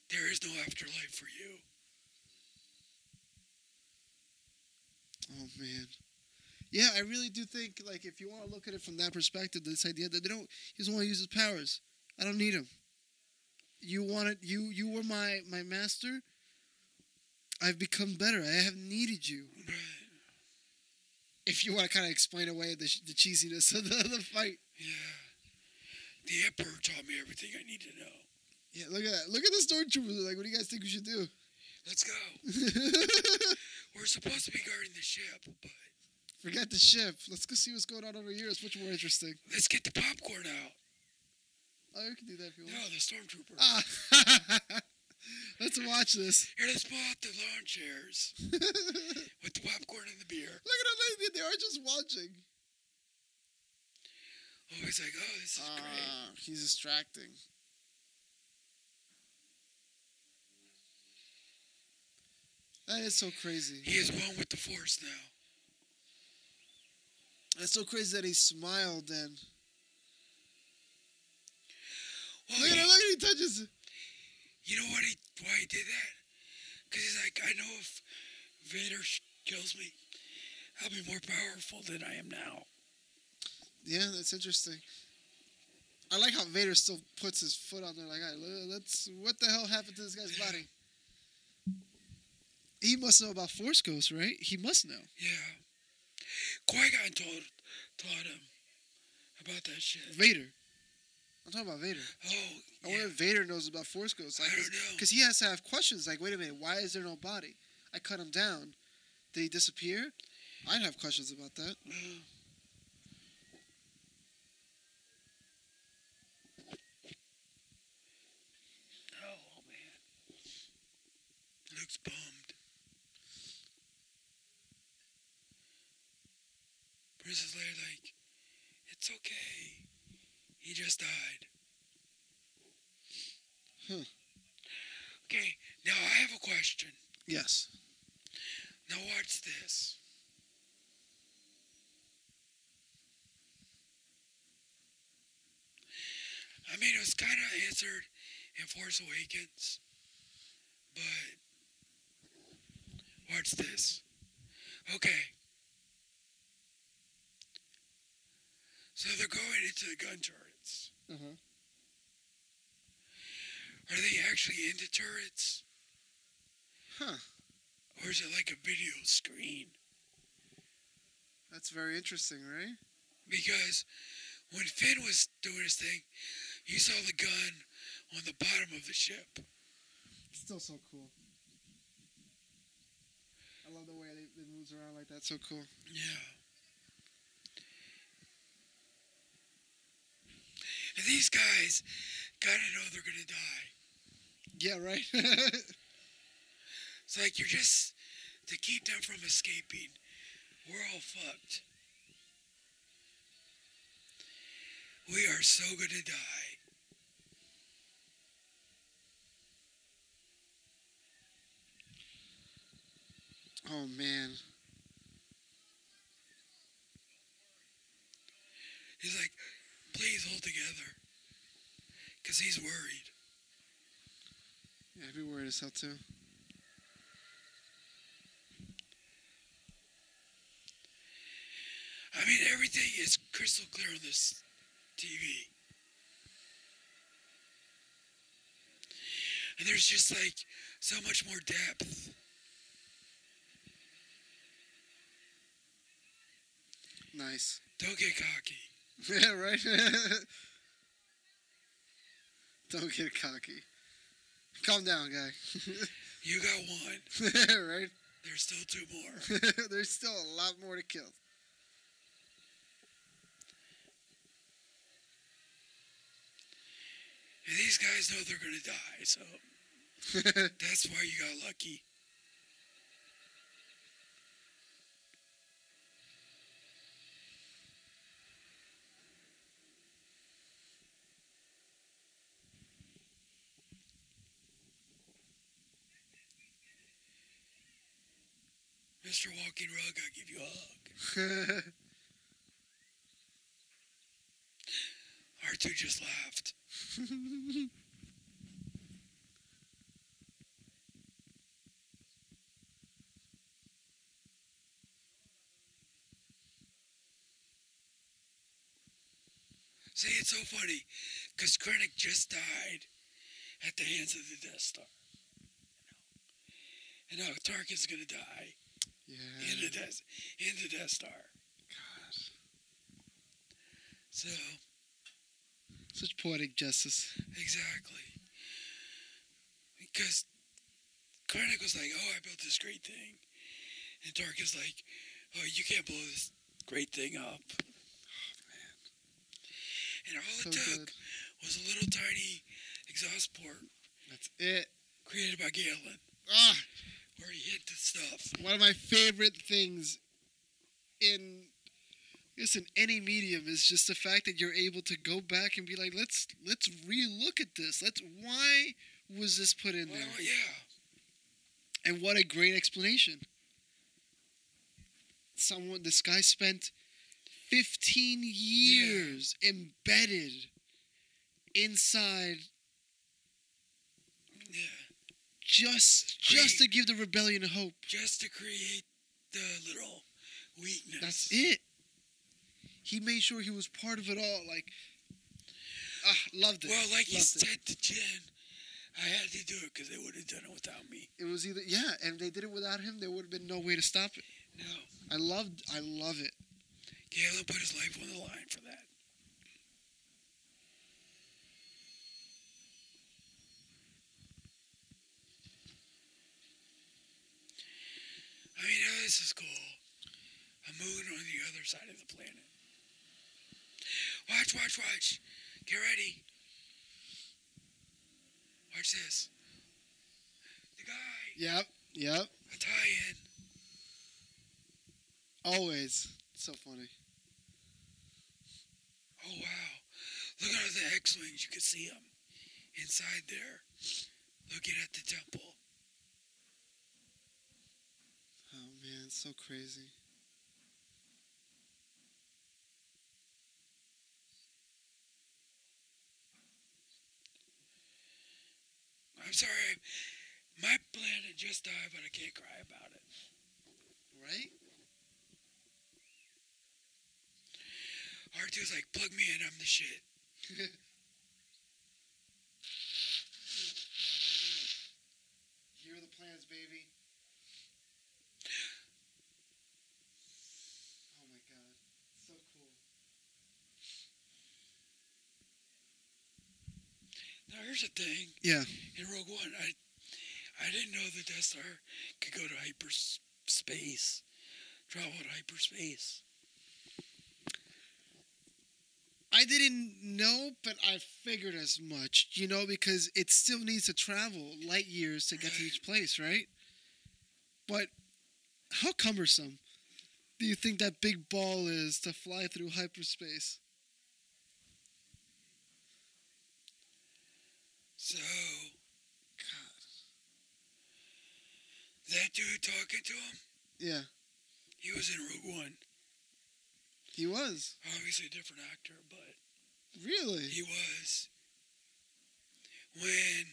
Speaker 2: There is no afterlife for you.
Speaker 4: Oh man. Yeah, I really do think like if you want to look at it from that perspective, this idea that they don't he doesn't want to use his powers. I don't need him. You wanted you you were my my master. I've become better. I have needed you.
Speaker 2: Right.
Speaker 4: If you want to kind of explain away the, sh- the cheesiness of the, the fight.
Speaker 2: Yeah. The Emperor taught me everything I need to know.
Speaker 4: Yeah, look at that. Look at the stormtroopers. They're Like, what do you guys think we should do?
Speaker 2: Let's go. We're supposed to be guarding the ship, but
Speaker 4: Forget the ship. Let's go see what's going on over here. It's much more interesting.
Speaker 2: let's get the popcorn out.
Speaker 4: Oh, we can do that if you want.
Speaker 2: No, the stormtrooper.
Speaker 4: Ah. Let's watch this.
Speaker 2: Here, let's pull out the lawn chairs with the popcorn and the beer.
Speaker 4: Look at how they, they are just watching.
Speaker 2: Oh, it's like, oh, this is
Speaker 4: Ah.
Speaker 2: great.
Speaker 4: he's distracting. That is so crazy.
Speaker 2: He is one with the Force now.
Speaker 4: That's so crazy that he smiled then.
Speaker 2: Well,
Speaker 4: Look at
Speaker 2: he-
Speaker 4: him, Oh, look at he touches it.
Speaker 2: You know what he, why he did that? Because he's like, I know if Vader sh- kills me, I'll be more powerful than I am now.
Speaker 4: Yeah, that's interesting. I like how Vader still puts his foot on there like, all right, le- let's what the hell happened to this guy's body? He must know about Force Ghosts, right? He must know.
Speaker 2: Yeah. Qui Gon told taught him about that shit.
Speaker 4: Vader. I'm talking about Vader.
Speaker 2: Oh,
Speaker 4: I
Speaker 2: yeah.
Speaker 4: wonder if Vader knows about Force Ghosts. Like,
Speaker 2: I don't know.
Speaker 4: because he has to have questions. Like, wait a minute, why is there no body? I cut him down. Did he disappear? I'd have questions about that.
Speaker 2: Oh man, Luke's bummed. Princess Leia like, it's okay. He just died. Hmm.
Speaker 4: Huh.
Speaker 2: Okay, now I have a question.
Speaker 4: Yes.
Speaker 2: Now watch this. I mean, it was kind of answered in Force Awakens, but watch this. Okay. So they're going into the gun turrets.
Speaker 4: Uh-huh.
Speaker 2: Are they actually into turrets?
Speaker 4: Huh.
Speaker 2: Or is it like a video screen?
Speaker 4: That's very interesting, right?
Speaker 2: Because When Finn was doing his thing, he saw the gun on the bottom of the ship.
Speaker 4: Still so cool. I love the way they, it moves around like that. So cool.
Speaker 2: Yeah. And these guys gotta know they're gonna die.
Speaker 4: Yeah, right.
Speaker 2: It's like you're just to keep them from escaping. We're all fucked. We are so gonna die.
Speaker 4: oh man.
Speaker 2: He's like, please hold together. Cause he's worried.
Speaker 4: Yeah, I'd be worried as hell too.
Speaker 2: I mean, everything is crystal clear on this TV. And there's just like so much more depth.
Speaker 4: Nice.
Speaker 2: Don't get cocky.
Speaker 4: Yeah, right. Don't get cocky. Calm down, guy.
Speaker 2: You got one.
Speaker 4: right?
Speaker 2: There's still two more.
Speaker 4: There's still a lot more to kill.
Speaker 2: And these guys know they're gonna die, so that's why you got lucky. Mr. Walking Rug, I give you a hug. R2 just laughed. See, it's so funny, because Krennic just died at the hands of the Death Star. And now Tarkin's gonna die in
Speaker 4: yeah.
Speaker 2: the Death, in the Death Star.
Speaker 4: Gosh.
Speaker 2: So,
Speaker 4: Such poetic justice.
Speaker 2: exactly. Because Krennic was like, oh, I built this great thing. And Tarkin's like, oh, you can't blow this great thing up. Oh, And all
Speaker 4: So
Speaker 2: it took
Speaker 4: good.
Speaker 2: was a little tiny exhaust port
Speaker 4: That's it.
Speaker 2: created by Galen
Speaker 4: Ah,
Speaker 2: where he hit the stuff.
Speaker 4: one of my favorite things in guess in any medium is just the fact that you're able to go back and be like, let's let's relook at this. Let's why was this put in there?
Speaker 2: Oh, yeah.
Speaker 4: And what a great explanation. Someone, this guy spent 15 years embedded inside
Speaker 2: Yeah.
Speaker 4: just just to give the rebellion hope.
Speaker 2: Just to create the little weakness.
Speaker 4: That's it. He made sure he was part of it all. Like, ah, loved it.
Speaker 2: Well, like he
Speaker 4: Loved it.
Speaker 2: said to Jen, I had to do it because they would have done it without me.
Speaker 4: it was either yeah, and if they did it without him, there would have been no way to stop it.
Speaker 2: No.
Speaker 4: I loved, I love it.
Speaker 2: Galen put his life on the line for that. I mean, now this is cool. A moon on the other side of the planet. Watch, watch, watch. Get ready. Watch this. The guy,
Speaker 4: Yep, yep.
Speaker 2: a tie-in.
Speaker 4: Always so funny.
Speaker 2: Oh wow! Look out of the X-wings. You can see them inside there, looking at the temple.
Speaker 4: Oh man, so crazy.
Speaker 2: I'm sorry, my planet just died, but I can't cry about it.
Speaker 4: Right?
Speaker 2: R2's like, plug me in. I'm the shit.
Speaker 4: Here are the plans, baby. Oh my god. So cool.
Speaker 2: Here's the thing.
Speaker 4: Yeah.
Speaker 2: In Rogue One, I I didn't know the Death Star could go to hyperspace, travel to hyperspace.
Speaker 4: I didn't know, but I figured as much, you know, because it still needs to travel light years to get to each place, right? But how cumbersome do you think that big ball is to fly through hyperspace?
Speaker 2: So, that dude talking to him,
Speaker 4: Yeah,
Speaker 2: he was in Rogue One.
Speaker 4: he was.
Speaker 2: Obviously, a different actor, but
Speaker 4: Really?
Speaker 2: he was. When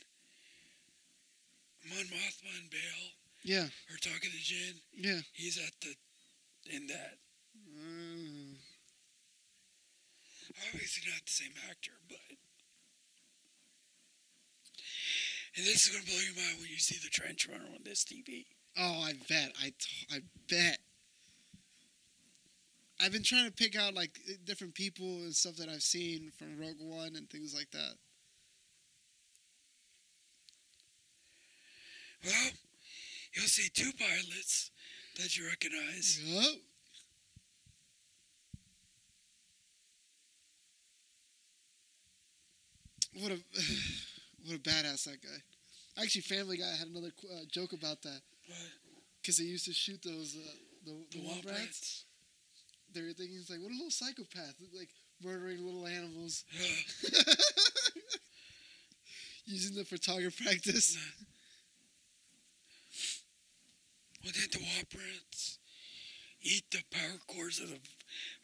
Speaker 2: Mon Mothma and Bale
Speaker 4: Yeah,
Speaker 2: are talking to Jin,
Speaker 4: yeah.
Speaker 2: he's at the in that.
Speaker 4: Mm.
Speaker 2: obviously not the same actor, but. And this is gonna blow your mind when you see the trench runner on this TV.
Speaker 4: Oh, I bet. I, t- I bet. I've been trying to pick out like different people and stuff that I've seen from Rogue One and things like that.
Speaker 2: Well, you'll see two pilots that you recognize.
Speaker 4: Yup. What a what a badass that guy. Actually, Family Guy had another qu- uh, joke about that
Speaker 2: What?
Speaker 4: because they used to shoot those uh, the
Speaker 2: The
Speaker 4: the
Speaker 2: Womp
Speaker 4: womp rats.
Speaker 2: Rats.
Speaker 4: They were thinking it's like, what a little psychopath, like murdering little animals,
Speaker 2: Yeah.
Speaker 4: using them for target practice.
Speaker 2: Well, did the Womp Rats eat the power cores of the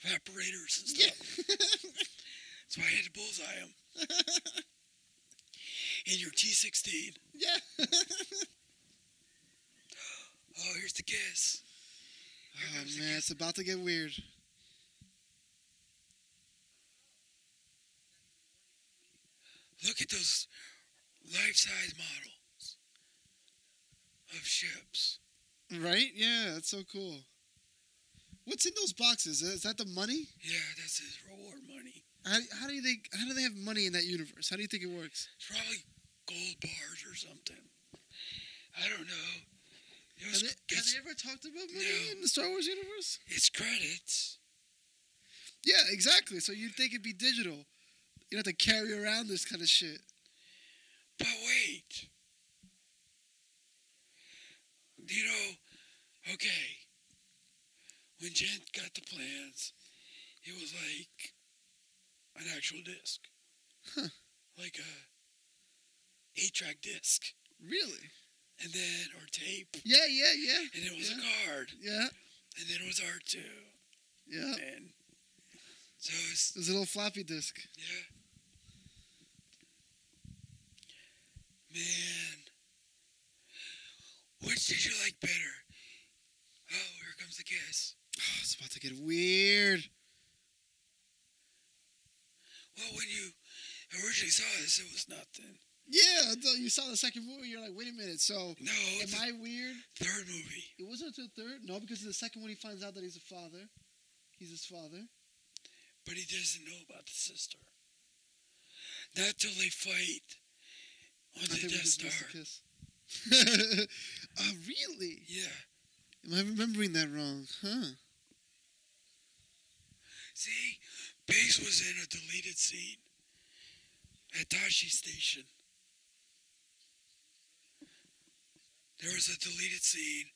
Speaker 2: evaporators and stuff? That's why I had to bullseye them. In your T16.
Speaker 4: Yeah.
Speaker 2: Oh, here's the kiss.
Speaker 4: Oh man, it's about to get weird.
Speaker 2: Look at those life-size models of ships.
Speaker 4: Right? Yeah, that's so cool. What's in those boxes? Is that the money?
Speaker 2: Yeah, that's his reward money.
Speaker 4: How, how do they how do they have money in that universe? How do you think it works?
Speaker 2: It's probably gold bars or something. I don't know. It was,
Speaker 4: Have they, have
Speaker 2: it's,
Speaker 4: they ever talked about money
Speaker 2: No.
Speaker 4: in the Star Wars universe?
Speaker 2: it's credits.
Speaker 4: Yeah, exactly. So you'd think it'd be digital. You don't have to carry around this kind of shit.
Speaker 2: But wait. You know, okay. When Jen got the plans, it was like an actual disc.
Speaker 4: Huh.
Speaker 2: Like a eight track disc.
Speaker 4: Really?
Speaker 2: And then or tape.
Speaker 4: Yeah, yeah, yeah.
Speaker 2: And it was
Speaker 4: Yeah.
Speaker 2: a card.
Speaker 4: Yeah,
Speaker 2: And then it was R two.
Speaker 4: yeah.
Speaker 2: And so it's
Speaker 4: There's a little floppy disk.
Speaker 2: yeah. Man. Which did you like better? Oh, here comes the kiss.
Speaker 4: Oh, it's about to get weird.
Speaker 2: Well, when you originally saw this, it was nothing.
Speaker 4: Yeah, until you saw the second movie, you're like, wait a minute. So,
Speaker 2: No,
Speaker 4: am
Speaker 2: the
Speaker 4: I weird?
Speaker 2: third movie.
Speaker 4: It wasn't until the third. No, because in the second one, he finds out that he's a father. He's his father.
Speaker 2: But he doesn't know about the sister. Not till they fight on
Speaker 4: I
Speaker 2: the
Speaker 4: think we
Speaker 2: Death
Speaker 4: just missed
Speaker 2: Star.
Speaker 4: a kiss. uh, really?
Speaker 2: Yeah.
Speaker 4: Am I remembering that wrong? Huh?
Speaker 2: See, Biggs was in a deleted scene at Tashi Station. There was a deleted scene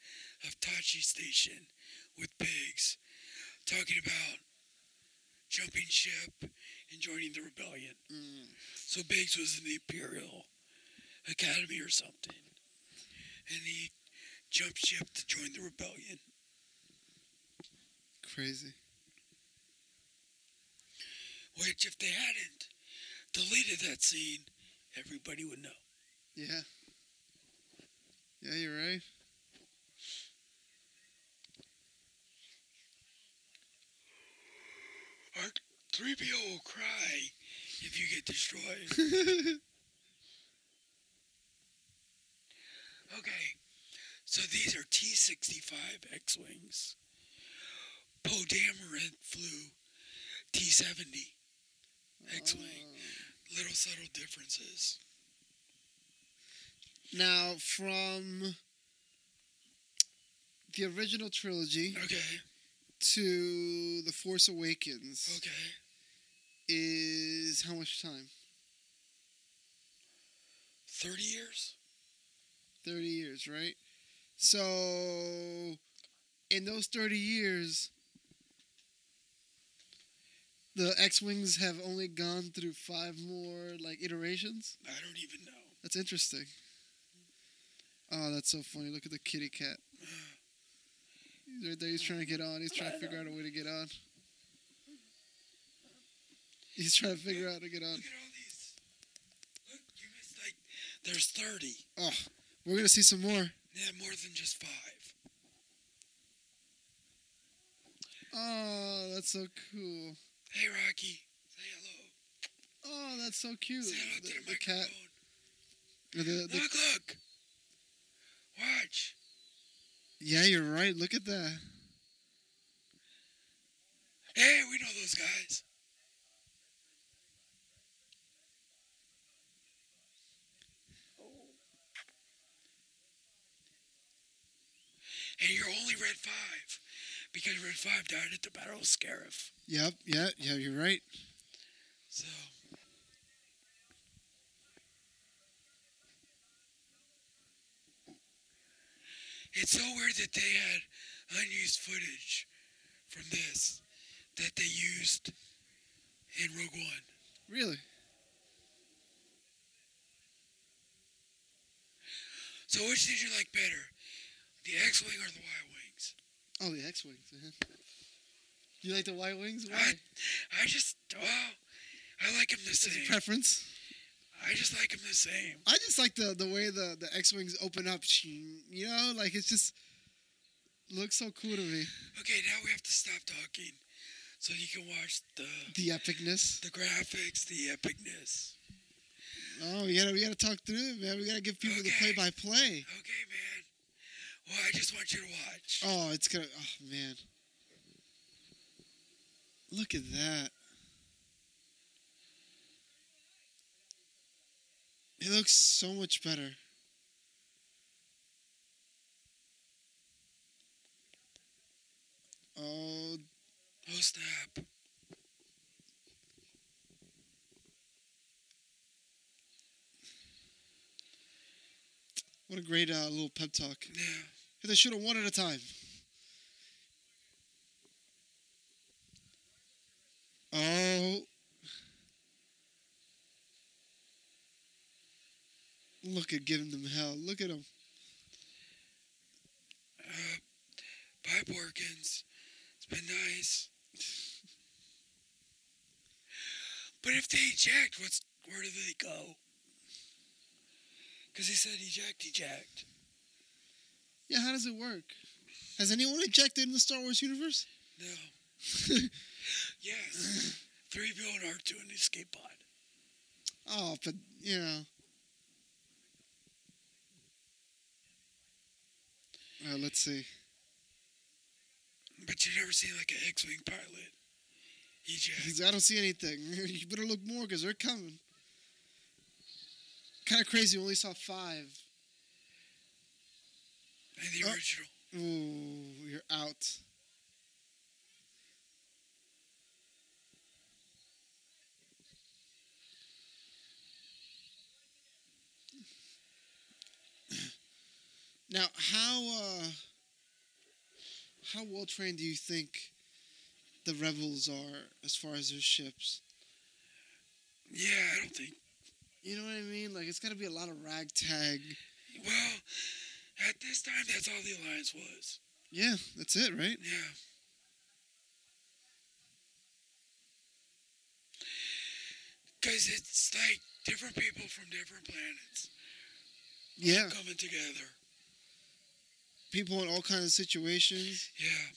Speaker 2: of Tachi Station with Biggs talking about jumping ship and joining the rebellion.
Speaker 4: Mm,
Speaker 2: So Biggs was in the Imperial Academy or something. And he jumped ship to join the rebellion.
Speaker 4: Crazy.
Speaker 2: Which, if they hadn't deleted that scene, everybody would know.
Speaker 4: Yeah. Yeah, you're right.
Speaker 2: Our 3PO will cry if you get destroyed. okay, so these are T 65 X Wings. Poe Dameron flew T 70 X Wing. Little subtle differences.
Speaker 4: Now, from the original trilogy
Speaker 2: Okay.
Speaker 4: to The Force Awakens
Speaker 2: Okay.
Speaker 4: is how much time?
Speaker 2: 30 years?
Speaker 4: 30 years, right? So, in those 30 years, the X Wings have only gone through five more, like, iterations?
Speaker 2: I don't even know.
Speaker 4: That's interesting. Oh, that's so funny. Look at the kitty cat. He's right there. He's trying to get on. He's trying to figure out a way to get on. He's trying to figure out how to get on.
Speaker 2: Look at all these. Look, you missed like. There's 30.
Speaker 4: Oh, we're going to see some more.
Speaker 2: Yeah, more than just five.
Speaker 4: Oh, that's so cool.
Speaker 2: Hey, Rocky. Say hello.
Speaker 4: Oh, that's so cute.
Speaker 2: Say hello
Speaker 4: The,
Speaker 2: to the,
Speaker 4: the cat.
Speaker 2: microphone.
Speaker 4: The, the,
Speaker 2: Look, look. Watch.
Speaker 4: yeah, you're right. Look at that.
Speaker 2: Hey, we know those guys. And you're only Red 5 because Red 5 died at the Battle of Scarif.
Speaker 4: Yep, yeah, yeah, you're right.
Speaker 2: So. It's so weird that they had unused footage from this that they used in Rogue One.
Speaker 4: Really?
Speaker 2: So which did you like better, the X-wing or the Y-wings?
Speaker 4: Oh, the X Wings, man. You like the Y Wings? Why?
Speaker 2: I, I just well, I like them the same.
Speaker 4: Preference?
Speaker 2: I just like them the same.
Speaker 4: I just like the the way the the X wings open up. You know, like it's just looks so cool to me.
Speaker 2: Okay, now we have to stop talking, so you can watch the
Speaker 4: The epicness.
Speaker 2: the graphics, the epicness.
Speaker 4: Oh, we gotta we gotta talk through it, man. We gotta give people the play
Speaker 2: Okay.
Speaker 4: by play.
Speaker 2: Okay, man. Well, I just want you to watch.
Speaker 4: Oh, it's gonna. Oh man, look at that. It looks so much better. Oh
Speaker 2: Oh snap!
Speaker 4: What a great uh, little pep talk.
Speaker 2: Yeah.
Speaker 4: They should have one at a time. Oh. Look at giving them hell. Look at them.
Speaker 2: Uh, bye, Porkins. It's been nice. but if they eject, what's where do they go? Because he said eject, eject.
Speaker 4: Yeah, how does it work? Has anyone ejected in the Star Wars universe?
Speaker 2: No. yes. Three Bill and R2 in the escape pod.
Speaker 4: Oh, but, you know. Uh, let's see.
Speaker 2: But you never see like an X-wing pilot eject.
Speaker 4: I don't see anything. You better look more because they're coming. Kind of crazy. We only saw five.
Speaker 2: In the
Speaker 4: Oh.
Speaker 2: original.
Speaker 4: Ooh, you're out. Now, how uh, how well trained do you think the rebels are as far as their ships?
Speaker 2: Yeah, I don't think.
Speaker 4: You know what I mean? Like it's got to be a lot of ragtag.
Speaker 2: Well, at this time, that's all the alliance was.
Speaker 4: Yeah, that's it, right?
Speaker 2: Yeah. Because it's like different people from different planets
Speaker 4: Yeah,
Speaker 2: coming together.
Speaker 4: people in all kinds of situations.
Speaker 2: Yeah.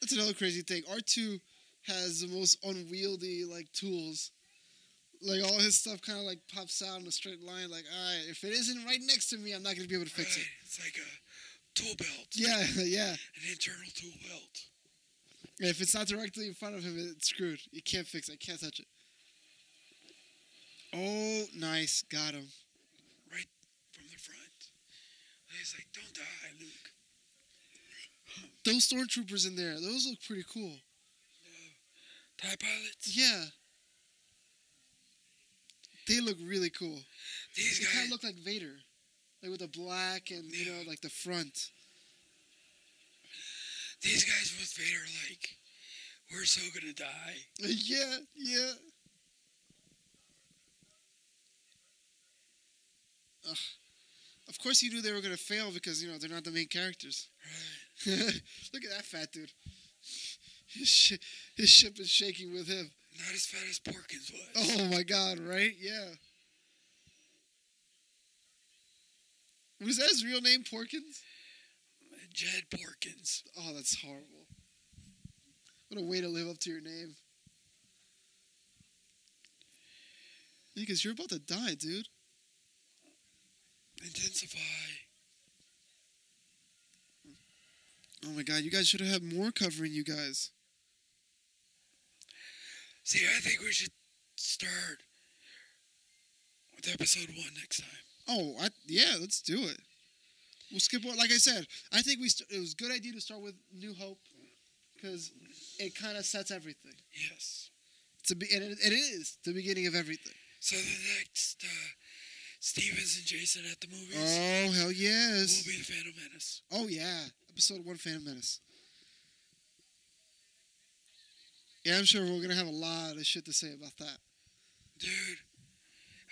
Speaker 4: That's another crazy thing. R two has the most unwieldy like tools. Like all his stuff kind of like pops out in a straight line. Like, all right, if it isn't right next to me, I'm not gonna be able to fix it.
Speaker 2: Right. It's like a tool belt,
Speaker 4: Yeah, yeah.
Speaker 2: an internal tool belt.
Speaker 4: If it's not directly in front of him, it's screwed. You can't fix it. I can't touch it. Oh, nice. Got him.
Speaker 2: Don't die, Luke.
Speaker 4: Those stormtroopers in there, those look pretty cool.
Speaker 2: TIE pilots.
Speaker 4: Yeah. They look really cool.
Speaker 2: These
Speaker 4: They kind
Speaker 2: guys.
Speaker 4: of look like Vader, like with the black and you know like the front.
Speaker 2: these guys with Vader like. We're so gonna die.
Speaker 4: yeah, yeah. Ugh. Of course, you knew they were gonna fail because you know they're not the main characters. look at that fat dude. His, shi his ship is shaking with him.
Speaker 2: Not as fat as Porkins was.
Speaker 4: Oh my god, right? Yeah. Was that his real name, Porkins?
Speaker 2: Jed Porkins.
Speaker 4: Oh, that's horrible. What a way to live up to your name. Because you're about to die, dude.
Speaker 2: Intensify.
Speaker 4: Oh my god, you guys should have had more covering you guys.
Speaker 2: See, I think we should start with episode one next time.
Speaker 4: Oh, I, yeah, let's do it. We'll skip one. Like I said, I think we st- it was a good idea to start with New Hope because it kind of sets everything.
Speaker 2: Yes.
Speaker 4: It's a be- and it, it is the beginning of everything.
Speaker 2: So the next uh, Stevens and Jason at the movies
Speaker 4: Oh hell
Speaker 2: will
Speaker 4: yes!
Speaker 2: be the Phantom Menace.
Speaker 4: Oh yeah, episode one, Phantom Menace. Yeah, I'm sure we're gonna have a lot of shit to say about that.
Speaker 2: Dude,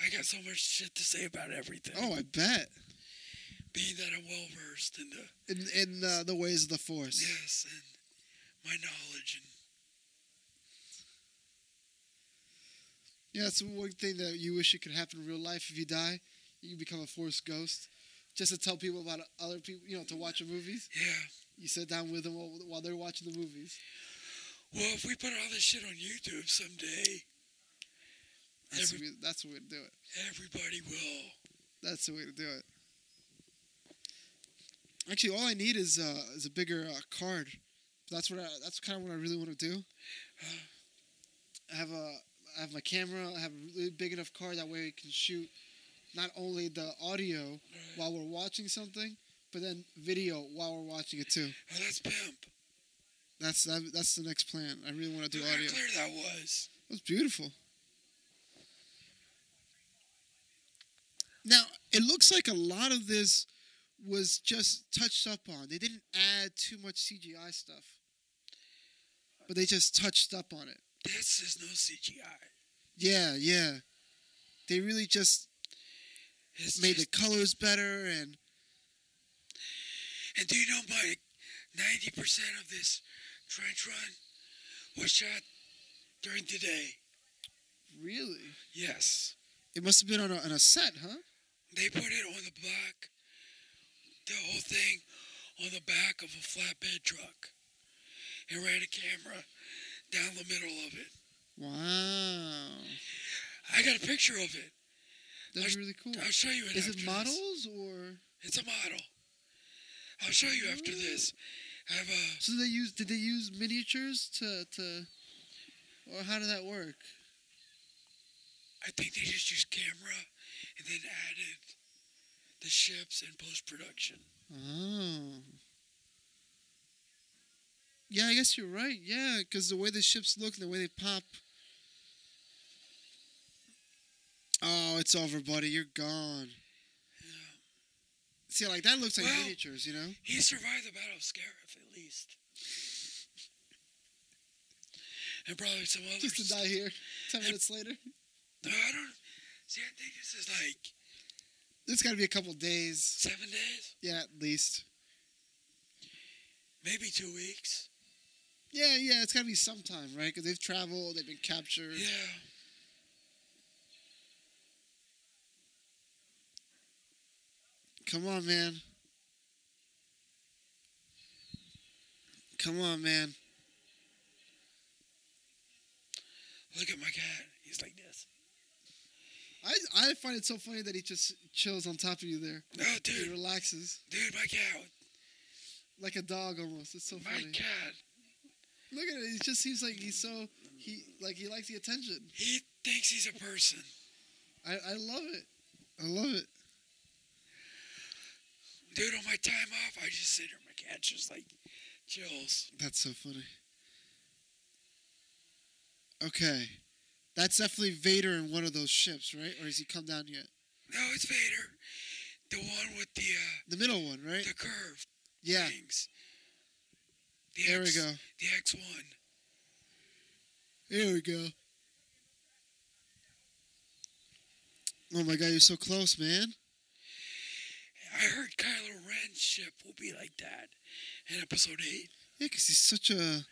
Speaker 2: I got so much shit to say about everything.
Speaker 4: Oh, I bet.
Speaker 2: Being that I'm well versed in the
Speaker 4: In in uh, the ways of the Force.
Speaker 2: yes and my knowledge and
Speaker 4: Yeah, that's one thing that you wish it could happen in real life. If you die, you become a Force ghost. Just to tell people about other people, you know, to watch the movies.
Speaker 2: yeah.
Speaker 4: You sit down with them while while they're watching the movies.
Speaker 2: Well, if we put all this shit on YouTube someday,
Speaker 4: That's,
Speaker 2: Every-
Speaker 4: the way, that's the way to do it.
Speaker 2: everybody will.
Speaker 4: That's the way to do it. Actually, all I need is uh, is a bigger uh, card. That's what I, that's kind of what I really want to do. I have a I have my camera. I have a really big enough card that way I can shoot not only the audio while we're watching something, but then video while we're watching it too.
Speaker 2: Oh, that's pimp.
Speaker 4: That's that, that's the next plan. I really want to do
Speaker 2: Look how
Speaker 4: audio.
Speaker 2: clear that was.
Speaker 4: That's beautiful. Now, it looks like a lot of this was just touched up on. They didn't add too much CGI stuff, but they just touched up on it.
Speaker 2: This is no CGI.
Speaker 4: Yeah, yeah. They really just
Speaker 2: It's
Speaker 4: made
Speaker 2: just-
Speaker 4: the colors better and
Speaker 2: And do you know, Mike, 90% of this trench run was shot during the day.
Speaker 4: really.
Speaker 2: Yes.
Speaker 4: It must have been on a, on a set, huh?
Speaker 2: They put it on the block, the whole thing on the back of a flatbed truck and ran a camera down the middle of it.
Speaker 4: Wow,
Speaker 2: I got a picture of it.
Speaker 4: that's really cool.
Speaker 2: I'll show you it
Speaker 4: Is
Speaker 2: after
Speaker 4: it
Speaker 2: this.
Speaker 4: models or
Speaker 2: It's a model. I'll show you after this. I have a.
Speaker 4: So they use did they use miniatures to to or how did that work?
Speaker 2: I think they just used camera and then added the ships in post production.
Speaker 4: Oh. Yeah, I guess you're right. Yeah, because the way the ships look and the way they pop. Oh, it's over, buddy. You're gone. See, like that looks like
Speaker 2: Well-
Speaker 4: miniatures, you know.
Speaker 2: He survived the Battle of Scarif, at least. And probably some others.
Speaker 4: Just to die here, ten minutes later.
Speaker 2: No, I don't. See, I think this is like
Speaker 4: It's got to be a couple days.
Speaker 2: seven days,
Speaker 4: Yeah, at least.
Speaker 2: maybe two weeks.
Speaker 4: Yeah, yeah. It's got to be sometime, right? Because they've traveled, they've been captured.
Speaker 2: Yeah.
Speaker 4: Come on, man. Come on, man.
Speaker 2: Look at my cat. He's like this.
Speaker 4: I, I find it so funny that he just chills on top of you there.
Speaker 2: No,
Speaker 4: He
Speaker 2: dude.
Speaker 4: relaxes
Speaker 2: Dude, my cat.
Speaker 4: like a dog almost. It's so
Speaker 2: My
Speaker 4: funny.
Speaker 2: cat.
Speaker 4: Look at it. He just seems like he's so he like he likes the attention.
Speaker 2: He thinks he's a person.
Speaker 4: I, I love it. I love it.
Speaker 2: Dude, on my time off, I just sit here. My cat just like chills.
Speaker 4: That's so funny. Okay. That's definitely Vader in one of those ships, right? Or has he come down yet?
Speaker 2: No, it's Vader, the one with the uh,
Speaker 4: The middle one, right?
Speaker 2: the curved
Speaker 4: Yeah.
Speaker 2: wings. The
Speaker 4: There we
Speaker 2: X,
Speaker 4: go.
Speaker 2: The X one.
Speaker 4: There we go. Oh my god, you're so close, man.
Speaker 2: I heard Kylo Ren's ship will be like that in Episode Eight.
Speaker 4: Yeah, 'cause he's such a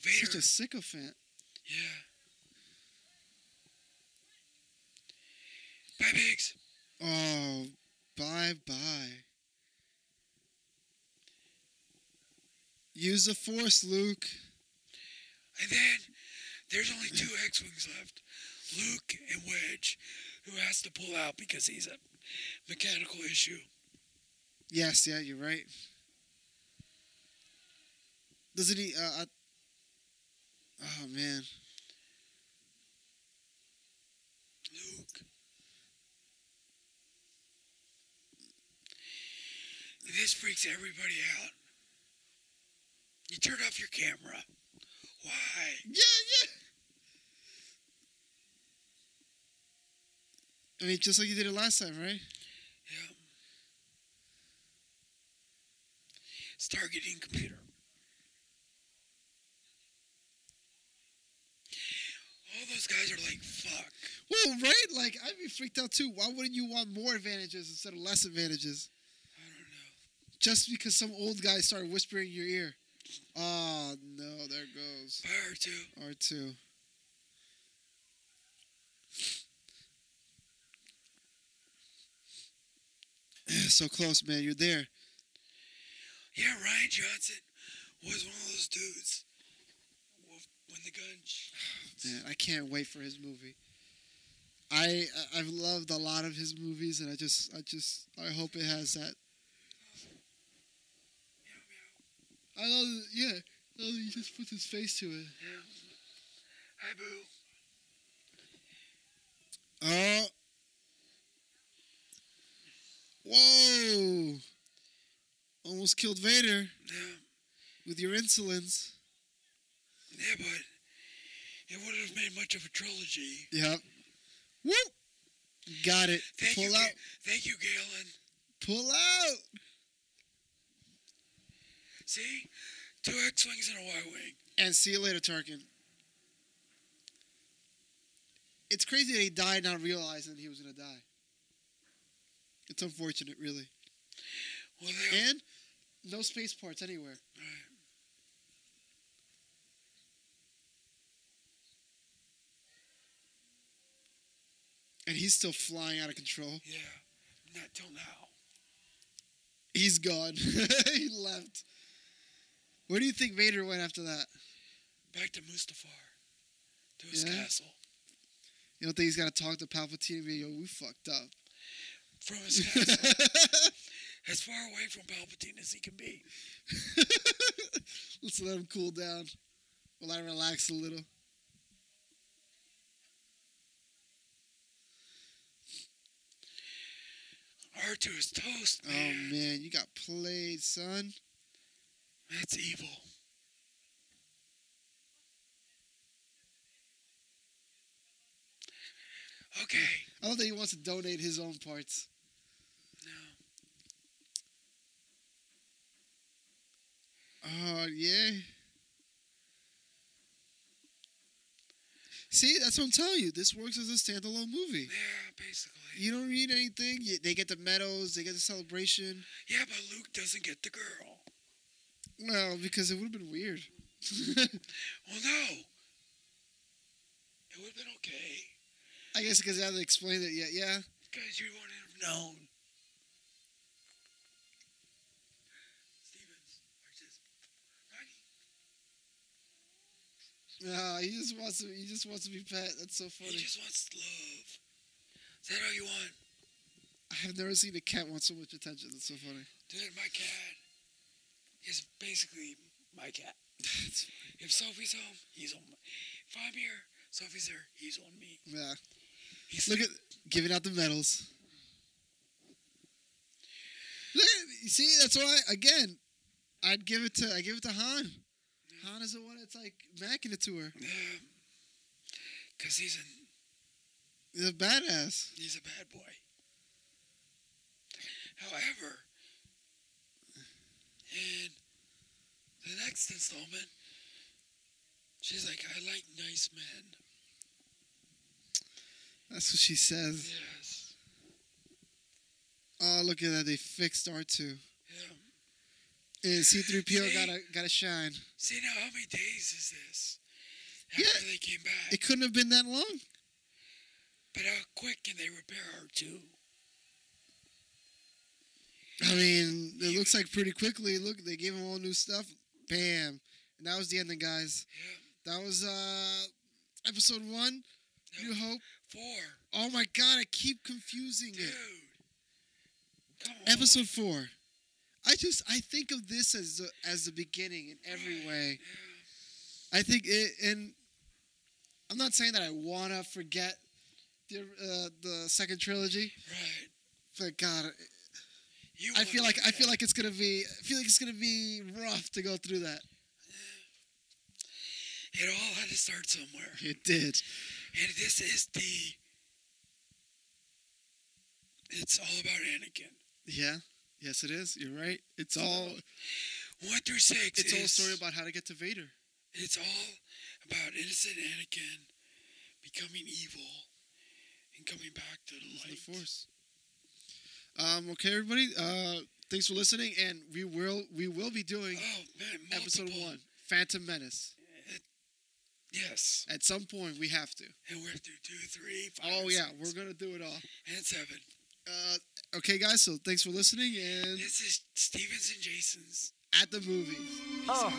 Speaker 2: Vader.
Speaker 4: such a sycophant.
Speaker 2: yeah. Bye, Biggs.
Speaker 4: Oh, bye bye. Use the force, Luke.
Speaker 2: And then there's only two X Wings left Luke and Wedge, who has to pull out because he's a mechanical issue.
Speaker 4: Yes, yeah, you're right. Doesn't he? Uh, I... Oh man,
Speaker 2: Luke. This freaks everybody out. You turn off your camera. Why?
Speaker 4: yeah, yeah. I mean, just like you did it last time, right?
Speaker 2: Yeah. It's targeting computer. All those guys are like, fuck.
Speaker 4: Well, right? Like I'd be freaked out too. Why wouldn't you want more advantages instead of less advantages?
Speaker 2: I don't know.
Speaker 4: Just because some old guy started whispering in your ear. Oh no, there goes
Speaker 2: Fire two.
Speaker 4: R two. So close, man. You're there.
Speaker 2: Yeah, Ryan Johnson was one of those dudes. Well, When the gun. sh-
Speaker 4: Man, I can't wait for his movie. I I- I've loved a lot of his movies, and I just I just I hope it has that. I love yeah. I love that he just puts his face to it.
Speaker 2: Hi, boo.
Speaker 4: Oh. Whoa! Almost killed Vader
Speaker 2: Yeah,
Speaker 4: with your insolence.
Speaker 2: yeah, but it wouldn't have made much of a trilogy.
Speaker 4: Yep. Whoop! Got it.
Speaker 2: Thank
Speaker 4: Pull
Speaker 2: you,
Speaker 4: out.
Speaker 2: Ga- thank you, Galen.
Speaker 4: Pull out.
Speaker 2: See, two X wings and a Y wing.
Speaker 4: And see you later, Tarkin. It's crazy that he died not realizing he was gonna die. It's unfortunate, really.
Speaker 2: Well, they
Speaker 4: And no space parts anywhere.
Speaker 2: Right.
Speaker 4: And he's still flying out of control.
Speaker 2: yeah, not till now.
Speaker 4: He's gone. he left. Where do you think Vader went after that?
Speaker 2: Back to Mustafar, to his
Speaker 4: Yeah.
Speaker 2: castle.
Speaker 4: You don't think he's gotta talk to Palpatine and be yo, we fucked up.
Speaker 2: From his castle, as far away from Palpatine as he can be.
Speaker 4: Let's let him cool down. Will I relax a little?
Speaker 2: R two is toast,
Speaker 4: Oh
Speaker 2: man.
Speaker 4: man, you got played, son.
Speaker 2: That's evil. Okay.
Speaker 4: I love that he wants to donate his own parts.
Speaker 2: No.
Speaker 4: Oh yeah. See, that's what I'm telling you. This works as a standalone movie.
Speaker 2: Yeah, basically.
Speaker 4: You don't need anything. You, they get the medals. They get the celebration.
Speaker 2: Yeah, but Luke doesn't get the girl.
Speaker 4: Well, because it would have been weird.
Speaker 2: Well, no. It would have been okay.
Speaker 4: I guess because I haven't explained it yet. Yeah.
Speaker 2: Guys, you wouldn't have known. Stevens, watch this. Ronnie.
Speaker 4: No, he just wants to. He just wants to be pet. That's so
Speaker 2: He
Speaker 4: funny.
Speaker 2: just wants love. Is that all you want?
Speaker 4: I have never seen a cat want so much attention. That's so funny.
Speaker 2: Dude, my cat is basically my cat. if Sophie's home, he's on. My, if I'm here, Sophie's there. He's on me.
Speaker 4: Yeah.
Speaker 2: He's
Speaker 4: Look
Speaker 2: like,
Speaker 4: at giving out the medals. Look at You see, that's why again, I'd give it to I give it to Han. Han is the one that's like macking it to her.
Speaker 2: Because he's a,
Speaker 4: He's a badass.
Speaker 2: he's a bad boy. However, in the next installment, she's like, I like nice men.
Speaker 4: That's what she says.
Speaker 2: Yes.
Speaker 4: Oh, look at that! They fixed R two.
Speaker 2: Yeah.
Speaker 4: And C three PO
Speaker 2: See?
Speaker 4: gotta gotta shine.
Speaker 2: See now, how many days is this? After
Speaker 4: Yeah.
Speaker 2: they came back.
Speaker 4: It couldn't have been that long.
Speaker 2: but how quick can they repair R2?
Speaker 4: I mean, it looks like pretty quickly. Look, they gave him all new stuff. Bam, and that was the ending, guys. That was uh episode one. New Hope.
Speaker 2: Four.
Speaker 4: Oh my god, I keep confusing
Speaker 2: Dude.
Speaker 4: it.
Speaker 2: Come on.
Speaker 4: Episode four. I just I think of this as the, as the beginning in every way. I think it, and I'm not saying that I wanna forget the uh, the second trilogy,
Speaker 2: Right.
Speaker 4: but God,
Speaker 2: You
Speaker 4: I
Speaker 2: wanna
Speaker 4: feel like I
Speaker 2: forget.
Speaker 4: feel like it's gonna be I feel like it's gonna be rough to go through that.
Speaker 2: It all had to start somewhere.
Speaker 4: It did.
Speaker 2: And this is the. It's all about Anakin.
Speaker 4: Yeah. Yes, it is. You're right. It's all
Speaker 2: One through six.
Speaker 4: it's all a
Speaker 2: is-
Speaker 4: story about how to get to Vader.
Speaker 2: It's all about innocent Anakin becoming evil and coming back to the
Speaker 4: the
Speaker 2: light.
Speaker 4: force. Um, okay, everybody. Uh, thanks for listening, and we will we will be doing
Speaker 2: Oh man, multiple.
Speaker 4: episode one, Phantom Menace.
Speaker 2: Yes,
Speaker 4: At some point, we have to.
Speaker 2: and we're through two, three, five.
Speaker 4: Oh
Speaker 2: and
Speaker 4: yeah,
Speaker 2: six,
Speaker 4: we're gonna do it all.
Speaker 2: and seven.
Speaker 4: Uh, okay, guys. So thanks for listening, and
Speaker 2: This is Stevens and Jason's.
Speaker 4: at the movies.
Speaker 5: Uh,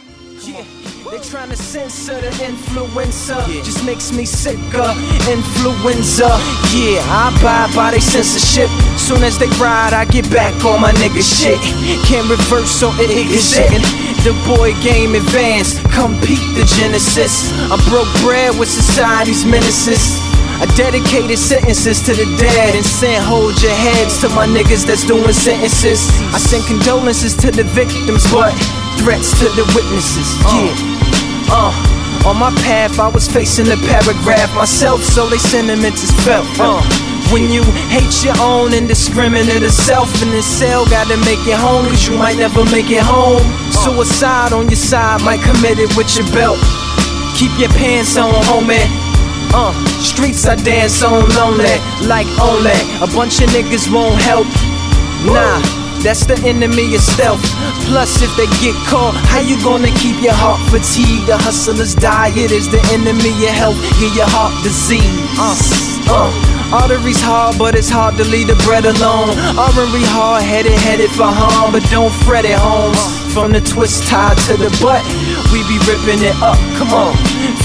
Speaker 5: yeah, they tryna censor the influencer. Just makes me sicker. Influenza, yeah, I abide by they censorship. Soon as they ride, I get back on my nigga shit. Can't reverse, so it is shitting. The boy game advance, compete the genesis. I broke bread with society's menaces. I dedicated sentences to the dead and sent hold your heads to my niggas that's doing sentences. I send condolences to the victims, but threats to the witnesses. Yeah. Uh. On my path, I was facing a paragraph myself, so they sentiments is felt. Uh. When you hate your own indiscriminate of self in this cell, gotta make it home, cause you might never make it home. Suicide on your side, might commit it with your belt. Keep your pants on, homie. Uh, streets I dance on lonely, like only a bunch of niggas won't help. Nah, that's the enemy of stealth. Plus, if they get caught, how you gonna keep your heart fatigued? The hustler's diet is the enemy of health. Get your heart disease. Uh, uh, arteries hard, but it's hard to leave the bread alone. Armory hard headed, headed for harm, but don't fret it, homes. From the twist tie to the butt, we be ripping it up. Come on.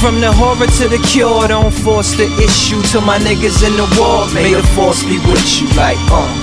Speaker 5: From the horror to the cure, don't force the issue. To my niggas in the war, may the force be with you. Like, uh.